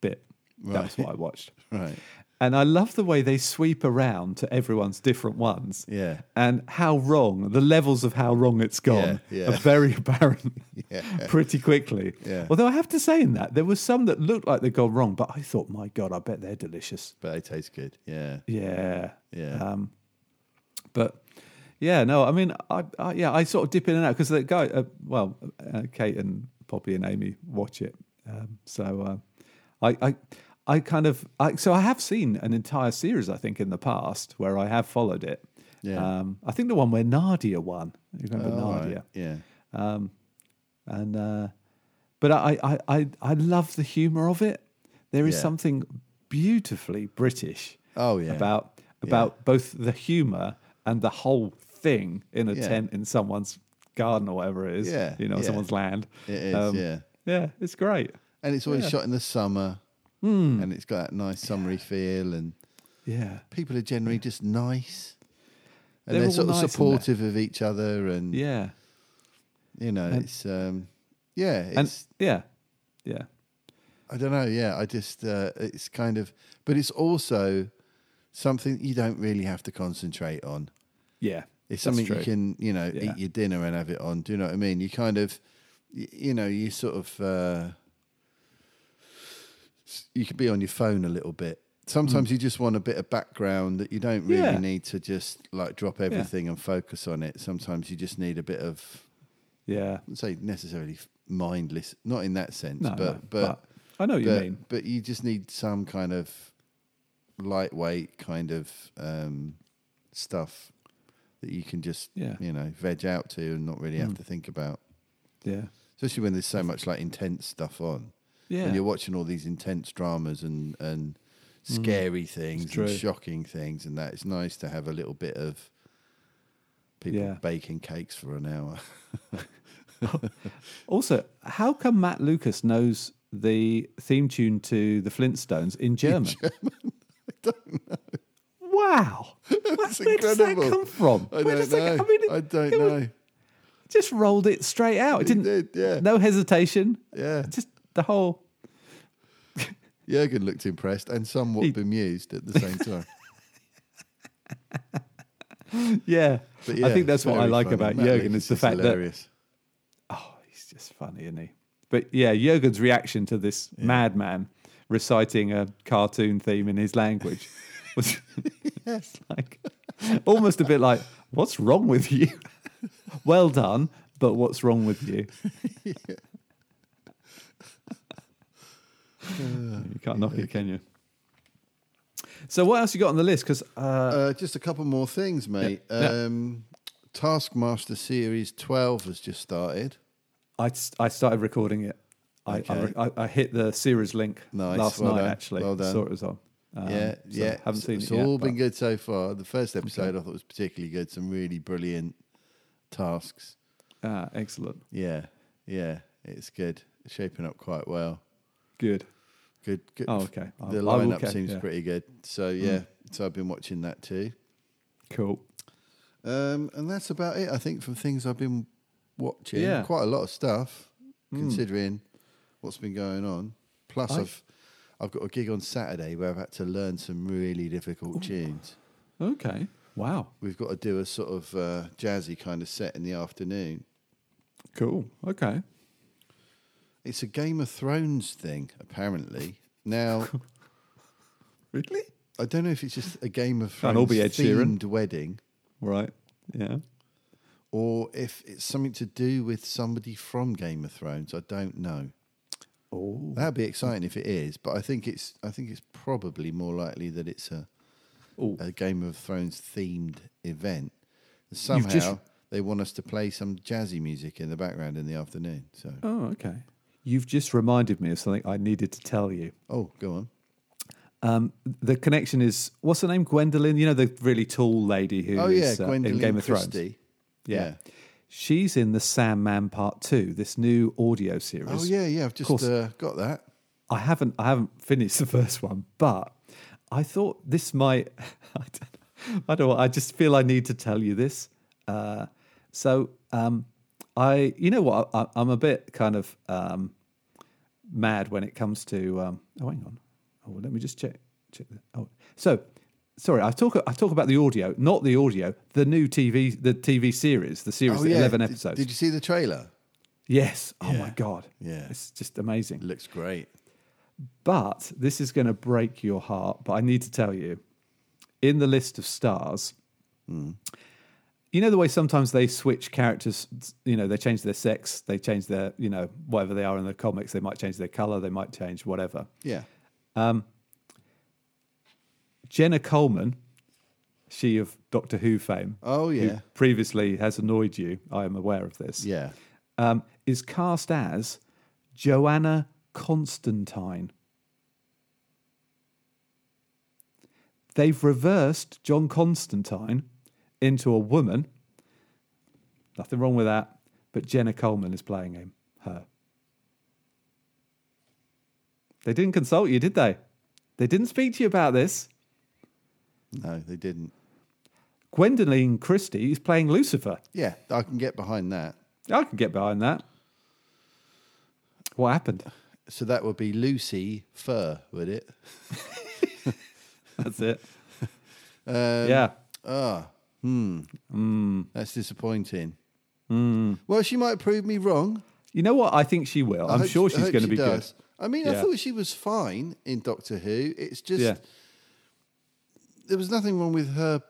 bit. That's what I watched. <laughs>
Right.
And I love the way they sweep around to everyone's different ones.
Yeah.
And how wrong, the levels of how wrong it's gone
Yeah, yeah.
are very <laughs> apparent
<laughs> Yeah.
pretty quickly.
Yeah.
Although I have to say, in that, there were some that looked like they'd gone wrong, but I thought, my God, I bet they're delicious.
But they taste good. Yeah,
Yeah.
yeah,
Um, but yeah, no, I mean, I, I yeah, I sort of dip in and out because the guy, uh, well, uh, Kate and Poppy and Amy watch it, um, so uh, I, I, I kind of, I, so I have seen an entire series, I think, in the past where I have followed it.
Yeah.
Um, I think the one where Nadia won. You remember
All right,
Nadia?
Yeah,
and uh, but I, I I I love the humor of it. There is
Yeah.
something beautifully British.
Oh, yeah.
about about both the humor and the whole thing in a
Yeah.
tent in someone's garden or whatever it is.
Yeah,
you know,
yeah.
someone's land. Um,
It is, yeah.
yeah, it's great.
and it's always shot in the summer,
Hmm.
and it's got that nice summery feel, and
Yeah,
people are generally just nice. And
They're
they're,
all
sort
nice,
of
aren't they?
supportive of each other, and
yeah,
you know, it's um, yeah, it's
and yeah, yeah,
I don't know, yeah, I just uh, it's kind of, but it's also something you don't really have to concentrate on.
yeah.
It's
That's
something you
true.
can, you know,
Yeah.
eat your dinner and have it on. Do you know what I mean? You kind of, y- you know, you sort of, uh, s- you could be on your phone a little bit. Sometimes you just want a bit of background that you don't really
Mm. Yeah.
need to just like drop everything and focus on it. Sometimes you just need a bit of,
Yeah,
I wouldn't say necessarily f- mindless, not in that sense,
no,
but,
no,
but
I know what you
but,
mean.
but you just need some kind of lightweight kind of um, stuff that you can just
Yeah. Hmm.
you know veg out to and not really have to think about.
Yeah,
Especially when there's so much like intense stuff on,
yeah, Hmm.
and you're watching all these intense dramas and and scary things
true.
and shocking things and that. It's nice to have a little bit of people
Yeah.
baking cakes for an hour.
Also, how come Matt Lucas knows the theme tune to the Flintstones in German?
<laughs>
Wow.
That's
Where does that
incredible.
come from?
I
Where
don't
does that-
know.
I mean, it-
I don't
it was-
know.
Just rolled it straight out. It
He
didn't
did, yeah.
No hesitation.
Yeah.
Just the whole
Jurgen looked impressed and somewhat
He-
bemused at the same
<laughs>
time.
yeah.
But
I
yeah,
think that's what I
very
like
funny.
about
Matt
Jurgen
Lucas
is the fact that
hilarious.
Oh, he's just funny, isn't he? But yeah, Jurgen's reaction to this madman reciting a cartoon theme in his language was it's <laughs> like almost a bit like, "What's wrong with you? <laughs> well done, but what's wrong with you?" <laughs> you can't knock it, can you? So, what else you got on the list? Because uh,
uh, just a couple more things, mate.
Yeah, yeah.
Um, Taskmaster Series 12 has just started.
I, s- I started recording it. I, I,
Okay.
re- I, I hit the series link
Nice,
last
well
night,
done,
actually.
well done.
Saw it was on. Um,
yeah,
so
yeah.
Haven't
So-
seen
It's
it yet.
all
but-
been good so far. The first episode I thought was particularly good. Some really brilliant tasks.
Ah, excellent.
Yeah, yeah. It's good. It's shaping up quite well.
Good.
Good. good.
Oh, okay. I-
The
I will
lineup
get-
seems
yeah. Mm.
pretty good. So yeah, so I've been watching that too.
Cool.
Um, and that's about it, I think, from things I've been watching.
Yeah. Mm.
Quite a lot of stuff, considering what's been going on. Plus, I've, I've got a gig on Saturday where I've had to learn some really difficult tunes.
Okay. Wow.
We've got to do a sort of uh, jazzy kind of set in the afternoon.
Cool. Okay.
It's a Game of Thrones thing, apparently.
<laughs>
Now,
Really?
I don't know if it's just a Game of
Can't all
Thrones
be Ed Sheeran.
themed wedding.
Right. Yeah.
Or if it's something to do with somebody from Game of Thrones, I don't know.
Oh.
That'd be exciting if it is, but I think it's I think it's probably more likely that it's a
Oh.
a Game of Thrones themed event. Somehow
You've just-
they want us to play some jazzy music in the background in the afternoon. So
Oh, okay. You've just reminded me of something I needed to tell you.
oh, go on.
Um, the connection is what's her name? Gwendolyn. You know the really tall lady who
oh yeah,
is, uh,
Gwendolyn
in Game of Thrones.
Christie.
Yeah.
Yeah.
She's in the Sandman Part Two, this new audio series.
Oh yeah, yeah. I've
course.
just uh, got that.
I haven't I haven't finished the first one, but I thought this might <laughs> I don't know, I don't know, I just feel I need to tell you this. Uh, so um, I you know what I, I'm a bit kind of um, mad when it comes to um, oh hang on oh let me just check check that. oh so sorry I talk I talk about the audio not the audio the new TV the TV series the series
Oh
that
yeah,
11
Did-
episodes
Did you see the trailer?
yes oh my god
Yeah.
it's just amazing
It looks great.
but this is going to break your heart. But I need to tell you, in the list of stars,
Hmm.
you know the way sometimes they switch characters. You know they change their sex, they change their you know whatever they are in the comics. They might change their color, they might change whatever.
Yeah.
Jenna Coleman, she of Doctor Who fame.
Oh, yeah.
who previously has annoyed you. I am aware of this.
Yeah.
um, is cast as Joanna Constantine. They've reversed John Constantine into a woman. Nothing wrong with that, but Jenna Coleman is playing him, her. They didn't consult you, did they? They didn't speak to you about this.
No, they didn't.
Gwendolyn Christie is playing Lucifer.
Yeah, I can get behind that.
I can get behind that. What happened?
So that would be Lucy Fur, would it?
<laughs>
<laughs>
That's it.
Um,
yeah.
Ah, hmm. That's disappointing.
Hmm.
Well, she might prove me wrong.
You know what? I think she will.
I
I'm
hope-
sure
I
she's
hope
going to
she
be
does. I mean, I
Yeah.
thought she was fine in Doctor Who. It's just
good. Yeah.
there was nothing wrong with her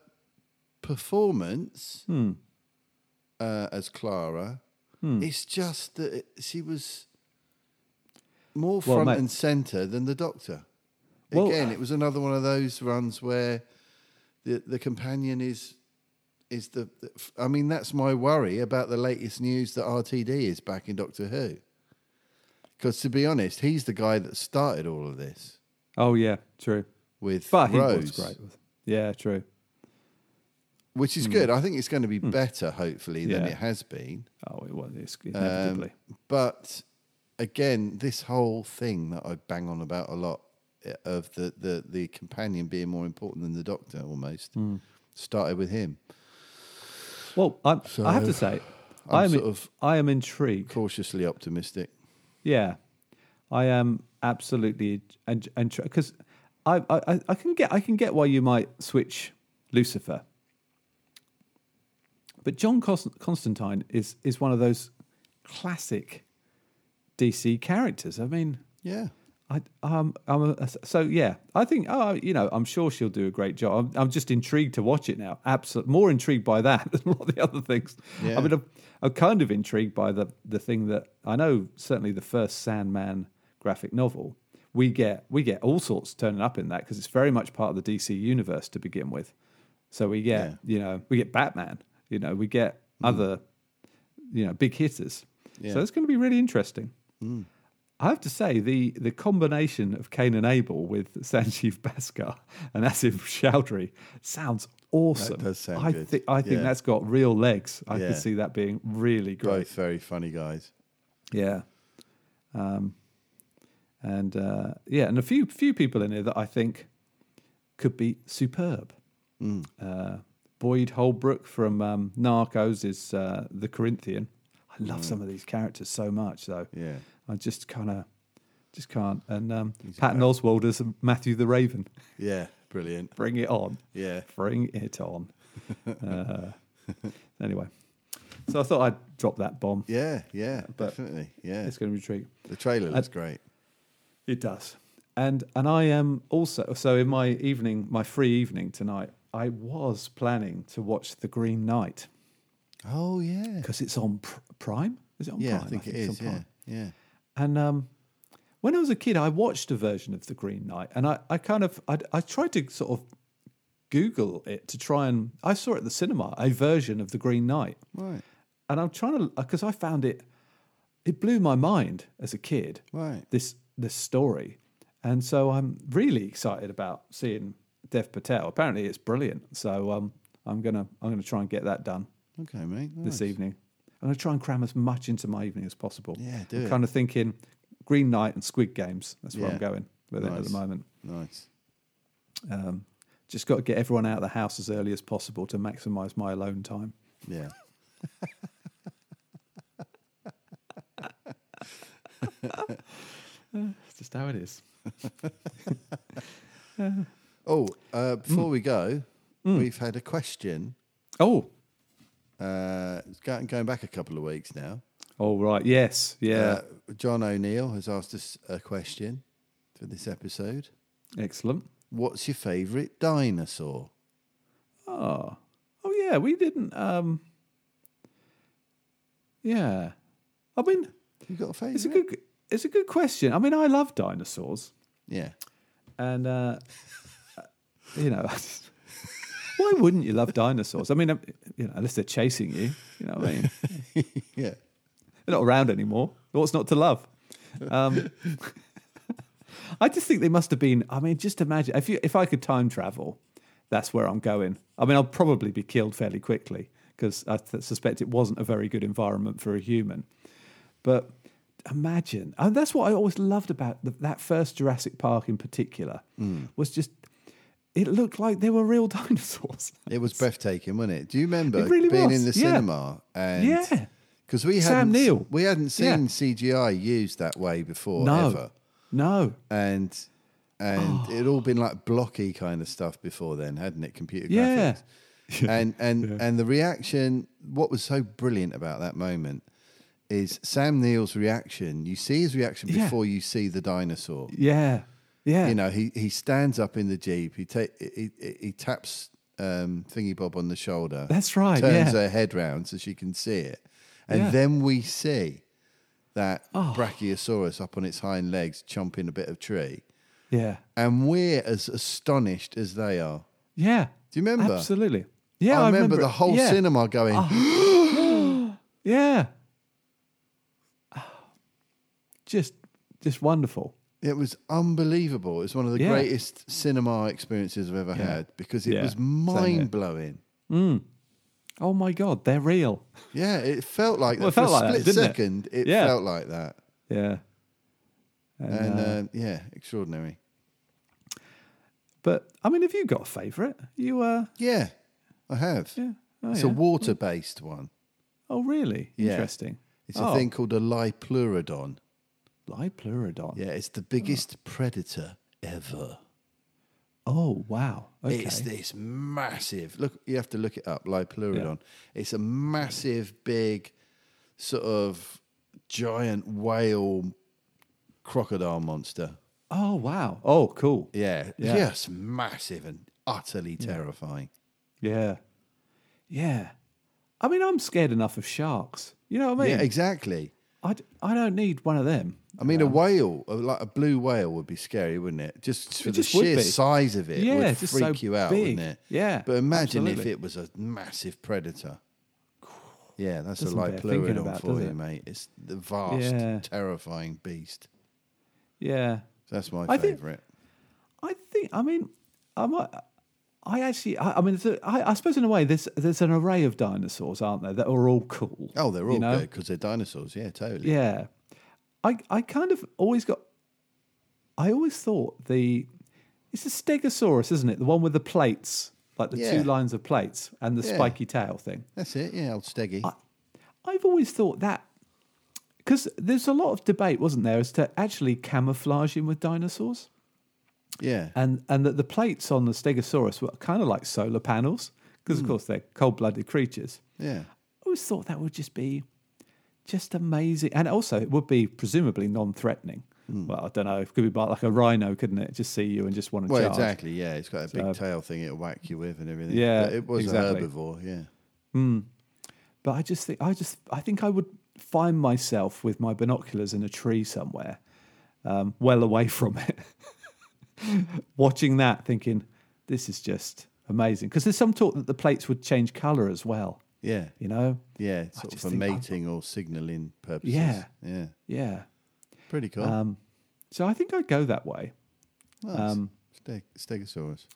performance
Hmm.
uh, as Clara. It's just that it, she was more
Well,
front
mate-
and center than the Doctor.
Well- uh,
Again, it was another one of those runs where the the companion is is the. the- I mean, that's my worry about the latest news that RTD is back in Doctor Who. Because to be honest, he's the guy that started all of this
Oh yeah, true.
with
But he
Rose
was great. with- Yeah, true.
which is good. I think it's going to be better, hopefully, than
Hmm. Yeah.
it has been.
Oh, it was it's
Um,
inevitably.
but again, this whole thing that I bang on about a lot eh, of the, the, the companion being more important than the doctor almost
Hmm.
started with him.
well, I'm, I have
so
to say,
I'm
I'm
sort of-
I am intrigued.
Cautiously optimistic.
Yeah, I am absolutely and and because I, I I- I can get I can get why you might switch Lucifer, but John Const- Constantine is is one of those classic DC characters. I mean,
Yeah.
I um I'm a, so yeah I think oh you know I'm sure she'll do a great job I'm, I'm just intrigued to watch it now absolutely more intrigued by that <laughs> than all the other things
Yeah.
I mean I'm, I'm kind of intrigued by the the thing that I know certainly the first Sandman graphic novel we get we get all sorts turning up in that because it's very much part of the DC universe to begin with so we get
Yeah. Mm-hmm.
you know we get Batman you know, we get other, you know, big hitters. So it's going to be really interesting.
Hmm.
I have to say, the, the combination of Cain and Abel with <laughs> Sanjeev Bhaskar and Asif Chowdhury sounds awesome.
does sound
I,
good.
thi- I think
Yeah.
that's got real legs. I
Yeah.
could see that being really great.
Both very funny guys.
Yeah. Um, and uh, yeah, and a few few people in here that I think could be superb.
Mm.
Uh, Boyd Holbrook from um, Narcos is uh, the Corinthian. I love some of these characters so much, though.
Mm. Yeah.
I just kind of just can't. And um, Patton Oswald as Matthew the Raven. <laughs>
Yeah, brilliant.
Bring it on.
Yeah.
Bring it
<laughs>
on. uh, anyway, so I thought I'd drop that bomb.
Yeah, yeah,
But-
definitely. Yeah,
It's going to be a treat.
the trailer looks great.
It does. And and I am also so in my evening, my free evening tonight, I was planning to watch The Green Knight
Oh yeah,
because it's on pr- Prime. Is it on
yeah,
Prime?
I think it
it's
is.
on
Yeah,
Prime.
yeah.
And um, when I was a kid, I watched a version of The Green Knight, and I, I kind of I, I tried to sort of Google it to try and I saw it at the cinema a version of The Green Knight,
Right,
and I'm trying to because I found it it blew my mind as a kid.
Right.
This this story, and so I'm really excited about seeing Dev Patel. Apparently, it's brilliant. So um, I'm gonna I'm gonna try and get that done
okay, mate.
this
nice.
evening. I'm gonna try and cram as much into my evening as possible.
Yeah, do
I'm
it.
kind of thinking Green Knight and Squid Games. That's where I'm
Yeah.
going with it at
Nice.
the moment.
Nice.
Just got to get everyone out of the house as early as possible to maximise my alone time.
Yeah.
That's just how it is.
Oh, uh,
Mm.
before we go, we've had a question.
Oh,
Uh, it's go- going back a couple of weeks now.
all oh, right. Yes. Yeah.
Uh, John O'Neill has asked us a question for this episode.
Excellent.
What's your favourite dinosaur?
Oh, oh yeah, we didn't. Um, yeah, I mean,
You got a favourite?
it's a good, it's a good question. I mean, I love dinosaurs,
Yeah.
and uh, you know, <laughs> why wouldn't you love dinosaurs? I mean, um, you know, unless they're chasing you, you know what I mean?
Yeah.
They're not around anymore. What's not to love? Um, <laughs> I just think they must have been. I mean, just imagine if you if I could time travel, that's where I'm going. I mean, I'll probably be killed fairly quickly because I th- suspect it wasn't a very good environment for a human. But imagine, and that's what I always loved about the, that first Jurassic Park in particular was just it looked like they were real <laughs> dinosaurs.
It was breathtaking, wasn't it? Do you remember
It really
being
was,
in the
yeah.
cinema? And
Yeah.
Because we
Sam
hadn't
Neill.
we hadn't seen
Yeah.
CGI used that way before
No,
ever,
no,
and and
<gasps>
it'd all been like blocky kind of stuff before then, hadn't it? Computer
Yeah.
graphics.
<laughs>
and and and the reaction. What was so brilliant about that moment is Sam Neill's reaction. You see his reaction
Yeah.
before you see the dinosaur
yeah, yeah,
you know, he, he stands up in the jeep. He ta- he, he, he taps um, Thingy Bob on the shoulder.
That's right,
Turns
yeah.
her head round so she can see it, and
Yeah. Oh.
then we see that Brachiosaurus up on its hind legs chomping a bit of tree,
yeah,
and we're as astonished as they are.
yeah.
Do you remember?
Absolutely. Yeah,
I,
I,
remember,
it.
the whole
yeah. Oh.
cinema going,
Yeah. <sighs> Just just wonderful.
It was unbelievable. It was one of the
Yeah.
greatest cinema experiences I've ever had because it
Yeah.
was
Same here.
mind blowing.
Oh my god, they're real.
Yeah, it felt like
Well,
that.
it
For
felt like
a
that,
split
didn't it?
second, it,
Yeah.
felt like that.
Yeah.
And
uh,
um, yeah, extraordinary.
But I mean, have you got a favourite? You uh
Yeah, I have.
yeah. Oh,
it's
yeah.
a water based one.
oh really?
Yeah.
Interesting.
It's
oh,
a thing called a Lipleurodon.
Lipleurodon.
Yeah, it's the biggest predator ever.
Oh wow. Okay.
It's this massive. Look, you have to look it up. Lipleurodon. It's a massive, big, sort of giant whale crocodile monster.
oh wow. Oh cool.
Yeah,
Yeah.
just massive and utterly terrifying.
Yeah. Yeah. I mean, I'm scared enough of sharks. You know what I mean?
yeah exactly.
I, d- I don't need one of them.
I mean, a whale, a- like a blue whale, would be scary, wouldn't it? Just for the
just would
sheer
be.
size of it,
Yeah,
would
just
freak
so
you out,
big.
wouldn't it?
Yeah,
But imagine if
absolutely.
it was a massive predator. Yeah, that's
Doesn't
a
bear
light
thinking
plural
about,
for
does
you,
it?
mate. It's the vast,
Yeah.
terrifying beast.
Yeah.
That's my
I think-
favourite.
I think. I mean, I might. I actually. I, I mean, it's a- I I suppose in a way, there's there's an array of dinosaurs, aren't there, that are all cool.
Oh, they're
you
all good
know?
good because they're dinosaurs. Yeah, totally.
Yeah. I I kind of always got. I always thought the. It's a stegosaurus, isn't it? The one with the plates, like the
Yeah.
two lines of plates and the
Yeah.
spiky tail thing.
That's it. Yeah, old Steggy.
I've always thought that because there's a lot of debate, wasn't there, as to actually camouflaging with dinosaurs,
yeah.
and and that the plates on the Stegosaurus were kind of like solar panels, because of course they're cold-blooded creatures.
Yeah.
I always thought that would just be just amazing, and also it would be presumably non-threatening. Well, I don't know. It could be like a rhino, couldn't it? Just see you and just want to
Well,
charge.
exactly. Yeah, it's got a big tail thing it'll whack you with and everything.
Yeah,
But it was
exactly.
a herbivore. Yeah.
But I just think I just I think I would find myself with my binoculars in a tree somewhere, um, well away from it, <laughs> watching that, thinking this is just amazing. Because there's some talk that the plates would change colour as well.
Yeah.
You know,
Yeah.
I
Sort of
just
for
think I-
mating or signalling purposes.
Yeah.
Yeah.
yeah.
Pretty cool.
Um, so I think I'd go that way.
nice.
um,
Steg- Stegosaurus.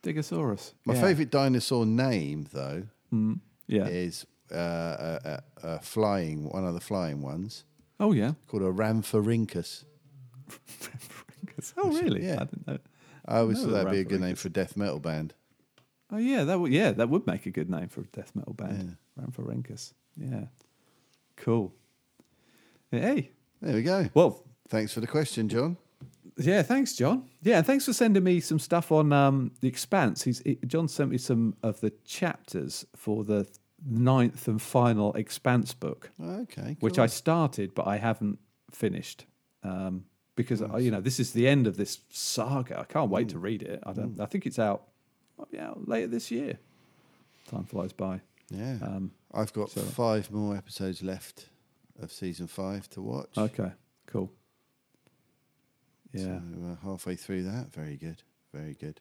Stegosaurus.
My
yeah.
favourite dinosaur name, though,
Yeah.
is uh, a, a, a flying one of the flying ones <laughs>
Oh yeah.
called a ramphorhynchus.
oh really?
Yeah.
I didn't know.
I always
know
thought
the
that'd be a good name for a death metal band.
Oh yeah, that would yeah that would make a good name for a death metal band. Ramphorhynchus. Yeah. Cool. Hey.
There we go.
Well,
Thanks for the question, John.
yeah, thanks, John. Yeah, and thanks for sending me some stuff on um, the Expanse. He's he, John sent me some of the chapters for the ninth and final Expanse book,
Okay.
which I started but I haven't finished um, because uh, you know this is the end of this saga. I can't wait
Mm.
to read it. I don't. I think it's out. Might be out later this year. Time flies by.
yeah.
um,
I've got five more episodes left of season five to watch.
Okay, cool.
So
Yeah,
we're halfway through that. Very good. Very good.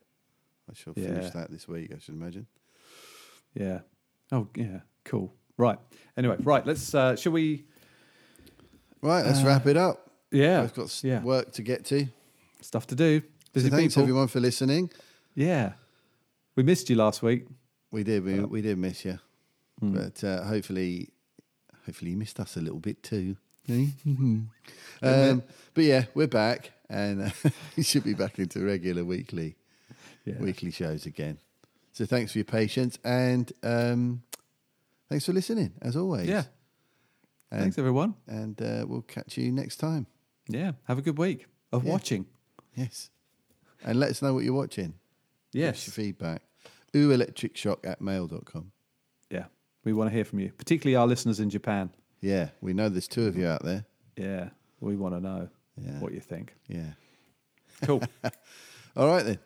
I shall
Yeah.
finish that this week, I should imagine.
yeah. Oh, yeah, cool. Right. Anyway, right. Let's. Uh, shall we?
Right, let's wrap it up.
Uh, Yeah.
I've got s-
yeah.
work to get to.
Stuff to do. Busy
So thanks
people.
everyone for listening.
Yeah. We missed you last week.
We did. We,
Uh,
we did miss you,
hmm.
but uh, hopefully, hopefully you missed us a little bit too. um, but yeah, we're back, and uh, <laughs> you should be back into regular weekly
Yeah.
weekly shows again. So thanks for your patience, and um, thanks for listening as always.
Yeah.
and,
Thanks everyone.
and uh, we'll catch you next time.
Yeah. Have a good week of
Yeah.
watching.
Yes, and let us know what you're watching. Give us
Yes.
your feedback. Ooh, electric shock at mail.com.
Yeah. We want to hear from you, particularly our listeners in Japan.
Yeah, we know there's two of you out there.
Yeah. We want to know
Yeah.
what you think.
Yeah. <laughs>
Cool.
All right then.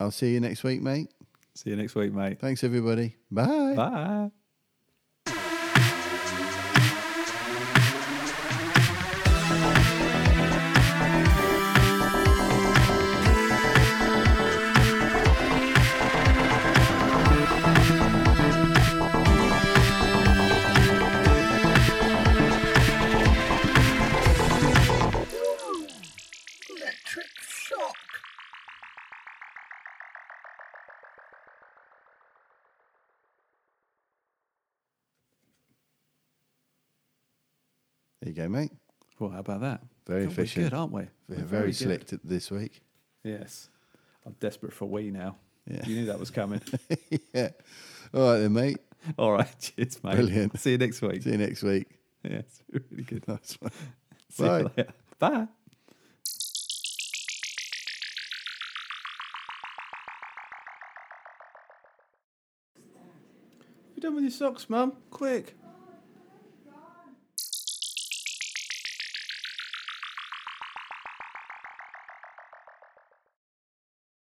I'll see you next week, mate.
See you next week, mate.
Thanks everybody. Bye.
Bye.
Electric shock.
There you go, mate.
Well, how about that?
Very
God,
efficient.
We're good, aren't we?
We're
We're
very,
good.
slick t- this week.
Yes. I'm desperate for we now.
Yeah.
You knew that
<laughs>
was coming.
yeah. All right then, mate.
All right. Cheers, mate.
Brilliant.
See you next week.
See you next week.
Yes. <laughs> Really good.
Nice one.
See you
Bye.
later. Bye. You done with your socks, Mum? Quick.